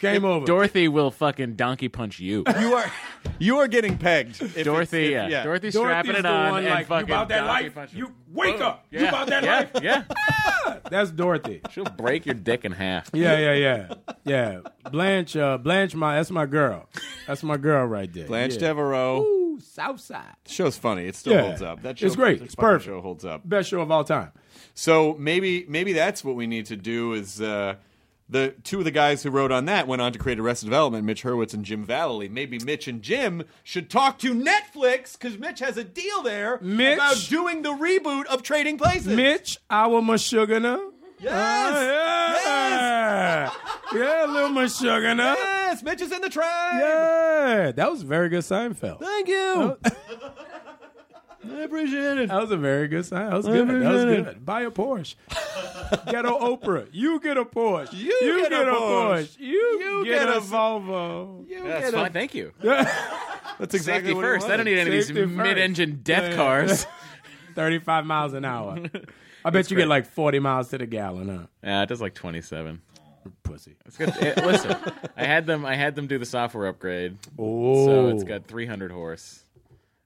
[SPEAKER 5] Game over.
[SPEAKER 4] Dorothy will fucking donkey punch you.
[SPEAKER 3] You are you are getting pegged. if it's-
[SPEAKER 4] Dorothy,
[SPEAKER 3] if-
[SPEAKER 4] yeah. Dorothy's
[SPEAKER 5] Dorothy's
[SPEAKER 4] strapping it
[SPEAKER 5] the
[SPEAKER 4] on
[SPEAKER 5] one
[SPEAKER 4] and
[SPEAKER 5] like,
[SPEAKER 4] fucking
[SPEAKER 5] you about that
[SPEAKER 4] donkey
[SPEAKER 5] life?
[SPEAKER 4] punch
[SPEAKER 5] You wake up. You
[SPEAKER 4] Yeah,
[SPEAKER 5] about that
[SPEAKER 4] yeah,
[SPEAKER 5] life? Ah!
[SPEAKER 4] Yeah.
[SPEAKER 5] That's Dorothy.
[SPEAKER 4] She'll break your dick in half.
[SPEAKER 5] Yeah, yeah, yeah, yeah. Blanche, uh, Blanche, my that's my girl. That's my girl right there.
[SPEAKER 3] Blanche
[SPEAKER 5] yeah.
[SPEAKER 3] Devereaux.
[SPEAKER 5] Ooh, Southside.
[SPEAKER 3] Show's funny. It still
[SPEAKER 5] Yeah.
[SPEAKER 3] holds up. That
[SPEAKER 5] It's
[SPEAKER 3] show,
[SPEAKER 5] great.
[SPEAKER 3] that
[SPEAKER 5] It's
[SPEAKER 3] fucking
[SPEAKER 5] perfect.
[SPEAKER 3] Show holds up.
[SPEAKER 5] Best show of all time.
[SPEAKER 3] So maybe maybe that's what we need to do is uh, the two of the guys who wrote on that went on to create Arrested Development, Mitch Hurwitz and Jim Valley. Maybe Mitch and Jim should talk to Netflix because Mitch has a deal there
[SPEAKER 5] Mitch?
[SPEAKER 3] about doing the reboot of Trading Places.
[SPEAKER 5] Mitch, our Meshuggah.
[SPEAKER 3] Yes!
[SPEAKER 5] yeah. Ah, yeah, little Meshuggah.
[SPEAKER 3] Yes, Mitch is in the tribe.
[SPEAKER 5] Yeah, that was a very good Seinfeld.
[SPEAKER 3] Thank you. I appreciate it.
[SPEAKER 5] That was a very good sign. That was good. That was
[SPEAKER 3] appreciate
[SPEAKER 5] good. Buy a Porsche. Ghetto Oprah. You get a Porsche.
[SPEAKER 3] You get a Porsche.
[SPEAKER 5] You,
[SPEAKER 3] You
[SPEAKER 5] get,
[SPEAKER 3] get
[SPEAKER 5] a,
[SPEAKER 3] a-
[SPEAKER 5] Volvo.
[SPEAKER 4] That's fine. Thank you.
[SPEAKER 3] That's exactly
[SPEAKER 4] Safety
[SPEAKER 3] what he
[SPEAKER 4] first. I don't
[SPEAKER 3] wanted.
[SPEAKER 4] need any of these
[SPEAKER 5] Safety first.
[SPEAKER 4] mid-engine death
[SPEAKER 5] Yeah.
[SPEAKER 4] cars.
[SPEAKER 5] 35 miles an hour. I bet
[SPEAKER 2] It's
[SPEAKER 5] you
[SPEAKER 2] great.
[SPEAKER 5] get like 40 miles to the gallon, huh?
[SPEAKER 2] Yeah, it does like twenty seven.
[SPEAKER 5] Pussy.
[SPEAKER 2] It's got, eh, listen, I had them. I had them do the software upgrade. so
[SPEAKER 5] Oh.
[SPEAKER 2] it's got three hundred horse.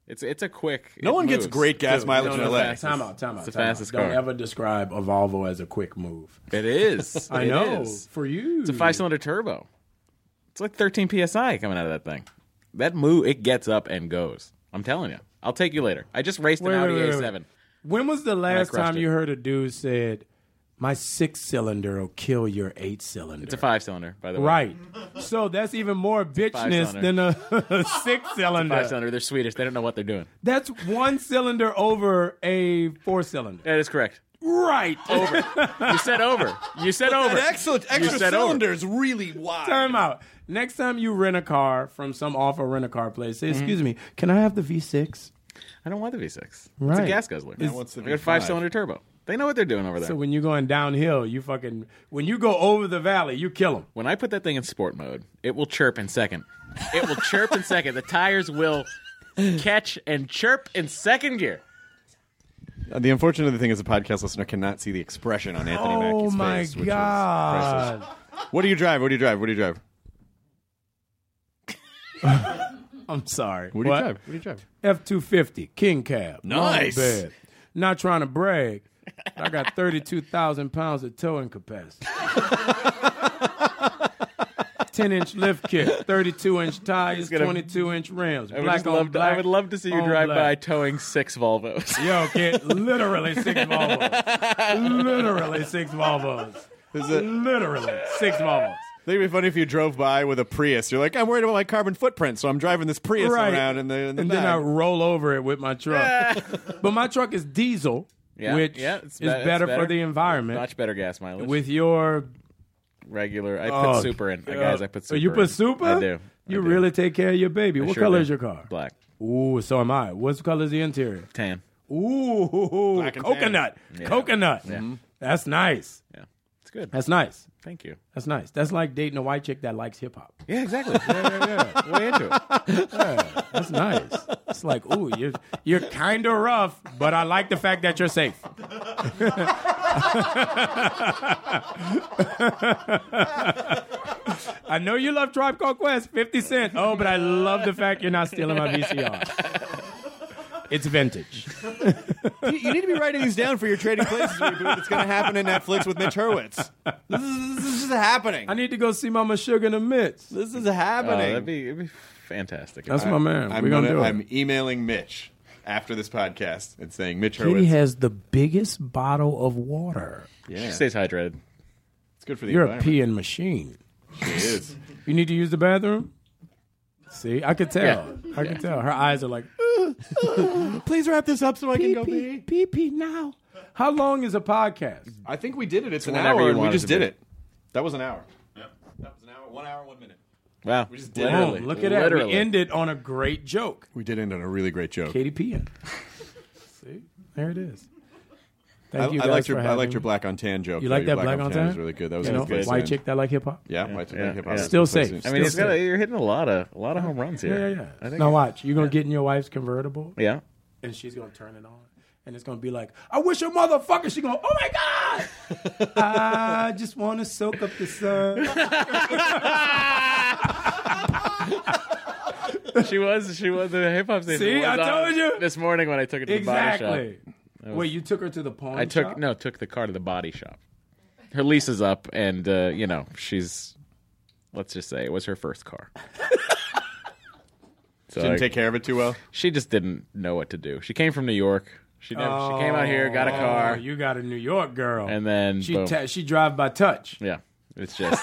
[SPEAKER 2] It's it's a quick.
[SPEAKER 6] No
[SPEAKER 2] it
[SPEAKER 6] one gets
[SPEAKER 2] moves.
[SPEAKER 6] great gas
[SPEAKER 2] Dude,
[SPEAKER 6] mileage
[SPEAKER 2] no,
[SPEAKER 6] in
[SPEAKER 2] no,
[SPEAKER 6] LA.
[SPEAKER 2] fastest-
[SPEAKER 5] Time out, time out.
[SPEAKER 2] It's the
[SPEAKER 5] time out.
[SPEAKER 2] fastest
[SPEAKER 5] Don't
[SPEAKER 2] car.
[SPEAKER 5] ever describe a Volvo as a quick move.
[SPEAKER 2] It is.
[SPEAKER 5] I
[SPEAKER 2] It
[SPEAKER 5] know.
[SPEAKER 2] is.
[SPEAKER 5] For you.
[SPEAKER 2] It's a five cylinder turbo. It's like 13 psi coming out of that thing. That moo it gets up and goes. I'm telling you. I'll take you later. I just raced an
[SPEAKER 5] Wait,
[SPEAKER 2] Audi
[SPEAKER 5] wait, wait, wait.
[SPEAKER 2] A7.
[SPEAKER 5] When was the last
[SPEAKER 2] crushed
[SPEAKER 5] time
[SPEAKER 2] it.
[SPEAKER 5] you heard a dude said, "My six cylinder will kill your eight cylinder"?
[SPEAKER 2] It's a five cylinder, by the way.
[SPEAKER 5] Right. So that's even more bitchness
[SPEAKER 2] five-cylinder.
[SPEAKER 5] than a six
[SPEAKER 2] Five
[SPEAKER 5] cylinder.
[SPEAKER 2] cylinder. They're Swedish. They don't know what they're doing.
[SPEAKER 5] That's one cylinder over a four cylinder.
[SPEAKER 2] That is correct.
[SPEAKER 5] Right.
[SPEAKER 2] Over. you said over. You said over.
[SPEAKER 6] That excellent
[SPEAKER 2] You
[SPEAKER 6] extra
[SPEAKER 2] said over.
[SPEAKER 6] cylinder is really wide.
[SPEAKER 5] Time out. Next time you rent a car from some awful rent a car place, say,
[SPEAKER 2] Mm-hmm.
[SPEAKER 5] "Excuse me, can I have the V6?"
[SPEAKER 2] I don't want the V6. It's a
[SPEAKER 5] Right.
[SPEAKER 2] gas guzzler.
[SPEAKER 5] Now
[SPEAKER 6] what's the
[SPEAKER 2] I got a
[SPEAKER 6] V5?
[SPEAKER 2] five cylinder turbo. They know what they're doing over there.
[SPEAKER 5] So when you're going downhill, you fucking when you go over the valley, you kill them.
[SPEAKER 2] when I put that thing in sport mode, it will chirp in second. It will chirp in second. The tires will catch and chirp in second gear.
[SPEAKER 3] Uh, The unfortunate thing is, a podcast listener cannot see the expression on Anthony
[SPEAKER 5] Oh
[SPEAKER 3] Mackie's
[SPEAKER 5] my
[SPEAKER 3] face. which is
[SPEAKER 5] god.
[SPEAKER 3] priceless. What do you drive? What do you drive? What do you drive?
[SPEAKER 5] I'm sorry.
[SPEAKER 3] What do you drive? What do you drive?
[SPEAKER 5] F two fifty King Cab. long
[SPEAKER 3] Nice.
[SPEAKER 5] bed. Not trying to brag. but I got thirty two thousand pounds of towing capacity. Ten inch lift kit, thirty two inch tires,
[SPEAKER 2] gonna-
[SPEAKER 5] twenty two inch rims.
[SPEAKER 2] I would,
[SPEAKER 5] black
[SPEAKER 2] just
[SPEAKER 5] on
[SPEAKER 2] love to, I
[SPEAKER 5] black
[SPEAKER 2] would love to see you
[SPEAKER 5] on
[SPEAKER 2] drive by
[SPEAKER 5] black.
[SPEAKER 2] towing six Volvos.
[SPEAKER 5] Yo, kid, literally six Volvos. literally six Volvos.
[SPEAKER 3] Is it-
[SPEAKER 5] Literally six Volvos.
[SPEAKER 3] I think it'd be funny if you drove by with a Prius. You're like, I'm worried about my carbon footprint, so I'm driving this Prius
[SPEAKER 5] Right.
[SPEAKER 3] around in the, in the
[SPEAKER 5] and
[SPEAKER 3] back.
[SPEAKER 5] then I roll over it with my truck. but my truck is diesel,
[SPEAKER 2] Yeah,
[SPEAKER 5] which
[SPEAKER 2] yeah,
[SPEAKER 5] is
[SPEAKER 2] it's be- it's
[SPEAKER 5] better,
[SPEAKER 2] better.
[SPEAKER 5] for the environment.
[SPEAKER 2] Much better gas mileage.
[SPEAKER 5] With your
[SPEAKER 2] regular, I
[SPEAKER 5] oh,
[SPEAKER 2] put super in. Uh, guys, I put
[SPEAKER 5] so
[SPEAKER 2] super.
[SPEAKER 5] Oh, you put
[SPEAKER 2] in.
[SPEAKER 5] super.
[SPEAKER 2] I do.
[SPEAKER 5] You really take care of your baby.
[SPEAKER 2] I
[SPEAKER 5] what
[SPEAKER 2] sure
[SPEAKER 5] color
[SPEAKER 2] do.
[SPEAKER 5] is your car?
[SPEAKER 2] Black,
[SPEAKER 5] Ooh, so am I. What color is the interior?
[SPEAKER 2] tan.
[SPEAKER 5] Ooh,
[SPEAKER 3] and
[SPEAKER 5] coconut,
[SPEAKER 2] Yeah.
[SPEAKER 5] coconut. That's nice.
[SPEAKER 2] Yeah, it's good.
[SPEAKER 5] That's nice.
[SPEAKER 2] Thank you.
[SPEAKER 5] That's nice. That's like dating a white chick that likes hip hop.
[SPEAKER 2] Yeah, exactly. yeah, yeah, yeah. Way into it.
[SPEAKER 5] That's nice. It's like, ooh, you're you're kind of rough, but I like the fact that you're safe. I know you love Tribe Called Quest, fifty cent. Oh, but I love the fact you're not stealing my VCR. It's vintage.
[SPEAKER 3] you, you need to be writing these down for your trading places reboot that's going to happen in Netflix with Mitch Hurwitz. This is, this is happening.
[SPEAKER 5] I need to go see Mama Sugar in the midst.
[SPEAKER 3] This is
[SPEAKER 2] Oh, that'd
[SPEAKER 3] happening.
[SPEAKER 2] be, it'd be fantastic.
[SPEAKER 5] That's my man.
[SPEAKER 3] I'm,
[SPEAKER 5] We're gonna, do it.
[SPEAKER 3] I'm emailing Mitch after this podcast and saying, Mitch
[SPEAKER 5] Katie
[SPEAKER 3] Hurwitz.
[SPEAKER 5] has the biggest bottle of water.
[SPEAKER 3] yeah,
[SPEAKER 2] She stays hydrated.
[SPEAKER 3] it's good for the
[SPEAKER 5] You're a
[SPEAKER 3] environment.
[SPEAKER 5] peeing machine.
[SPEAKER 3] She is.
[SPEAKER 5] You need to use the bathroom? See, I could tell. I could tell. Her eyes are like,
[SPEAKER 3] Please wrap this up so I can
[SPEAKER 5] pee
[SPEAKER 3] go
[SPEAKER 5] pee,
[SPEAKER 3] pee.
[SPEAKER 5] pee pee now. How long is a podcast?
[SPEAKER 3] I think we did it. It's an
[SPEAKER 2] Whenever you
[SPEAKER 3] hour, and we
[SPEAKER 2] want it
[SPEAKER 3] just
[SPEAKER 2] to
[SPEAKER 3] did
[SPEAKER 2] be.
[SPEAKER 3] it. That was an hour. Yep. That was an hour. One hour, one minute.
[SPEAKER 2] Wow.
[SPEAKER 3] We just did it.
[SPEAKER 5] Boom, look at that. We
[SPEAKER 2] Literally.
[SPEAKER 5] ended on a great joke.
[SPEAKER 3] We did end on a really great joke.
[SPEAKER 5] Katie peeing. See, there it is.
[SPEAKER 3] I,
[SPEAKER 5] Thank you
[SPEAKER 3] I
[SPEAKER 5] guys
[SPEAKER 3] liked your
[SPEAKER 5] for
[SPEAKER 3] I liked
[SPEAKER 5] having
[SPEAKER 3] your
[SPEAKER 5] me.
[SPEAKER 3] black on tan joke.
[SPEAKER 5] You
[SPEAKER 3] though.
[SPEAKER 5] like
[SPEAKER 3] Your
[SPEAKER 5] that black on
[SPEAKER 3] was
[SPEAKER 5] time?
[SPEAKER 3] really good. That was
[SPEAKER 5] You
[SPEAKER 3] a
[SPEAKER 5] know,
[SPEAKER 3] good place to
[SPEAKER 5] white
[SPEAKER 3] end.
[SPEAKER 5] chick that like hip hop.
[SPEAKER 3] Yeah, white chick
[SPEAKER 2] yeah,
[SPEAKER 3] like hip hop.
[SPEAKER 2] yeah.
[SPEAKER 3] That's a
[SPEAKER 5] Still
[SPEAKER 3] good place
[SPEAKER 5] safe.
[SPEAKER 3] to
[SPEAKER 2] I
[SPEAKER 3] end.
[SPEAKER 2] mean, it's
[SPEAKER 5] Still
[SPEAKER 2] got
[SPEAKER 5] sick.
[SPEAKER 2] you're hitting a lot of a lot of home runs here.
[SPEAKER 5] Yeah, yeah.
[SPEAKER 2] I think
[SPEAKER 5] now watch. You're gonna get in your wife's convertible,
[SPEAKER 2] yeah.
[SPEAKER 5] and she's gonna turn it on, and it's gonna be like, "I wish a motherfucker." She gonna, "Oh my god, I just want to soak up the sun."
[SPEAKER 2] she was. She was the hip hop station.
[SPEAKER 5] See,
[SPEAKER 2] was on
[SPEAKER 5] I told you.
[SPEAKER 2] this morning when I took it to the body shop.
[SPEAKER 5] Exactly.
[SPEAKER 2] That was-
[SPEAKER 5] Wait, you took her to the pawn
[SPEAKER 2] I took
[SPEAKER 5] shop?
[SPEAKER 2] no, took the car to the body shop. Her lease is up, and uh, you know she's. Let's just say it was her first car. so
[SPEAKER 3] Didn't
[SPEAKER 2] like,
[SPEAKER 3] take care of it too well.
[SPEAKER 2] she just didn't know what to do. She came from New York. She never, she came out here, got a
[SPEAKER 5] Oh,
[SPEAKER 2] car,
[SPEAKER 5] you got a New York girl,
[SPEAKER 2] and then
[SPEAKER 5] she
[SPEAKER 2] boom.
[SPEAKER 5] ta- she drive by touch.
[SPEAKER 2] yeah, it's just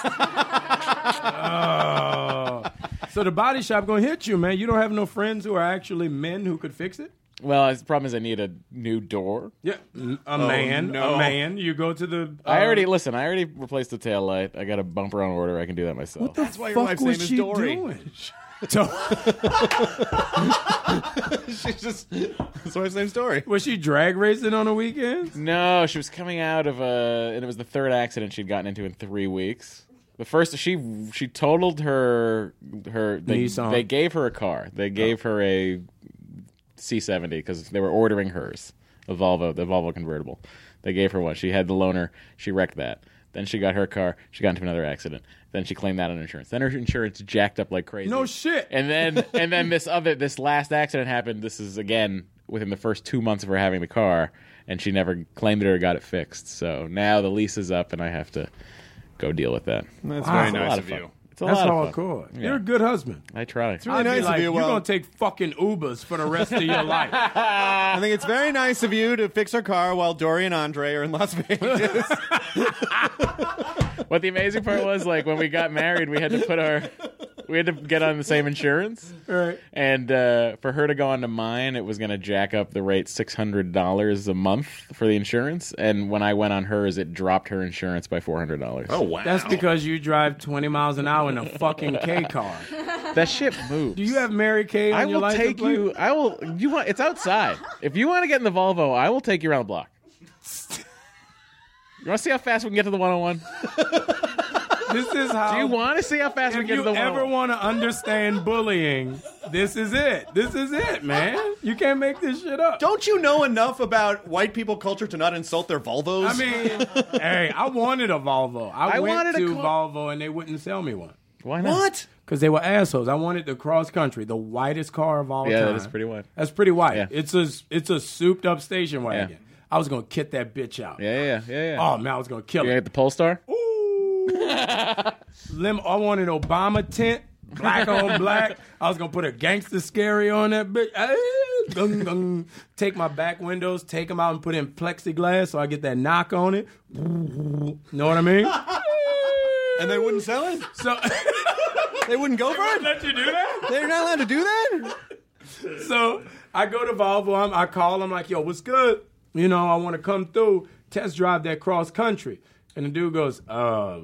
[SPEAKER 5] Oh. So the body shop gonna hit you, man. You don't have no friends who are actually men who could fix it.
[SPEAKER 2] well. The problem is I need a new door.
[SPEAKER 5] Yeah, a
[SPEAKER 3] Oh,
[SPEAKER 5] man, a man. You go to the.
[SPEAKER 3] Uh,
[SPEAKER 5] um,
[SPEAKER 2] I already listen. I already replaced the tail light. I got a bumper on order. I can do that myself.
[SPEAKER 5] That's
[SPEAKER 3] why your wife's name is Dory.
[SPEAKER 5] doing? So,
[SPEAKER 3] She's just that's why same story.
[SPEAKER 5] was she drag racing on the weekends?
[SPEAKER 2] No, she was coming out of a, and it was the third accident she'd gotten into in three weeks. The first she she totaled her her they,
[SPEAKER 5] Nissan.
[SPEAKER 2] they gave her a car. They gave her a C seventy because they were ordering hers,
[SPEAKER 1] the Volvo, the Volvo convertible. They gave her one. She had the loaner. She wrecked that. Then she got her car. She got into another accident. Then she claimed that on insurance. Then her insurance jacked up like crazy.
[SPEAKER 5] No shit.
[SPEAKER 1] And then and then this other this last accident happened. This is again within the first two months of her having the car, and she never claimed it or got it fixed. So now the lease is up, and I have to go deal with that.
[SPEAKER 5] That's
[SPEAKER 1] It's a lot fun. It's a
[SPEAKER 5] That's
[SPEAKER 1] lot
[SPEAKER 5] hardcore.
[SPEAKER 1] of fun. Yeah.
[SPEAKER 5] You're a good husband.
[SPEAKER 1] I try.
[SPEAKER 5] It's really nice of you. You're gonna take fucking Ubers for the rest of your life.
[SPEAKER 3] I think it's very nice of you to fix our car while Dory and Andre are in Las Vegas.
[SPEAKER 1] What the amazing part was, like when we got married, we had to put our we had to get on the same insurance.
[SPEAKER 5] Right.
[SPEAKER 1] And uh, for her to go onto mine, it was going to jack up the rate six hundred dollars a month for the insurance. And when I went on hers, it dropped her insurance by four hundred dollars.
[SPEAKER 5] That's because you drive 20 miles an hour in a fucking K car.
[SPEAKER 1] that shit moves.
[SPEAKER 5] Do you have Mary Kay on
[SPEAKER 1] I
[SPEAKER 5] your
[SPEAKER 1] will
[SPEAKER 5] license
[SPEAKER 1] take
[SPEAKER 5] plate?
[SPEAKER 1] you. I will. You want? It's outside. If you want to get in the Volvo, I will take you around the block. You want to see how fast we can get to the 101?
[SPEAKER 5] This is how.
[SPEAKER 1] Do you want to see how fast we
[SPEAKER 5] If
[SPEAKER 1] can get to
[SPEAKER 5] you
[SPEAKER 1] the
[SPEAKER 5] ever
[SPEAKER 1] 101?
[SPEAKER 5] want to understand bullying, this is it. This is it, man. You can't make this shit up.
[SPEAKER 3] Don't you know enough about white people culture to not insult their Volvos?
[SPEAKER 5] I mean, hey, I wanted a Volvo. I,
[SPEAKER 3] I
[SPEAKER 5] went
[SPEAKER 3] wanted a
[SPEAKER 5] to
[SPEAKER 3] car-
[SPEAKER 5] Volvo and they wouldn't sell me one.
[SPEAKER 1] Why
[SPEAKER 3] not? What?
[SPEAKER 5] Because they were assholes. I wanted the cross country, the widest car of all
[SPEAKER 1] Yeah,
[SPEAKER 5] time.
[SPEAKER 1] that is pretty wide.
[SPEAKER 5] That's pretty wide.
[SPEAKER 1] Yeah.
[SPEAKER 5] It's a it's a souped up station wagon.
[SPEAKER 1] Yeah.
[SPEAKER 5] I was gonna kit that bitch out.
[SPEAKER 1] Yeah, yeah, yeah, yeah.
[SPEAKER 5] Oh man, I was gonna kill
[SPEAKER 1] you
[SPEAKER 5] it.
[SPEAKER 1] at the Polestar?
[SPEAKER 5] Lim, I wanted Obama tent, black on black. I was gonna put a gangster scary on that bitch. Ah, dung, dung. Take my back windows, take them out, and put in plexiglass so I get that knock on it. Know what I mean?
[SPEAKER 3] and they wouldn't sell it?
[SPEAKER 5] So
[SPEAKER 3] they wouldn't go for it?
[SPEAKER 5] Let you do that?
[SPEAKER 3] They're not allowed to do that?
[SPEAKER 5] so I go to Volvo. I'm, I call them like, "Yo, what's good? You know, I want to come through test drive that cross country." And the dude goes, "Uh,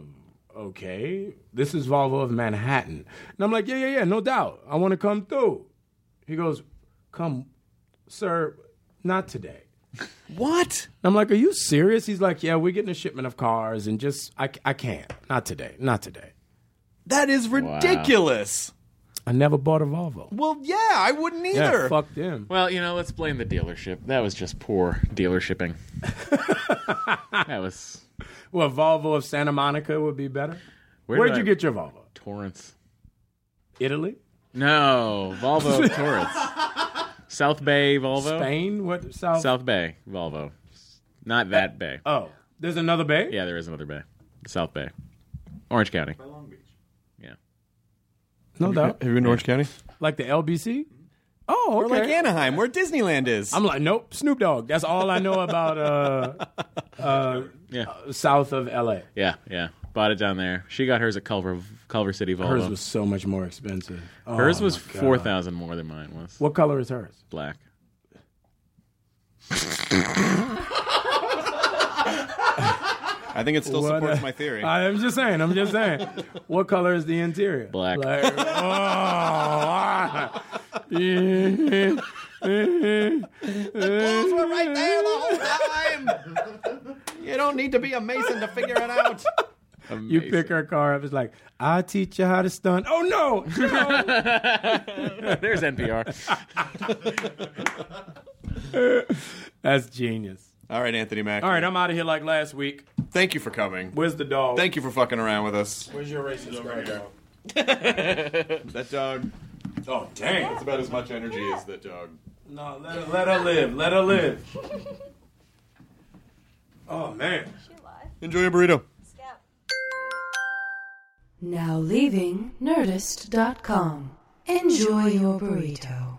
[SPEAKER 5] okay, this is Volvo of Manhattan." And I'm like, "Yeah, yeah, yeah, no doubt. I want to come through." He goes, "Come, sir, not today."
[SPEAKER 3] What?
[SPEAKER 5] I'm like, "Are you serious?" He's like, "Yeah, we're getting a shipment of cars, and just I, I can't, not today, not today."
[SPEAKER 3] That is ridiculous.
[SPEAKER 5] I never bought a Volvo.
[SPEAKER 3] Well, yeah, I wouldn't either.
[SPEAKER 5] Yeah, fuck them.
[SPEAKER 1] Well, you know, let's blame the dealership. That was just poor dealershipping. that was
[SPEAKER 5] Well, Volvo of Santa Monica would be better.
[SPEAKER 1] Where
[SPEAKER 5] Where'd
[SPEAKER 1] did
[SPEAKER 5] you
[SPEAKER 1] I-
[SPEAKER 5] get your Volvo?
[SPEAKER 1] Torrance.
[SPEAKER 5] Italy?
[SPEAKER 1] No, Volvo Torrance. South Bay Volvo.
[SPEAKER 5] Spain? What South?
[SPEAKER 1] South Bay Volvo. Not that bay.
[SPEAKER 5] Oh, there's another bay.
[SPEAKER 1] Yeah, there is another bay. South Bay, Orange County.
[SPEAKER 5] No doubt.
[SPEAKER 3] Have you been to Orange County?
[SPEAKER 5] Like the LBC? Oh,
[SPEAKER 3] Or
[SPEAKER 5] okay.
[SPEAKER 3] like Anaheim, where Disneyland is.
[SPEAKER 5] I'm like, nope, Snoop Dogg. That's all I know about uh, uh,
[SPEAKER 1] Yeah.
[SPEAKER 5] uh, south of LA.
[SPEAKER 1] Yeah, yeah. Bought it down there. She got hers at Culver Culver City Volvo.
[SPEAKER 5] Hers was so much more expensive. Oh,
[SPEAKER 1] Hers was
[SPEAKER 5] my God.
[SPEAKER 1] four thousand more than mine was.
[SPEAKER 5] What color is hers?
[SPEAKER 1] Black.
[SPEAKER 3] I think it still
[SPEAKER 5] What
[SPEAKER 3] supports
[SPEAKER 5] a-
[SPEAKER 3] my theory.
[SPEAKER 5] I'm just saying. I'm just saying. what color is the interior?
[SPEAKER 1] Black.
[SPEAKER 5] Like, oh, ah.
[SPEAKER 3] Those were right there the whole time. you don't need to be a mason to figure it out.
[SPEAKER 5] You pick her car up. It's like, I teach you how to stunt. Oh no! no.
[SPEAKER 1] There's NPR.
[SPEAKER 5] That's genius.
[SPEAKER 3] All right, Anthony Mack.
[SPEAKER 5] All right, I'm out of here like last week.
[SPEAKER 3] Thank you for coming.
[SPEAKER 5] Where's the dog?
[SPEAKER 3] Thank you for fucking around with us.
[SPEAKER 5] Where's your racist over here?
[SPEAKER 3] That dog.
[SPEAKER 5] Oh dang!
[SPEAKER 3] That's about as much energy as that dog.
[SPEAKER 5] No, let her, let her live. Let her live. oh man.
[SPEAKER 3] Enjoy your burrito.
[SPEAKER 7] Now leaving Nerdist.com. Enjoy your burrito.